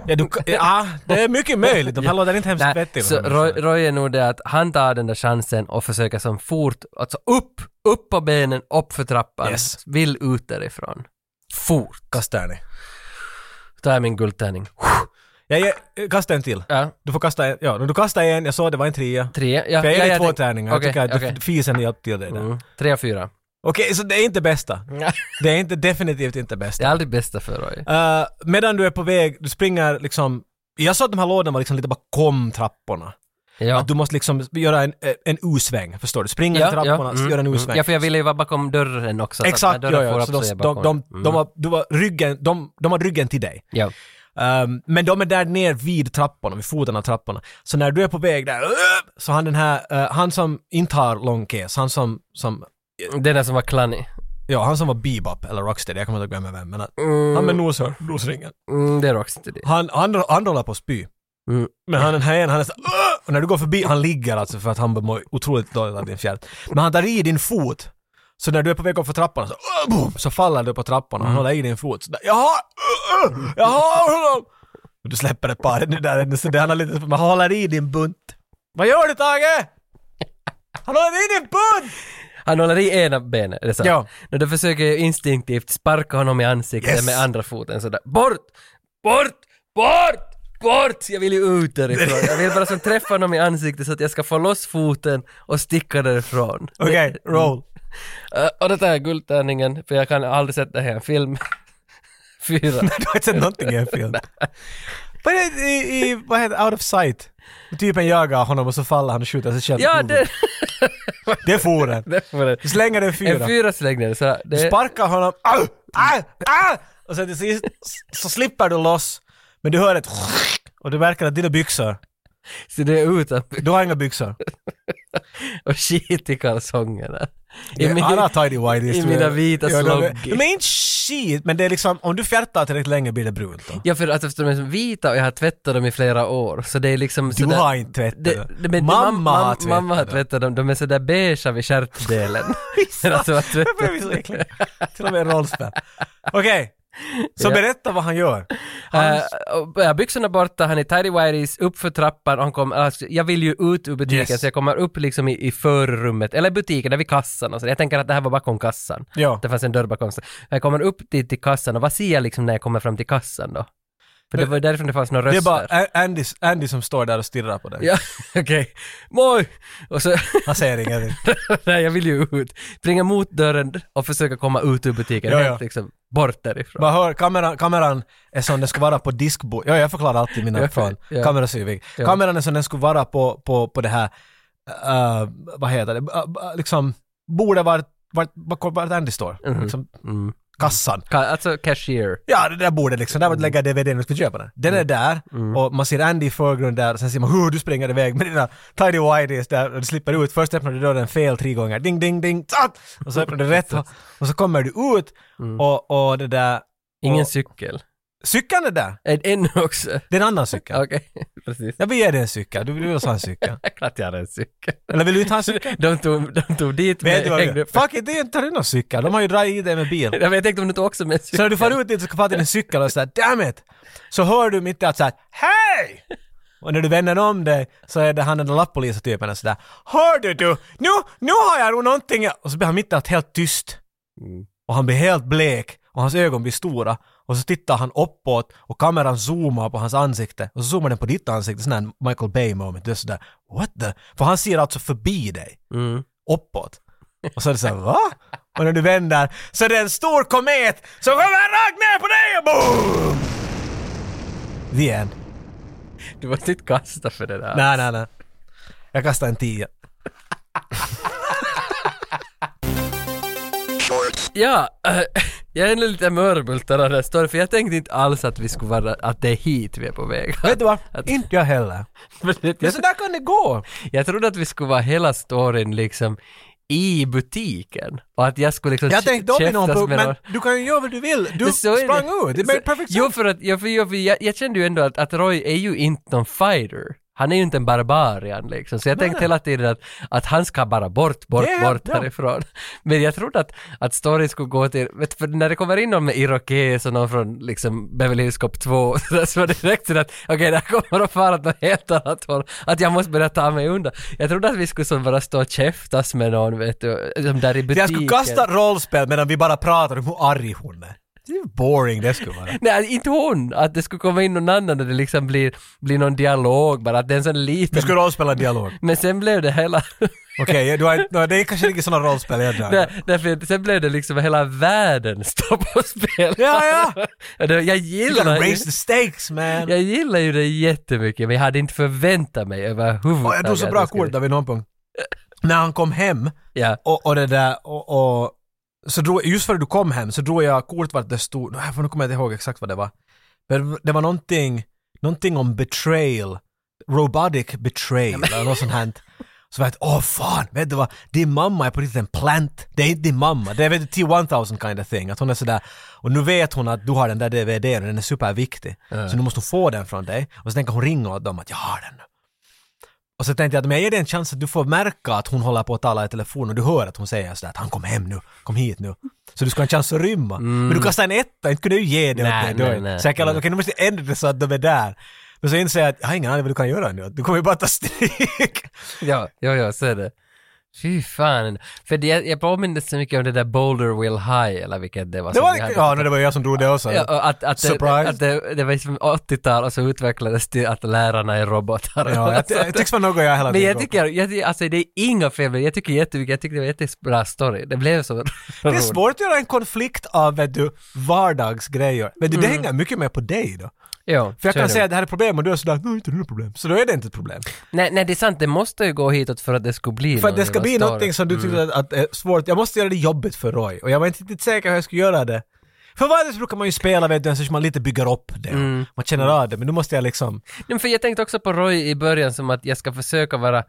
Speaker 2: Ja, du, kan- ja det är mycket möjligt, de här låter inte hemskt
Speaker 1: Nej,
Speaker 2: vettiga.
Speaker 1: så
Speaker 2: men-
Speaker 1: Roy, Roy är nog det att han tar den där chansen och försöker som fort, alltså upp, upp på benen, upp för trappan.
Speaker 2: Yes.
Speaker 1: Vill ut därifrån. Fort.
Speaker 2: Kastar ni.
Speaker 1: Tar jag min guldtärning.
Speaker 2: Jag ger, kasta en till.
Speaker 1: Ja,
Speaker 2: Du får kasta en, ja, du kastar en, jag sa det var en trea.
Speaker 1: tre. Ja,
Speaker 2: För
Speaker 1: ja,
Speaker 2: jag ger dig
Speaker 1: jag
Speaker 2: två
Speaker 1: tänk-
Speaker 2: tärningar,
Speaker 1: Okej,
Speaker 2: jag tycker att
Speaker 1: okej.
Speaker 2: du- fisen hjälpte till dig där.
Speaker 1: Mm. Tre, fyra.
Speaker 2: Okej, så det är inte bästa. Det är inte, definitivt inte bästa.
Speaker 1: Det är aldrig bästa för Roy.
Speaker 2: Eh, medan du är på väg, du springer liksom... Jag sa att de här lådorna var liksom lite bakom trapporna.
Speaker 1: Ja.
Speaker 2: Att du måste liksom göra en, en U-sväng, förstår du? Springa i trapporna,
Speaker 1: mm,
Speaker 2: göra en
Speaker 1: mm.
Speaker 2: U-sväng.
Speaker 1: Ja, för jag ville ju vara bakom dörren också.
Speaker 2: Exakt,
Speaker 1: så att när
Speaker 2: ja,
Speaker 1: dörren får
Speaker 2: ja.
Speaker 1: upp
Speaker 2: Så
Speaker 1: är jag
Speaker 2: de, de,
Speaker 1: bakom
Speaker 2: de,
Speaker 1: den.
Speaker 2: de,
Speaker 1: Mm.
Speaker 2: var, du var ryggen, de, de har ryggen till dig.
Speaker 1: Ja.
Speaker 2: Ehm, men de är där ner vid trapporna, vid foten av trapporna. Så när du är på väg där, "Åh!" så han den här, eh, han som inte har lång kes, han som, som,
Speaker 1: Den där som var klannig.
Speaker 2: ja han som var Bebop eller Rocksteady, jag kommer inte ihåg vem, vem men att,
Speaker 1: Mm,
Speaker 2: han med nosor, nosringen.
Speaker 1: mm, det är också det.
Speaker 2: Han, han, han håller på att spy.
Speaker 1: Mm.
Speaker 2: Men han den här ena, han är så "Åh!" Och när du går förbi, han ligger alltså för att han mår otroligt dåligt av din fjärt. Men han tar i din fot. Så när du är på väg upp för trappan så, "Åh!" boom, så faller du på trappan och han håller i din fot. Så där, jag har, "Åh, åh, jag har honom! Och du släpper ett par, det där är så det, han har lite, man håller i din bunt. Vad gör du Tage? Han håller i din bunt!
Speaker 1: Han håller i ena benet, är det sant?
Speaker 2: Ja.
Speaker 1: Men då försöker jag instinktivt sparka honom i ansiktet
Speaker 2: Yes.
Speaker 1: med andra foten sådär. Bort! Bort! Bort! Bort! Jag vill ju ut därifrån. Jag vill bara som träffa honom i ansiktet så att jag ska få loss foten och sticka därifrån.
Speaker 2: Okej, roll.
Speaker 1: Ö, och det där är guldtärningen, för jag kan aldrig sätta här en film. Fyra.
Speaker 2: Du har inte sett någonting i en film. Vad är det i, i, vad heter Out of sight? Typen jagar honom och så faller han och skjuter sig själv.
Speaker 1: Ja, det...
Speaker 2: Det får den.
Speaker 1: det var det.
Speaker 2: Slänger den fyra.
Speaker 1: En fyra slängde den sådär. Det,
Speaker 2: Sparkar honom. Au! Au! Au! Och sen till sist så slipper du loss. Men du hör ett och du märker att dina byxor,
Speaker 1: så det är utan...
Speaker 2: du har inga byxor.
Speaker 1: Och skit i kalsongerna. I
Speaker 2: I
Speaker 1: min-
Speaker 2: alla tidy whities.
Speaker 1: i
Speaker 2: tror jag.
Speaker 1: mina vita
Speaker 2: de-
Speaker 1: sloggy.
Speaker 2: De är inte shit, men det är liksom, om du fjärtar tillräckligt länge blir det brunt då.
Speaker 1: Ja, för att eftersom de är så vita och jag har tvättat dem i flera år, så det är liksom
Speaker 2: Du
Speaker 1: sådär-
Speaker 2: har inte tvättat
Speaker 1: det, det, men
Speaker 2: Mamma
Speaker 1: mamma,
Speaker 2: har
Speaker 1: mamma,
Speaker 2: tvättat
Speaker 1: mamma har
Speaker 2: det.
Speaker 1: tvättat dem, de är sådär beigea vid stjärtdelen. Men alltså, att tvätta-
Speaker 2: Varför är vi så äckliga? Till och med rollspel. Okej, så
Speaker 1: Ja.
Speaker 2: berätta vad han gör.
Speaker 1: Eh, och- ja, byxorna borta, han är tidy whities uppför trappan och han kommer, alltså, jag vill ju ut ur butiken
Speaker 2: Yes.
Speaker 1: så jag kommer upp liksom i, i förrummet, eller butiken, där vid kassan och så. Jag tänker att det här var bakom kassan.
Speaker 2: Ja.
Speaker 1: Det fanns en dörr bakom kassan. Jag kommer upp dit till kassan och vad ser jag liksom när jag kommer fram till kassan då? För det var därifrån det fanns några
Speaker 2: Det
Speaker 1: röster.
Speaker 2: är bara A- Andy, Andy som står där och stirrar på dig.
Speaker 1: Ja, okej. Moj! Och så,
Speaker 2: Han säger ingenting.
Speaker 1: nej jag vill ju ut. Springa mot dörren och försöka komma ut ur butiken,
Speaker 2: Ja, ja.
Speaker 1: helt liksom bort därifrån.
Speaker 2: Man hör, kameran, kameran är som den ska vara på diskbord. Ja, jag förklarar alltid mina
Speaker 1: Ja,
Speaker 2: från
Speaker 1: ja.
Speaker 2: kamerasynvinkel.
Speaker 1: Ja.
Speaker 2: Kameran är som den skulle vara på, på, på det här, eh, vad heter det, Eh, liksom, borde vart, vart, vart, vart Andy står. Liksom,
Speaker 1: Mm.
Speaker 2: kassan.
Speaker 1: Ka- Alltså cashier.
Speaker 2: Ja, det där bordet liksom, där vart
Speaker 1: Mm.
Speaker 2: lägga DVDn och ska köpa den. Den är där och man ser Andy i förgrunden där och sen ser man hur du springer iväg med dina tidy whities där och du slipper ut. Först öppnar du dörren fel tre gånger, ding ding ding, tsatt! och så öppnar du rätt och så kommer du ut
Speaker 1: Mm.
Speaker 2: och, och det där...
Speaker 1: Ingen
Speaker 2: och,
Speaker 1: cykel.
Speaker 2: cykeln är där!
Speaker 1: Än- Ännu också.
Speaker 2: Det är en annan cykel.
Speaker 1: Okej, precis.
Speaker 2: Jag vill ge dig en cykel, du vill ju också ha en cykel.
Speaker 1: Klart jag hade en cykel.
Speaker 2: Eller vill du inte ha en cykel?
Speaker 1: De tog, de tog dit
Speaker 2: Vet du vad
Speaker 1: hängde
Speaker 2: det är?
Speaker 1: upp-
Speaker 2: Fuck it, det är inte det är någon cykel, de har ju dragit i dig med bil.
Speaker 1: Jag vet, jag tänkte om du tog också med en cykel.
Speaker 2: Så när du far ut dit och ska fatta din cykel och sådär damn it! Så hör du mitt i allt såhär hej! Och när du vänder om dig så är det han den där lappolisetypen och sådär Hör du du! Nu, nu har jag nog någonting! jag-" Och så blir han mitt i allt helt tyst. Och han blir helt blek och hans ögon blir stora. Och så tittar han uppåt och kameran zoomar på hans ansikte. Och så zoomar den på ditt ansikte, sån här Michael Bay moment. Det är sådär what the? För han ser alltså förbi dig
Speaker 1: Mm.
Speaker 2: uppåt. Och så är det såhär va? Och när du vänder så är det en stor komet som kommer rakt ner på dig och boom! The end.
Speaker 1: Du måste inte kasta för det där.
Speaker 2: Nej, nej, nej. Jag kastar en tia.
Speaker 1: Ja, äh, jag är ännu lite mörbultad av den här storyn, för jag tänkte inte alls att vi skulle vara, att det är hit vi är på väg.
Speaker 2: Vet du vad?
Speaker 1: Att-
Speaker 2: Inte jag heller.
Speaker 1: Men det-
Speaker 2: Men så där kan det gå.
Speaker 1: Jag trodde att vi skulle vara hela storyn liksom i butiken och att jag skulle liksom
Speaker 2: Jag tänkte om i någon
Speaker 1: käftas
Speaker 2: punkt,
Speaker 1: med
Speaker 2: men
Speaker 1: någon-
Speaker 2: du kan ju göra vad du vill. Du
Speaker 1: Så är
Speaker 2: sprang ut. Det made
Speaker 1: Så-
Speaker 2: perfect
Speaker 1: Jo,
Speaker 2: sense.
Speaker 1: för att, jo, för, jo, för jag, jag kände ju ändå att, att Roy är ju inte någon fighter. Han är ju inte en barbarian liksom, så jag tänkte hela tiden att, att han ska bara bort, bort,
Speaker 2: Det är-
Speaker 1: bort
Speaker 2: ja.
Speaker 1: härifrån. Men jag trodde att, att storyn skulle gå till, vet, du, för när det kommer in någon med irokes och någon från liksom Beverly Hills Cop 2 och så där, så var det direkt sådär att okej, det här kommer att fara åt något helt annat håll, att jag måste börja ta mig undan. Jag trodde att vi skulle så bara stå och käftas med någon, vet du, som där i butiken.
Speaker 2: Jag skulle kasta rollspel medan vi bara pratar om hur arg hon är. Det är ju boring det skulle vara.
Speaker 1: Nej, inte hon! Att det skulle komma in någon annan och det liksom blir, blir någon dialog bara, att det är en sån
Speaker 2: Du
Speaker 1: liten...
Speaker 2: skulle rollspela dialog.
Speaker 1: Men sen blev det hela...
Speaker 2: Okej, du har inte- det är kanske inte sådana rollspel jag drar.
Speaker 1: Nej, därför, sen blev det liksom hela världen står på spel.
Speaker 2: Ja, ja.
Speaker 1: Och det- Jag
Speaker 2: You gotta
Speaker 1: gillar ju,
Speaker 2: raise the stakes man!
Speaker 1: jag gillar ju det jättemycket, men jag hade inte förväntat mig överhuvudtaget.
Speaker 2: Och jag tog så
Speaker 1: att
Speaker 2: bra
Speaker 1: det skulle-
Speaker 2: kort där vid någon punkt. När han kom hem
Speaker 1: Ja.
Speaker 2: och, och det där och, och så drog, just före du kom hem så drog jag kort vart det stod, nej, för nu kommer jag inte ihåg exakt vad det var. Men det var någonting, någonting om betrayal, robotic betrayal eller något sånt här. Så var jag att, åh fan, vet du vad, din mamma är på riktigt en plant. Det är inte din mamma, det är vet du, T-1000 kind of thing. Att hon är sådär, och nu vet hon att du har den där DVDn och den är superviktig. Så nu måste hon få den från dig. Och så tänker hon ringa åt dem att jag har den nu. Och så tänkte jag att men jag ger dig en chans att du får märka att hon håller på att tala i telefon och du hör att hon säger sådär att han kom hem nu, kom hit nu. Så du ska ha en chans att rymma. Men du kastar en etta, inte kunde jag ju ge det
Speaker 1: Mm. Nej,
Speaker 2: åt dig
Speaker 1: nej,
Speaker 2: då.
Speaker 1: nej, Mm.
Speaker 2: Så jag kallar,
Speaker 1: nej.
Speaker 2: okej nu måste jag ändra det så att de är där. Men så inser jag att jag har ingen aning vad du kan göra nu. Du kommer ju bara ta stryk.
Speaker 1: ja, ja, ja, så är det. Fy fan. För det, jag påminner så mycket om det där Boulder Will High, eller vilket det var.
Speaker 2: Det
Speaker 1: som
Speaker 2: var,
Speaker 1: vi hade-
Speaker 2: ja, no, det var jag som drog det också.
Speaker 1: Ja, och att, att, det,
Speaker 2: Surprise.
Speaker 1: att det, det var liksom 80-tal och så utvecklades det att lärarna är robotar.
Speaker 2: Ja, jag,
Speaker 1: Alltså,
Speaker 2: jag tycks vara något jag hela
Speaker 1: men
Speaker 2: tiden
Speaker 1: jag
Speaker 2: går på.
Speaker 1: tycker, jag, ty- alltså det är inga fel, men jag tycker jättemycket, jag tycker det var en jättebra story. Det blev så
Speaker 2: Det är svårt att göra en konflikt av vet du, vardagsgrejer. Men du, det hänger mycket mer på dig då.
Speaker 1: Ja,
Speaker 2: För
Speaker 1: Mm.
Speaker 2: jag
Speaker 1: så
Speaker 2: kan
Speaker 1: är det.
Speaker 2: säga att det här är problem och du är sådär, nej inte det är problem. Så då är det inte ett problem.
Speaker 1: Nej, nej, det är sant, det måste ju gå hitåt för att det ska bli
Speaker 2: För att det
Speaker 1: någon
Speaker 2: ska
Speaker 1: jävla
Speaker 2: bli
Speaker 1: story.
Speaker 2: någonting som du tycker
Speaker 1: Mm.
Speaker 2: att, att är svårt. Jag måste göra det jobbigt för Roy. Och jag var inte riktigt säker hur jag skulle göra det. För vanligtvis brukar man ju spela vet du, så man lite bygger upp det.
Speaker 1: Mm.
Speaker 2: Man känner av det, men nu måste jag liksom...
Speaker 1: Nej, men för jag tänkte också på Roy i början som att jag ska försöka vara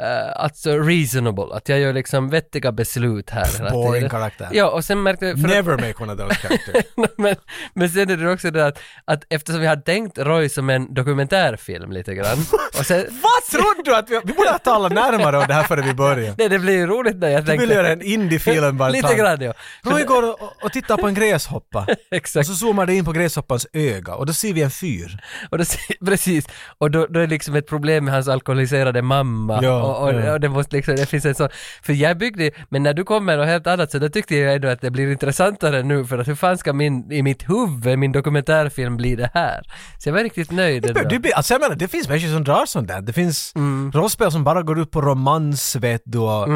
Speaker 1: eh, alltså reasonable, att jag gör liksom vettiga beslut här hela tiden.
Speaker 2: boring karaktär.
Speaker 1: Ja, och sen märkte jag... för att-
Speaker 2: Never make one of those characters.
Speaker 1: men, men sen är det också det att, att eftersom vi hade tänkt Roy som en dokumentärfilm lite grann. Och sen,
Speaker 2: Vad trodde du att vi... Vi borde ha talat närmare om det här före vi började.
Speaker 1: nej, det blir ju roligt när jag
Speaker 2: Du
Speaker 1: tänkte...
Speaker 2: vill göra en indie-film bara.
Speaker 1: Lite grann ja.
Speaker 2: Roy går och, och tittar på en gräshoppa. Och
Speaker 1: Exakt.
Speaker 2: så zoomar det in på gräshoppans öga och då ser vi en fyr.
Speaker 1: Och då, se- precis. Och då, då är det liksom ett problem med hans alkoholiserade mamma.
Speaker 2: Ja,
Speaker 1: och, och,
Speaker 2: ja.
Speaker 1: och det måste liksom, det finns en sån. För jag byggde, men när du kom med något helt annat så då tyckte jag ändå att det blir intressantare nu för att hur fan ska min, i mitt huvud, min dokumentärfilm bli det här? Så jag var riktigt nöjd ändå.
Speaker 2: Det, blir, alltså jag menar, det finns människor som drar sånt där. Det finns
Speaker 1: Mm.
Speaker 2: rollspel som bara går ut på romans, vet du, och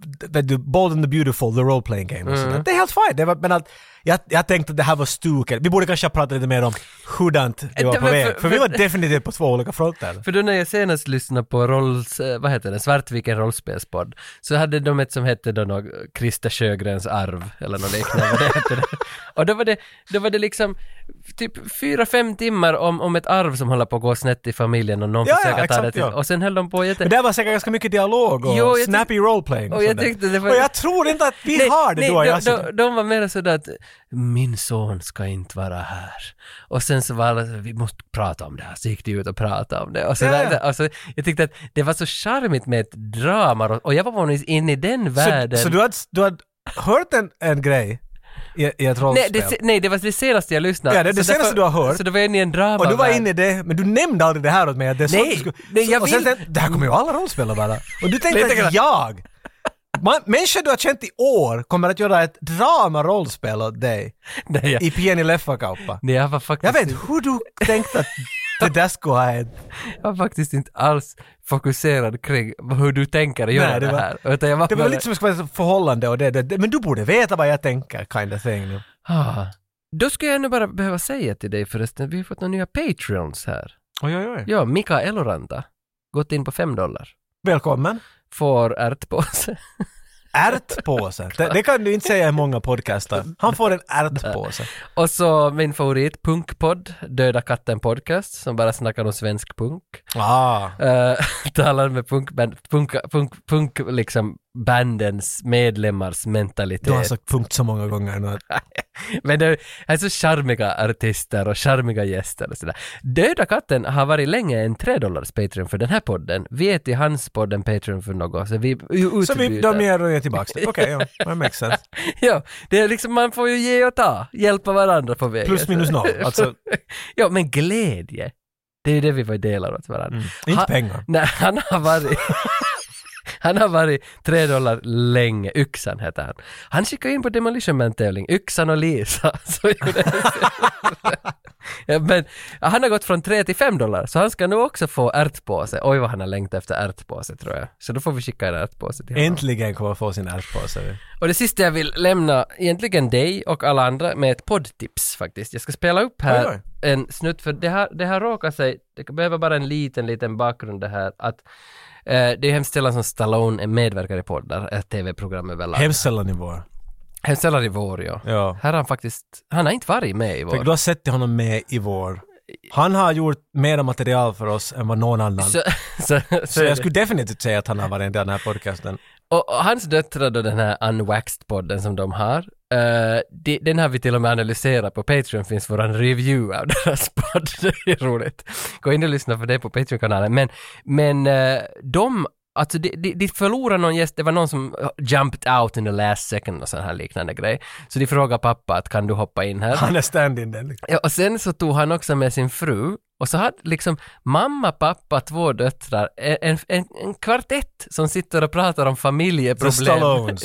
Speaker 2: d- Vet du, Bold and the Beautiful, the role playing game
Speaker 1: Mm.
Speaker 2: och sånt där. Det är helt fine. Det var, men att, jag, jag tänkte att det här var stuket. Vi borde kanske ha pratat lite mer om hurdant det var
Speaker 1: Det
Speaker 2: på
Speaker 1: var-
Speaker 2: väg.
Speaker 1: för-
Speaker 2: För vi var
Speaker 1: för-
Speaker 2: definitivt på två olika fronter.
Speaker 1: För då när jag senast lyssnade på rolls, eh, vad heter det, Svartviken rollspelspodd, så hade de ett som hette då något, Christer Sjögrens arv, eller något liknande. vad det hette. Och då var det, då var det liksom typ fyra, fem timmar om, om ett arv som håller på att gå snett i familjen och någon
Speaker 2: Ja, ja,
Speaker 1: försöker ta det
Speaker 2: exakt,
Speaker 1: till.
Speaker 2: ja.
Speaker 1: Och sen höll de på jätte...
Speaker 2: Men det var säkert ganska mycket dialog och
Speaker 1: Jo, jag tyck-
Speaker 2: snappy role playing.
Speaker 1: Och jag
Speaker 2: sånt där.
Speaker 1: tyckte det var-
Speaker 2: Och jag tror inte att vi har det då. alltså.
Speaker 1: nej,
Speaker 2: jag,
Speaker 1: de, de, de var mer sådär att min son ska inte vara här. Och sen så var alla så, vi måste prata om det här. Så gick de ut och pratade om det. Och så,
Speaker 2: Ja, ja.
Speaker 1: där, och så, jag tyckte att det var så charmigt med ett drama och, och jag var på något vis inne i den världen.
Speaker 2: Så, så du hade, du hade hört en, en grej i, i ett
Speaker 1: nej,
Speaker 2: rollspel?
Speaker 1: det, se- nej, det var det senaste jag lyssnade.
Speaker 2: Ja, det är det
Speaker 1: Så därför-
Speaker 2: senaste du har hört.
Speaker 1: Så då var jag inne i en drama
Speaker 2: Och du var inne i det, men du nämnde aldrig det här åt mig. att Det är så
Speaker 1: Nej,
Speaker 2: du skulle-
Speaker 1: nej,
Speaker 2: så-
Speaker 1: jag
Speaker 2: och sen
Speaker 1: vill-
Speaker 2: tänkte- det här kommer ju alla rollspelare vara. Och du
Speaker 1: Lite
Speaker 2: tänkte
Speaker 1: grann.
Speaker 2: att jag, man, människor du har känt i år kommer att göra ett drama-rollspel åt dig
Speaker 1: nej, jag,
Speaker 2: i Pieni Leffa-kauppa.
Speaker 1: nej, jag var faktiskt
Speaker 2: Jag vet hur du tänkte att det där skulle ha hänt.
Speaker 1: Jag var faktiskt inte alls fokuserad kring hur du tänker göra
Speaker 2: Nej,
Speaker 1: det,
Speaker 2: det var-
Speaker 1: här. Utan jag var
Speaker 2: Det var
Speaker 1: bara-
Speaker 2: lite som att det skulle vara ett förhållande och det, det, det. Men du borde veta vad jag tänker, kind of thing. Nu.
Speaker 1: Ah. Då skulle jag nu bara behöva säga till dig förresten, vi har fått några nya Patreons här.
Speaker 2: Oj, oj, oj.
Speaker 1: Ja, Mika Eloranta. Gått in på 5 dollar.
Speaker 2: Välkommen.
Speaker 1: Får ärtpåse.
Speaker 2: Ärtpåsen. Det, det kan du inte säga i många podcaster. Han får en ärtpåse.
Speaker 1: Och så min favorit, punkpodd, Döda katten podcast, som bara snackar om svensk punk.
Speaker 2: Ah.
Speaker 1: Uh, talar med punkband, punk, punk, punk, liksom bandens medlemmars
Speaker 2: Du har
Speaker 1: mentalitet.
Speaker 2: sagt punkt så många gånger nu. att-
Speaker 1: Men det är så charmiga artister och charmiga gäster och sådär. Döda katten har varit länge en 3 dollars Patreon för den här podden. Vi är till hans podd en Patreon för något, så vi utbyter.
Speaker 2: Så vi, de ger och ger tillbaka det. Okej, ja. That makes sense.
Speaker 1: Ja, det är liksom, man får ju ge och ta, hjälpa varandra på vägen.
Speaker 2: Plus minus noll. Alltså,
Speaker 1: Ja, men glädje, det är ju det vi får dela åt varandra.
Speaker 2: Mm. inte
Speaker 1: Ha-
Speaker 2: pengar.
Speaker 1: Nej, han har varit... Han har varit tre dollar länge, Yxan heter han. Han skickade in på Demolition Man-tävling, Yxan och Lisa. Så gjorde han- Ja, Men han har gått från tre till fem dollar, så han ska nu också få ärtpåse. Oj vad han har längtat efter ärtpåse tror jag. Så då får vi skicka en ärtpåse till honom.
Speaker 2: Äntligen kommer jag få sin ärtpåse.
Speaker 1: Och det sista jag vill lämna egentligen dig och alla andra med ett poddtips faktiskt. Jag ska spela upp här
Speaker 2: Oj,
Speaker 1: en snutt för det här, det här råkar sig, det behöver bara en liten, liten bakgrund det här att eh, det är hemskt sällan som Stallone är medverkare i poddar, ett tv-program överlag. Hem-
Speaker 2: Hemskt sällan i vår.
Speaker 1: hemskt sällan i vår ja.
Speaker 2: Ja.
Speaker 1: Här har han faktiskt, han har inte varit med i vår.
Speaker 2: Tänk, Du har sett honom med i vår. Han har gjort mera material för oss än vad någon annan.
Speaker 1: Så, så, så,
Speaker 2: Så
Speaker 1: är
Speaker 2: jag
Speaker 1: det.
Speaker 2: skulle definitivt säga att han har varit en del av den här podcasten.
Speaker 1: Och, och hans döttrar då, den här Unwaxed-podden som de har, eh, de, den har vi till och med analyserat på Patreon, finns våran review av deras podd. Det är roligt. Gå in och lyssna på det på Patreon-kanalen. Men, men eh, de, alltså de, de, de förlorade någon gäst, det var någon som eh, jumped out in the last second och sån här liknande grej. Så de frågade pappa att kan du hoppa in här?
Speaker 2: Han är stand-in liksom. den.
Speaker 1: Ja, och sen så tog han också med sin fru Och så hade liksom mamma, pappa, två döttrar, en, en, en kvartett som sitter och pratar om familjeproblem.
Speaker 2: The Stallones.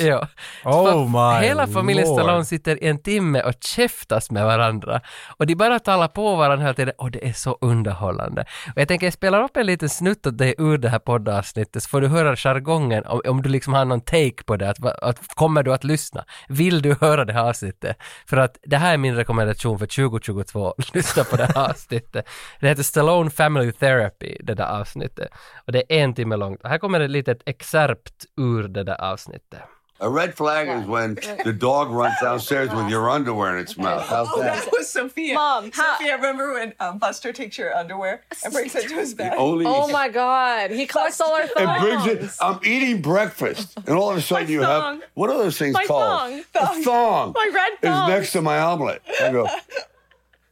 Speaker 1: ja.
Speaker 2: Oh
Speaker 1: För
Speaker 2: my
Speaker 1: Hela familjen
Speaker 2: lord.
Speaker 1: Stallone sitter i en timme och käftas med varandra. Och de bara talar på varandra hela tiden och det är så underhållande. Och jag tänker jag spelar upp en liten snutt åt dig ur det här poddavsnittet så får du höra jargongen om, om du liksom har någon take på det. Att, va- att, kommer du att lyssna? Vill du höra det här avsnittet? För att det här är min rekommendation för 2022. Lyssna på det här avsnittet. Det heter Stallone Family Therapy, det där avsnittet. Och det är en timme långt. Här kommer ett litet excerpt ur det där avsnittet.
Speaker 5: A red flag is when the dog runs downstairs with your underwear in its mouth. How's
Speaker 6: Oh,
Speaker 5: that?
Speaker 7: That was Sophia.
Speaker 6: Mom, how-
Speaker 7: Sophia, remember when um, Buster takes your underwear and brings it to his back?
Speaker 5: Only
Speaker 6: Oh my god, he collects all our
Speaker 5: and
Speaker 6: thongs.
Speaker 5: brings it. I'm eating breakfast, and all of a sudden you have
Speaker 6: thong.
Speaker 5: what are those things
Speaker 6: My
Speaker 5: called?
Speaker 6: thong.
Speaker 5: A thong.
Speaker 7: Oh,
Speaker 6: My red thong.
Speaker 5: is next to my omelet. I go.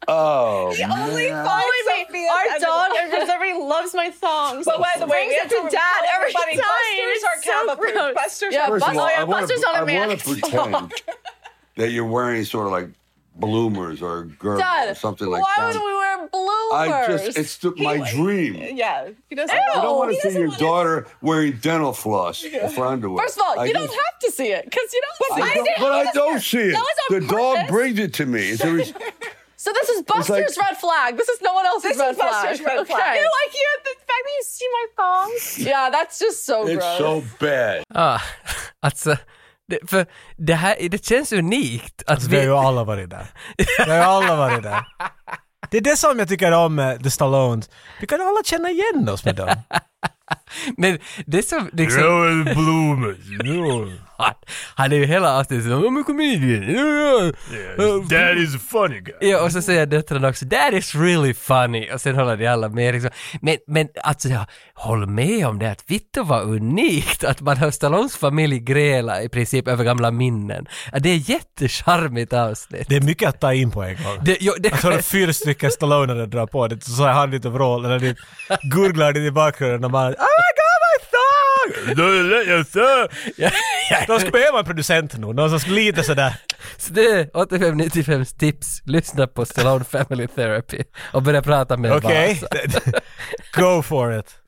Speaker 5: Oh,
Speaker 7: Only
Speaker 5: man.
Speaker 7: five
Speaker 6: Wait, wait,
Speaker 7: Sophia's
Speaker 6: our
Speaker 7: underwear.
Speaker 6: dog and Reserve loves my thongs.
Speaker 7: But by the way,
Speaker 6: brings
Speaker 7: we
Speaker 6: it
Speaker 7: have to
Speaker 6: to dad
Speaker 7: tell
Speaker 6: every time.
Speaker 7: everybody, Buster's
Speaker 6: It's
Speaker 7: are
Speaker 6: so
Speaker 7: Kappa-proof.
Speaker 6: gross.
Speaker 7: Buster's
Speaker 6: yeah,
Speaker 7: are-
Speaker 5: First of all,
Speaker 6: Buster-
Speaker 5: I
Speaker 6: yeah,
Speaker 5: want
Speaker 6: Buster's
Speaker 5: to,
Speaker 6: on
Speaker 5: I
Speaker 6: a man.
Speaker 5: want to pretend that you're wearing sort of like bloomers or girdles or
Speaker 6: Dad,
Speaker 5: something like
Speaker 6: why
Speaker 5: that.
Speaker 6: would we wear bloomers?
Speaker 5: I just, it's the, my dream.
Speaker 7: Yeah, he doesn't.
Speaker 6: Ew.
Speaker 5: I don't want
Speaker 6: He
Speaker 5: to see your daughter wearing dental floss for underwear.
Speaker 6: First of all,
Speaker 5: I
Speaker 6: you don't
Speaker 5: just-
Speaker 6: have to see it because you don't
Speaker 5: I
Speaker 6: see
Speaker 5: don't-
Speaker 6: it.
Speaker 5: but I don't see it.
Speaker 6: That was
Speaker 5: The
Speaker 6: on
Speaker 5: dog
Speaker 6: purpose.
Speaker 5: brings it to me. It's a res-
Speaker 6: So this
Speaker 5: It's
Speaker 6: is
Speaker 5: like-
Speaker 6: Buster's red flag. This is no one else's
Speaker 7: This
Speaker 6: red
Speaker 7: is Buster's
Speaker 6: flag.
Speaker 7: red flag. You
Speaker 6: like you the fact that you see my thongs. Yeah, that's just so
Speaker 5: it's
Speaker 6: gross.
Speaker 5: so bad.
Speaker 1: Ja, alltså, det, för det här, det känns unikt att
Speaker 2: Vi har ju
Speaker 1: vi...
Speaker 2: alla varit där. Vi har ju alla varit där. Det är det som jag tycker om eh, The Stallones. Vi kan alla känna igen oss med dem.
Speaker 1: Men det som liksom...
Speaker 2: Joel Bloomers. Joel.
Speaker 1: Han, han är ju hela avsnittet som I'm a comedian. ja, ja."
Speaker 2: That is a funny guy.
Speaker 1: Ja, och så säger döttrarna också that is really funny och sen håller de alla med liksom. Men, men alltså jag håller med om det att vittu var unikt att man hör Stallones familj gräla i princip över gamla minnen. Ja, Det är jättecharmigt avsnitt.
Speaker 2: Det är mycket att ta in på en gång.
Speaker 1: Det, jo, det,
Speaker 2: Jag tror det är fyra stycken Stallone när drar på det, så har han lite vrål, eller det gurglar det i bakgrunden och bara Oh my god my thong! Då är det jag sa!
Speaker 1: ja, ja,
Speaker 2: De skulle behöva en producent nu, någon som skulle lite sådär.
Speaker 1: Så det är 85-95s tips. Lyssna på Stallone Family Therapy och börja prata med
Speaker 2: Okej,
Speaker 1: Vasa.
Speaker 2: go for it.